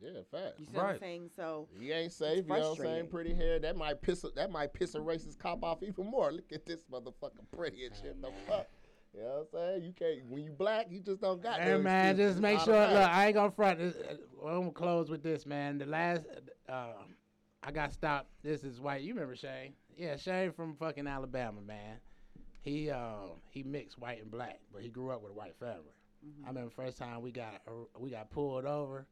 [SPEAKER 3] Yeah, fact.
[SPEAKER 5] you see what i'm
[SPEAKER 4] Right.
[SPEAKER 5] saying so
[SPEAKER 3] He ain't safe. You know what I'm saying?
[SPEAKER 5] frustrating.
[SPEAKER 3] Pretty hair. That might piss. A, that might piss a racist cop off even more. Look at this motherfucker pretty and shit. The fuck. You know what I'm saying? You can't. When you black, you just don't got.
[SPEAKER 2] Hey
[SPEAKER 3] no
[SPEAKER 2] man,
[SPEAKER 3] excuses.
[SPEAKER 2] just make
[SPEAKER 3] It's
[SPEAKER 2] sure. Look, [LAUGHS]
[SPEAKER 3] automatic.
[SPEAKER 2] I ain't gonna front. This, uh, I'm gonna close with this, man. The last, uh, I got stopped. This is white. You remember Shane? Yeah, Shane from fucking Alabama, man. He uh, he mixed white and black, but he grew up with a white family. I remember first time we got uh, we got pulled over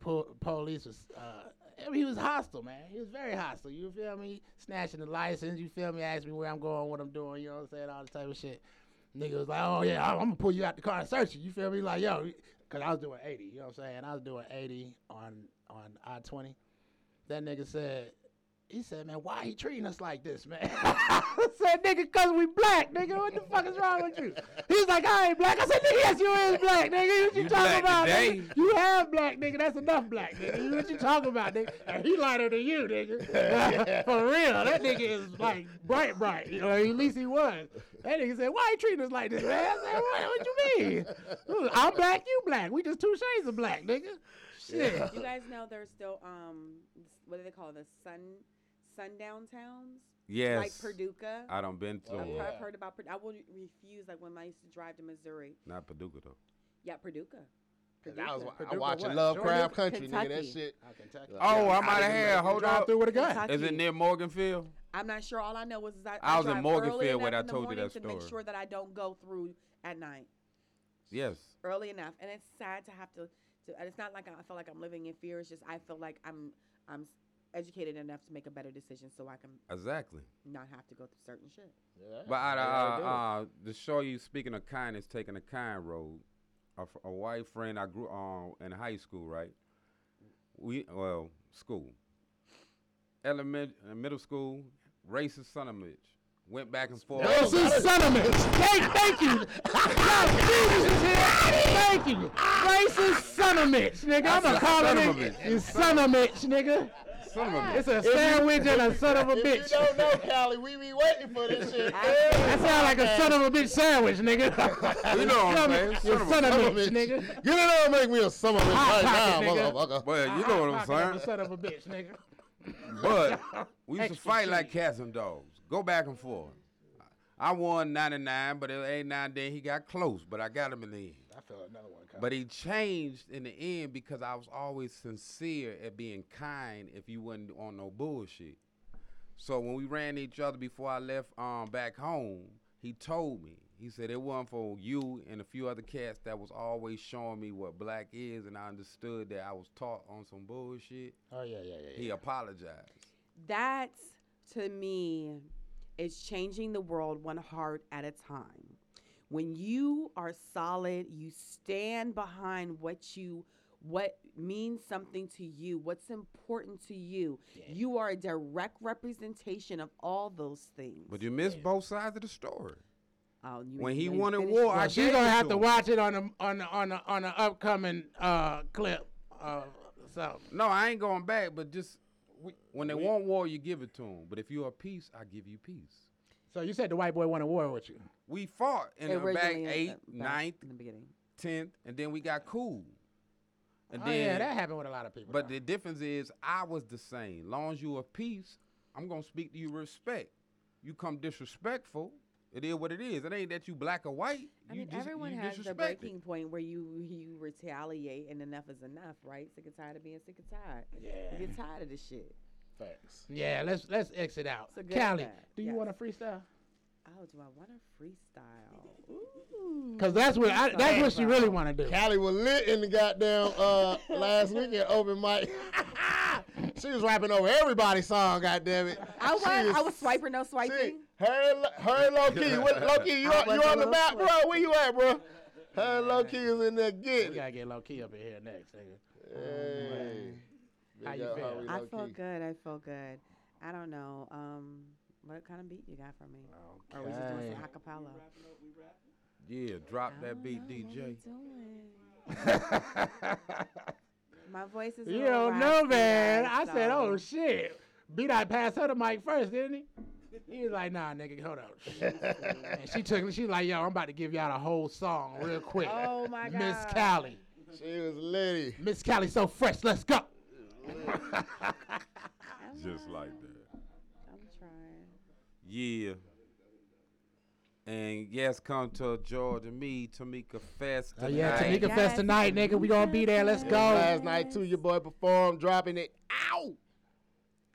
[SPEAKER 2] po- police was. Uh, I mean, he was hostile, man. He was very hostile. You feel me? Snatching the license. You feel me? Ask me where I'm going, what I'm doing. You know what I'm saying? All the type of shit. Nigga was like, oh yeah, I'm, I'm gonna pull you out the car and search you. You feel me? Like yo, cause I was doing 80. You know what I'm saying? I was doing 80 on on I-20. That nigga said, he said, man, why he treating us like this, man? [LAUGHS] I said, nigga, cause we black, nigga. What the fuck is wrong with you? He was like, I ain't black. I said, nigga, yes, you is black, nigga. What you, talking
[SPEAKER 4] You black
[SPEAKER 2] about?
[SPEAKER 4] today.
[SPEAKER 2] Nigga? You have black, nigga. That's enough black, nigga. What you talking about, nigga? And he lighter than you, nigga. [LAUGHS] For real, that nigga is like bright, bright. You know, at least he was. That nigga said, why you treating us like this, man? I said, what, what you
[SPEAKER 3] [LAUGHS]
[SPEAKER 2] mean? I'm black, you black. We just two shades of black, nigga. Shit.
[SPEAKER 5] You guys know there's still um, s- what do they call it? the sun sundown towns?
[SPEAKER 4] Yes.
[SPEAKER 5] Like Paducah.
[SPEAKER 4] I done been to
[SPEAKER 3] Oh,
[SPEAKER 5] I've
[SPEAKER 4] it.
[SPEAKER 5] heard-
[SPEAKER 3] yeah.
[SPEAKER 5] heard about Paducah. I would refuse like when I used to drive to Missouri.
[SPEAKER 4] Not Paducah though.
[SPEAKER 5] Yeah, Paducah.
[SPEAKER 3] Cause I was I
[SPEAKER 2] Paducah
[SPEAKER 3] watching
[SPEAKER 2] what?
[SPEAKER 3] Lovecraft
[SPEAKER 5] Georgia?
[SPEAKER 3] Country, nigga. That
[SPEAKER 5] Kentucky.
[SPEAKER 3] shit.
[SPEAKER 2] Kentucky.
[SPEAKER 4] Oh, I might have
[SPEAKER 3] didn't
[SPEAKER 4] had.
[SPEAKER 3] know.
[SPEAKER 4] Hold up.
[SPEAKER 2] through with a gun.
[SPEAKER 5] Kentucky.
[SPEAKER 4] Is it near Morganfield?
[SPEAKER 5] I'm not sure. All I know is, is I,
[SPEAKER 4] I was in
[SPEAKER 5] drive
[SPEAKER 4] Morganfield
[SPEAKER 5] early enough
[SPEAKER 4] when I
[SPEAKER 5] in the
[SPEAKER 4] told you
[SPEAKER 5] morning
[SPEAKER 4] that
[SPEAKER 5] to make
[SPEAKER 4] story.
[SPEAKER 5] sure that I don't go through at night
[SPEAKER 4] Yes.
[SPEAKER 5] early enough, and it's sad to have to. to and it's not like I feel like I'm living in fear. It's just I feel like I'm I'm s- educated enough to make a better decision, so I can
[SPEAKER 4] Exactly.
[SPEAKER 5] not have to go through certain shit.
[SPEAKER 3] Yeah.
[SPEAKER 4] But out
[SPEAKER 3] Yeah,
[SPEAKER 4] of,
[SPEAKER 3] they
[SPEAKER 4] uh,
[SPEAKER 3] do.
[SPEAKER 4] uh, to show you, speaking of kindness, taking the kind road, a, f- a white friend I grew on in high school, right? We well, school, element, uh, middle school, racist son of a bitch. Went back and forth.
[SPEAKER 3] Yes.
[SPEAKER 2] Wilson Sentiment. Thank, thank you. Yo, Jesus is here. Thank you. Racist son of a bitch, nigga. I'm gonna
[SPEAKER 4] a
[SPEAKER 2] call
[SPEAKER 4] son
[SPEAKER 2] it
[SPEAKER 4] of a
[SPEAKER 2] it. You son of a bitch, nigga.
[SPEAKER 3] uh,
[SPEAKER 4] Son of a bitch.
[SPEAKER 2] It's a sandwich and [LAUGHS] a son of a
[SPEAKER 3] If you
[SPEAKER 2] bitch.
[SPEAKER 3] don't know, Cali, we be waiting for this shit.
[SPEAKER 2] That sound like a son of a bitch sandwich, nigga.
[SPEAKER 4] You know what I'm saying?
[SPEAKER 2] You
[SPEAKER 4] Son of a-
[SPEAKER 2] son of
[SPEAKER 3] Son
[SPEAKER 2] a
[SPEAKER 3] of a
[SPEAKER 2] bitch, nigga.
[SPEAKER 3] bitch. Get in there and make me a son of a bitch
[SPEAKER 2] Hot
[SPEAKER 3] right now,
[SPEAKER 2] pocket, nigga.
[SPEAKER 3] motherfucker.
[SPEAKER 4] Well, [LAUGHS]
[SPEAKER 2] [LAUGHS]
[SPEAKER 4] you know
[SPEAKER 2] Pocket
[SPEAKER 4] what
[SPEAKER 2] of
[SPEAKER 4] I'm
[SPEAKER 2] a
[SPEAKER 4] saying.
[SPEAKER 2] Son of a bitch, nigga.
[SPEAKER 4] But we used to
[SPEAKER 2] Extra
[SPEAKER 4] fight like cats and dogs. Go back and forth. I won 99, but it ain't nine then he got close, but I got him in the end.
[SPEAKER 2] I feel another one coming.
[SPEAKER 4] But he changed in the end because I was always sincere at being kind if you wasn't on no bullshit. So when we ran each other before I left um, back home, he told me, he said, it wasn't for you and a few other cats that was always showing me what black is, and I understood that I was taught on some bullshit.
[SPEAKER 2] Oh yeah, yeah, yeah.
[SPEAKER 4] He apologized.
[SPEAKER 5] That to me is changing the world one heart at a time. When you are solid, you stand behind what you what means something to you, what's important to you. You are a direct representation of all those things.
[SPEAKER 4] But you missed both sides of the story.
[SPEAKER 5] oh, you
[SPEAKER 4] When
[SPEAKER 5] ain't-
[SPEAKER 4] he
[SPEAKER 5] you ain't
[SPEAKER 4] wanted
[SPEAKER 5] finished
[SPEAKER 4] war,
[SPEAKER 5] yet.
[SPEAKER 4] I
[SPEAKER 2] Well, she's
[SPEAKER 4] gave
[SPEAKER 2] gonna
[SPEAKER 4] it
[SPEAKER 2] have
[SPEAKER 4] to
[SPEAKER 2] to
[SPEAKER 4] him.
[SPEAKER 2] watch it on the on the on the on the upcoming uh, clip. Uh, so
[SPEAKER 4] No, I ain't going back, but just when they want war, you give it to them. But if you're a peace, I give you peace.
[SPEAKER 2] So you said the white boy won a war with you.
[SPEAKER 4] We fought in the back
[SPEAKER 5] Originally, uh,
[SPEAKER 4] eighth,
[SPEAKER 5] back
[SPEAKER 4] ninth,
[SPEAKER 5] in the beginning.
[SPEAKER 4] tenth, and then we got cool. And
[SPEAKER 2] oh
[SPEAKER 4] then,
[SPEAKER 2] yeah, that happened with a lot of people.
[SPEAKER 4] but
[SPEAKER 2] though.
[SPEAKER 4] the difference is, I was the same. Long as you a peace, I'm gonna speak to you respect. You come disrespectful, it is what it is. It ain't that you black or white.
[SPEAKER 5] I
[SPEAKER 4] you
[SPEAKER 5] mean,
[SPEAKER 4] dis-
[SPEAKER 5] everyone
[SPEAKER 4] you
[SPEAKER 5] has the
[SPEAKER 4] disrespected.
[SPEAKER 5] breaking point where you you retaliate and enough is enough, right? Sick and tired of being sick and tired.
[SPEAKER 2] Yeah.
[SPEAKER 5] You get tired of this shit.
[SPEAKER 3] Facts.
[SPEAKER 2] yeah, let's let's exit out.
[SPEAKER 5] It's a good
[SPEAKER 2] Callie,
[SPEAKER 5] bad,
[SPEAKER 2] do you
[SPEAKER 5] yes.
[SPEAKER 2] want to freestyle?
[SPEAKER 5] Oh, do I want to freestyle? Ooh.
[SPEAKER 2] Cause that's what I, that's what she really want to do.
[SPEAKER 3] Callie was lit in the goddamn [LAUGHS] uh, last week at open mic. [LAUGHS] she was rapping over everybody's song, goddamn it.
[SPEAKER 5] I was,
[SPEAKER 3] She
[SPEAKER 5] I was swiping, no
[SPEAKER 3] She,
[SPEAKER 5] swiping.
[SPEAKER 3] her, and Lo- her and low key. What, low key, you,
[SPEAKER 5] I
[SPEAKER 3] on- you
[SPEAKER 5] was a
[SPEAKER 3] on the
[SPEAKER 5] little
[SPEAKER 3] map, bro?
[SPEAKER 5] slick.
[SPEAKER 3] Where you at, bro? Her and low key is in there
[SPEAKER 2] We
[SPEAKER 3] getting. it.
[SPEAKER 2] gotta get low key up in here next, nigga.
[SPEAKER 3] Hey.
[SPEAKER 2] How
[SPEAKER 3] Big
[SPEAKER 2] you
[SPEAKER 3] up,
[SPEAKER 2] feel?
[SPEAKER 3] homie,
[SPEAKER 5] I
[SPEAKER 3] low [LAUGHS]
[SPEAKER 5] feel
[SPEAKER 3] key.
[SPEAKER 5] good. I feel good. I don't know. Um, what kind of beat you got for me? Or we just doing some acapella?
[SPEAKER 4] Yeah, drop
[SPEAKER 5] Oh,
[SPEAKER 4] that beat, DJ. [LAUGHS]
[SPEAKER 5] My voice is. a
[SPEAKER 2] You
[SPEAKER 5] little
[SPEAKER 2] don't know,
[SPEAKER 5] raspy,
[SPEAKER 2] man. I
[SPEAKER 5] guys,
[SPEAKER 2] said,
[SPEAKER 5] so-
[SPEAKER 2] oh shit. B I passed her the mic first, didn't he? He was like, nah, nigga, hold up. and she took she like, yo, I'm about to give y'all the whole song real quick.
[SPEAKER 5] Oh my god.
[SPEAKER 2] Miss Callie.
[SPEAKER 3] She was litty.
[SPEAKER 2] Miss Callie so fresh, let's go.
[SPEAKER 4] Just like that.
[SPEAKER 5] I'm trying.
[SPEAKER 4] Yeah. And yes, come to Georgia, me, Tamika Fest
[SPEAKER 2] Oh
[SPEAKER 4] tonight.
[SPEAKER 2] yeah, Tamika
[SPEAKER 5] Yes,
[SPEAKER 2] Fest tonight, nigga. We gonna be there. Let's
[SPEAKER 5] Tamika
[SPEAKER 2] go.
[SPEAKER 3] Last night too, your boy performed, dropping it out.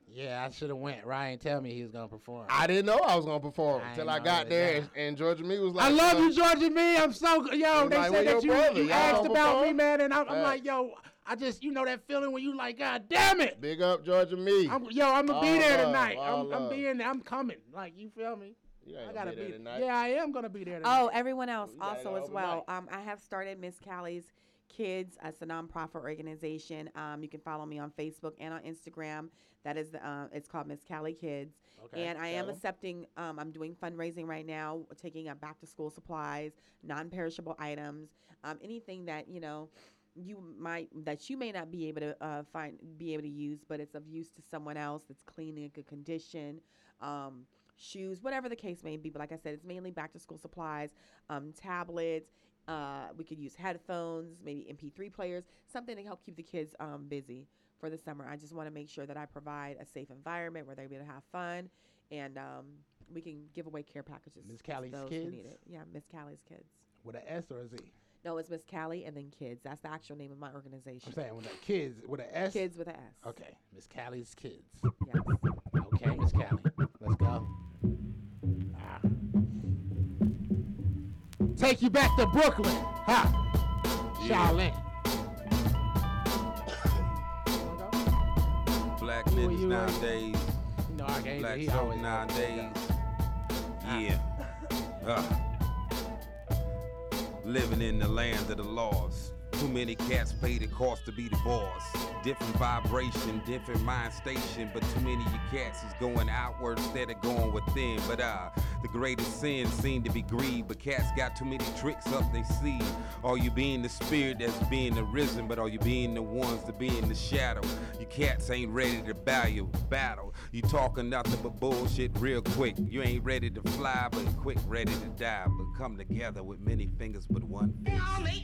[SPEAKER 2] yeah, I should have went. Ryan, tell me he was gonna perform.
[SPEAKER 3] I didn't know I was gonna perform
[SPEAKER 2] I
[SPEAKER 3] until
[SPEAKER 2] ain't
[SPEAKER 3] I
[SPEAKER 2] know
[SPEAKER 3] got
[SPEAKER 2] it,
[SPEAKER 3] there,
[SPEAKER 2] nah.
[SPEAKER 3] and, and Georgia Me was like, uh,
[SPEAKER 2] I love
[SPEAKER 3] "Look,
[SPEAKER 2] you, Georgia Me. I'm so g- yo.
[SPEAKER 3] I'm
[SPEAKER 2] They
[SPEAKER 3] like,
[SPEAKER 2] said
[SPEAKER 3] where
[SPEAKER 2] that
[SPEAKER 3] your
[SPEAKER 2] you,
[SPEAKER 3] brother?
[SPEAKER 2] you
[SPEAKER 3] Y'all
[SPEAKER 2] asked
[SPEAKER 3] don't
[SPEAKER 2] about me,
[SPEAKER 3] perform?
[SPEAKER 2] man, and I'm, I'm
[SPEAKER 3] Facts.
[SPEAKER 2] like, yo, I just you know that feeling when you like, God damn it.
[SPEAKER 3] Big up Georgia Me.
[SPEAKER 2] I'm, yo, I'm gonna be
[SPEAKER 3] All
[SPEAKER 2] there
[SPEAKER 3] love,
[SPEAKER 2] tonight.
[SPEAKER 3] all
[SPEAKER 2] I'm, I'm
[SPEAKER 3] love.
[SPEAKER 2] being there. I'm coming. Like you feel me?
[SPEAKER 3] You ain't
[SPEAKER 2] I
[SPEAKER 3] gonna
[SPEAKER 2] gotta
[SPEAKER 3] be
[SPEAKER 2] be.
[SPEAKER 3] there tonight.
[SPEAKER 2] Yeah, I am gonna be there tonight.
[SPEAKER 5] Oh, everyone else
[SPEAKER 3] you gotta
[SPEAKER 5] also
[SPEAKER 3] go
[SPEAKER 5] as well.
[SPEAKER 3] overnight.
[SPEAKER 5] Um, I have started Miss Callie's Kids. uh, It's a nonprofit organization. Um, you can follow me on Facebook and on Instagram. That is the um, it's called Miss Callie Kids. and I am
[SPEAKER 3] Callum.
[SPEAKER 5] accepting. Um, I'm doing fundraising right now, taking up back to school supplies, non-perishable items, um, anything that you know you might that you may not be able to uh, find be able to use, but it's of use to someone else that's clean and in good condition. Um, shoes, whatever the case may be. But like I said, it's mainly back to school supplies, um, tablets. Uh, we could use headphones, maybe MP3 players, something to help keep the kids um, busy for the summer. I just want to make sure that I provide a safe environment where they're able to have fun, and um, we can give away care packages.
[SPEAKER 2] Miss
[SPEAKER 5] to
[SPEAKER 2] Callie's
[SPEAKER 5] those who
[SPEAKER 2] Kids?
[SPEAKER 5] need it. Yeah, Miss Callie's kids.
[SPEAKER 2] With an S or a Z?
[SPEAKER 5] No, it's Miss Callie and then kids. That's the actual name of my organization.
[SPEAKER 2] I'm saying with a kids with an S.
[SPEAKER 5] Kids with an S.
[SPEAKER 2] Okay, Miss Callie's kids.
[SPEAKER 5] Yes.
[SPEAKER 2] Okay, Miss Callie, let's go. Ah. Take you back to Brooklyn, huh?
[SPEAKER 3] [COUGHS]
[SPEAKER 2] Charlene.
[SPEAKER 4] Black
[SPEAKER 2] Who are
[SPEAKER 4] niggas
[SPEAKER 2] you?
[SPEAKER 4] nowadays,
[SPEAKER 2] You know, Archangel,
[SPEAKER 4] black
[SPEAKER 2] he
[SPEAKER 4] folk
[SPEAKER 2] always Ah.
[SPEAKER 4] nowadays. Yeah. Ugh. Living in the land of the lost. Too many cats pay the cost to be the boss. Different vibration, different mind station, but too many of your cats is going outward instead of going within. But uh, the greatest sin seemed to be greed, but cats got too many tricks up they see. Are you being the spirit that's being arisen, but are you being the ones to be in the shadow? You cats ain't ready to battle, battle. You talking nothing but bullshit real quick. You ain't ready to fly, but quick ready to die. But come together with many fingers but one.
[SPEAKER 2] does.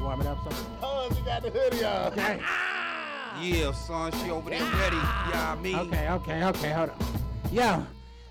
[SPEAKER 2] Warm it up, son.
[SPEAKER 3] Cuz you got the hoodie on.
[SPEAKER 2] Okay.
[SPEAKER 4] Yeah, son, she over there ready. Yeah, me.
[SPEAKER 2] Okay, okay, okay, hold on. Yo,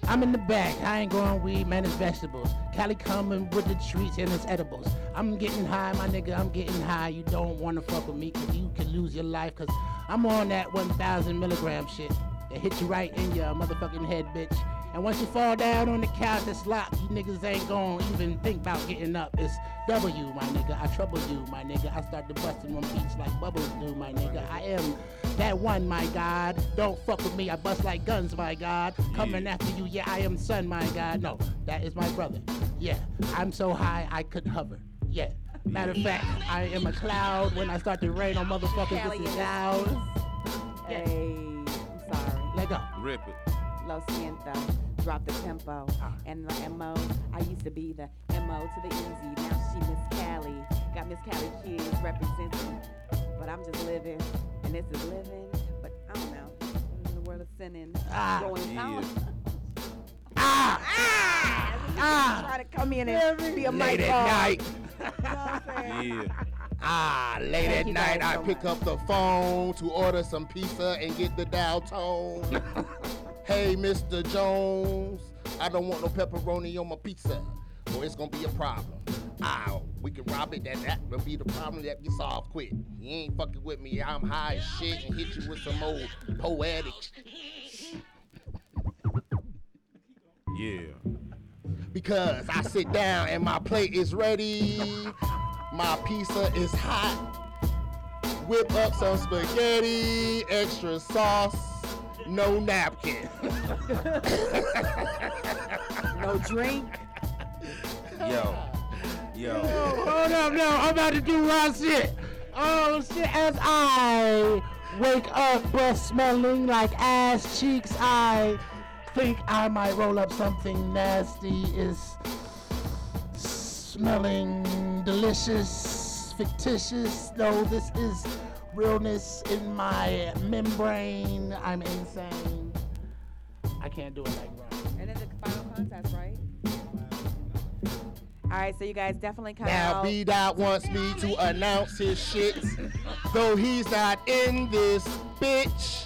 [SPEAKER 2] I'm in the back. I ain't growing weed, man, it's vegetables. Cali coming with the treats and it's edibles. I'm getting high, my nigga, I'm getting high. You don't wanna fuck with me, cause you could lose your life, cause I'm on that 1000 milligram shit. It hit you right in your motherfucking head, bitch. And once you fall down on the couch, it's locked. You niggas ain't gonna even think about getting up. It's W, my nigga. I trouble you, my nigga. I start to bust in one beats like bubbles do, my nigga. I am that one, my God. Don't fuck with me. I bust like guns, my God. Coming
[SPEAKER 4] Yeah.
[SPEAKER 2] after you, yeah, I am son, my God. No, that is my brother. Yeah, I'm so high I could hover. Yeah. Matter of fact, I am a cloud. When I start to rain on motherfuckers,
[SPEAKER 5] Callie
[SPEAKER 2] this is
[SPEAKER 5] and-
[SPEAKER 2] loud. Yes.
[SPEAKER 5] Hey, I'm sorry.
[SPEAKER 2] Let go.
[SPEAKER 4] Rip it.
[SPEAKER 5] Lo Siento, drop the tempo.
[SPEAKER 2] Ah.
[SPEAKER 5] And the MO, I used to be the MO to the easy. Now she Miss Callie. Got Miss Callie kids representing. But I'm just living, and this is living. But I don't know. This is the world of sinning.
[SPEAKER 2] Ah,
[SPEAKER 5] going
[SPEAKER 4] yeah.
[SPEAKER 5] [LAUGHS] on.
[SPEAKER 2] Ah!
[SPEAKER 5] Ah! This is
[SPEAKER 2] Ah.
[SPEAKER 5] Trying to come in and be a mic off. You know what I'm saying?
[SPEAKER 4] Yeah.
[SPEAKER 3] Ah, late
[SPEAKER 5] Thank
[SPEAKER 3] at
[SPEAKER 5] you
[SPEAKER 3] night,
[SPEAKER 5] guys
[SPEAKER 3] I
[SPEAKER 5] so
[SPEAKER 3] pick
[SPEAKER 5] much.
[SPEAKER 3] up the phone to order some pizza and get the dial
[SPEAKER 5] [LAUGHS]
[SPEAKER 3] tone. hey, Mr. Jones, I don't want no pepperoni on my pizza, or it's gonna be a problem. Ow, we can rob it, that that'll be the problem that gets solved quick. You ain't fucking with me, I'm high as shit and hit you with some old poetic.
[SPEAKER 4] Yeah.
[SPEAKER 3] Because I sit down and my plate is ready, my pizza is hot. Whip up some spaghetti, extra sauce, no napkin.
[SPEAKER 5] No drink.
[SPEAKER 4] Yo. Yo.
[SPEAKER 2] Hold up, no, I'm about to do my shit. Oh shit, as I wake up breath smelling like ass cheeks, I think I might roll up something nasty. Is smelling delicious, fictitious. No, this is realness in my membrane. I'm insane. I can't do it like Ron.
[SPEAKER 5] And then the final contest, right? All right, so you guys definitely come
[SPEAKER 3] Now
[SPEAKER 5] out.
[SPEAKER 3] B Dot wants me to announce his shit, though he's not in this bitch.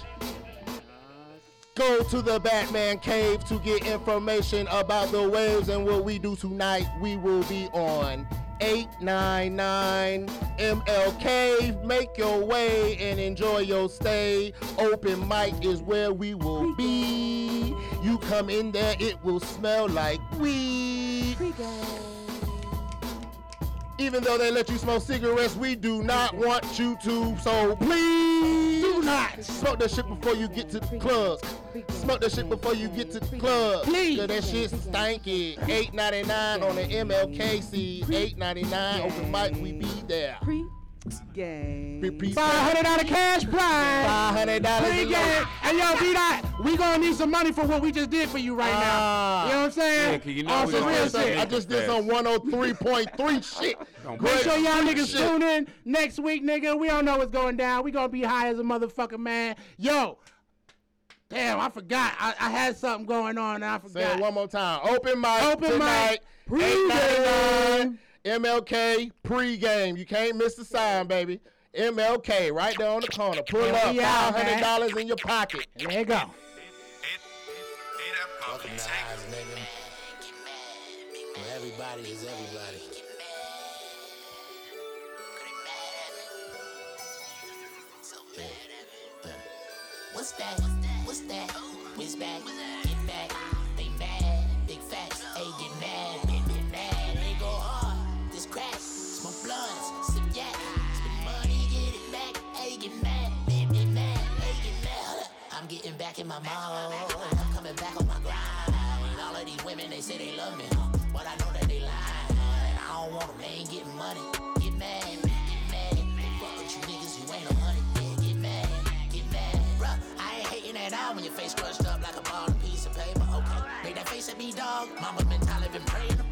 [SPEAKER 3] Go to the Batman cave to get information about the waves and what we do tonight. We will be on 899 MLK. Make your way and enjoy your stay. Open mic is where we will be. You come in there, it will smell like weed. Even though they let you smoke cigarettes, we do not want you to. So please do not smoke that shit before you get to the club. Smoke that shit before you get to the club. Please. Cause that shit stanky. 8.99 on the MLKC. 8.99 open mic. We be there.
[SPEAKER 5] Pre game.
[SPEAKER 3] Be- be-
[SPEAKER 2] Five hundred dollar cash prize.
[SPEAKER 3] $500
[SPEAKER 2] Pre-game.
[SPEAKER 3] alone.
[SPEAKER 2] And yo, be that. We gonna need some money for what we just did for you right
[SPEAKER 3] Ah.
[SPEAKER 2] now. You know what I'm saying?
[SPEAKER 6] Yeah, 'cause you know
[SPEAKER 2] On
[SPEAKER 6] we
[SPEAKER 2] some
[SPEAKER 6] gonna
[SPEAKER 2] real
[SPEAKER 6] have to
[SPEAKER 2] shit.
[SPEAKER 3] I just did some 103.3 shit.
[SPEAKER 4] Don't
[SPEAKER 2] Make
[SPEAKER 4] play.
[SPEAKER 2] sure y'all niggas
[SPEAKER 3] Shit.
[SPEAKER 2] tune in next week, nigga. We don't know what's going down. We gonna be high as a motherfucker, man. Yo, damn, I forgot. I, I had something going on and I
[SPEAKER 3] Say
[SPEAKER 2] forgot.
[SPEAKER 3] it one more time. Open mic
[SPEAKER 2] Open
[SPEAKER 3] tonight.
[SPEAKER 2] mic,
[SPEAKER 3] 899 MLK pregame. You can't miss the sign, baby. MLK right there on the corner. Pull
[SPEAKER 2] And
[SPEAKER 3] up.
[SPEAKER 2] we out, man.
[SPEAKER 3] $500 in your pocket.
[SPEAKER 2] there you go.
[SPEAKER 1] Open the eyes, nigga. Where everybody is everybody. Yeah. Yeah. What's that? What's that? Whiz back, get back. They mad, big facts. Hey, get mad, get, get mad. They go hard, this crack. Smoke blunts, sip yak. Spend money, get it back. Hey, get mad, get, get mad. Hey, get mad. I'm getting back in my mode. I'm coming back on my grind. All of these women, they say they love me, but I know that they lying. And I don't want them, they ain't getting money. Get mad, get mad. Fuck with you niggas who ain't no honey. Yeah, Get mad, get mad. Bruh, I ain't hating at all when your face crushed up like a ball and piece of paper. Okay, make that face at me, dog. Mama been tired, been praying to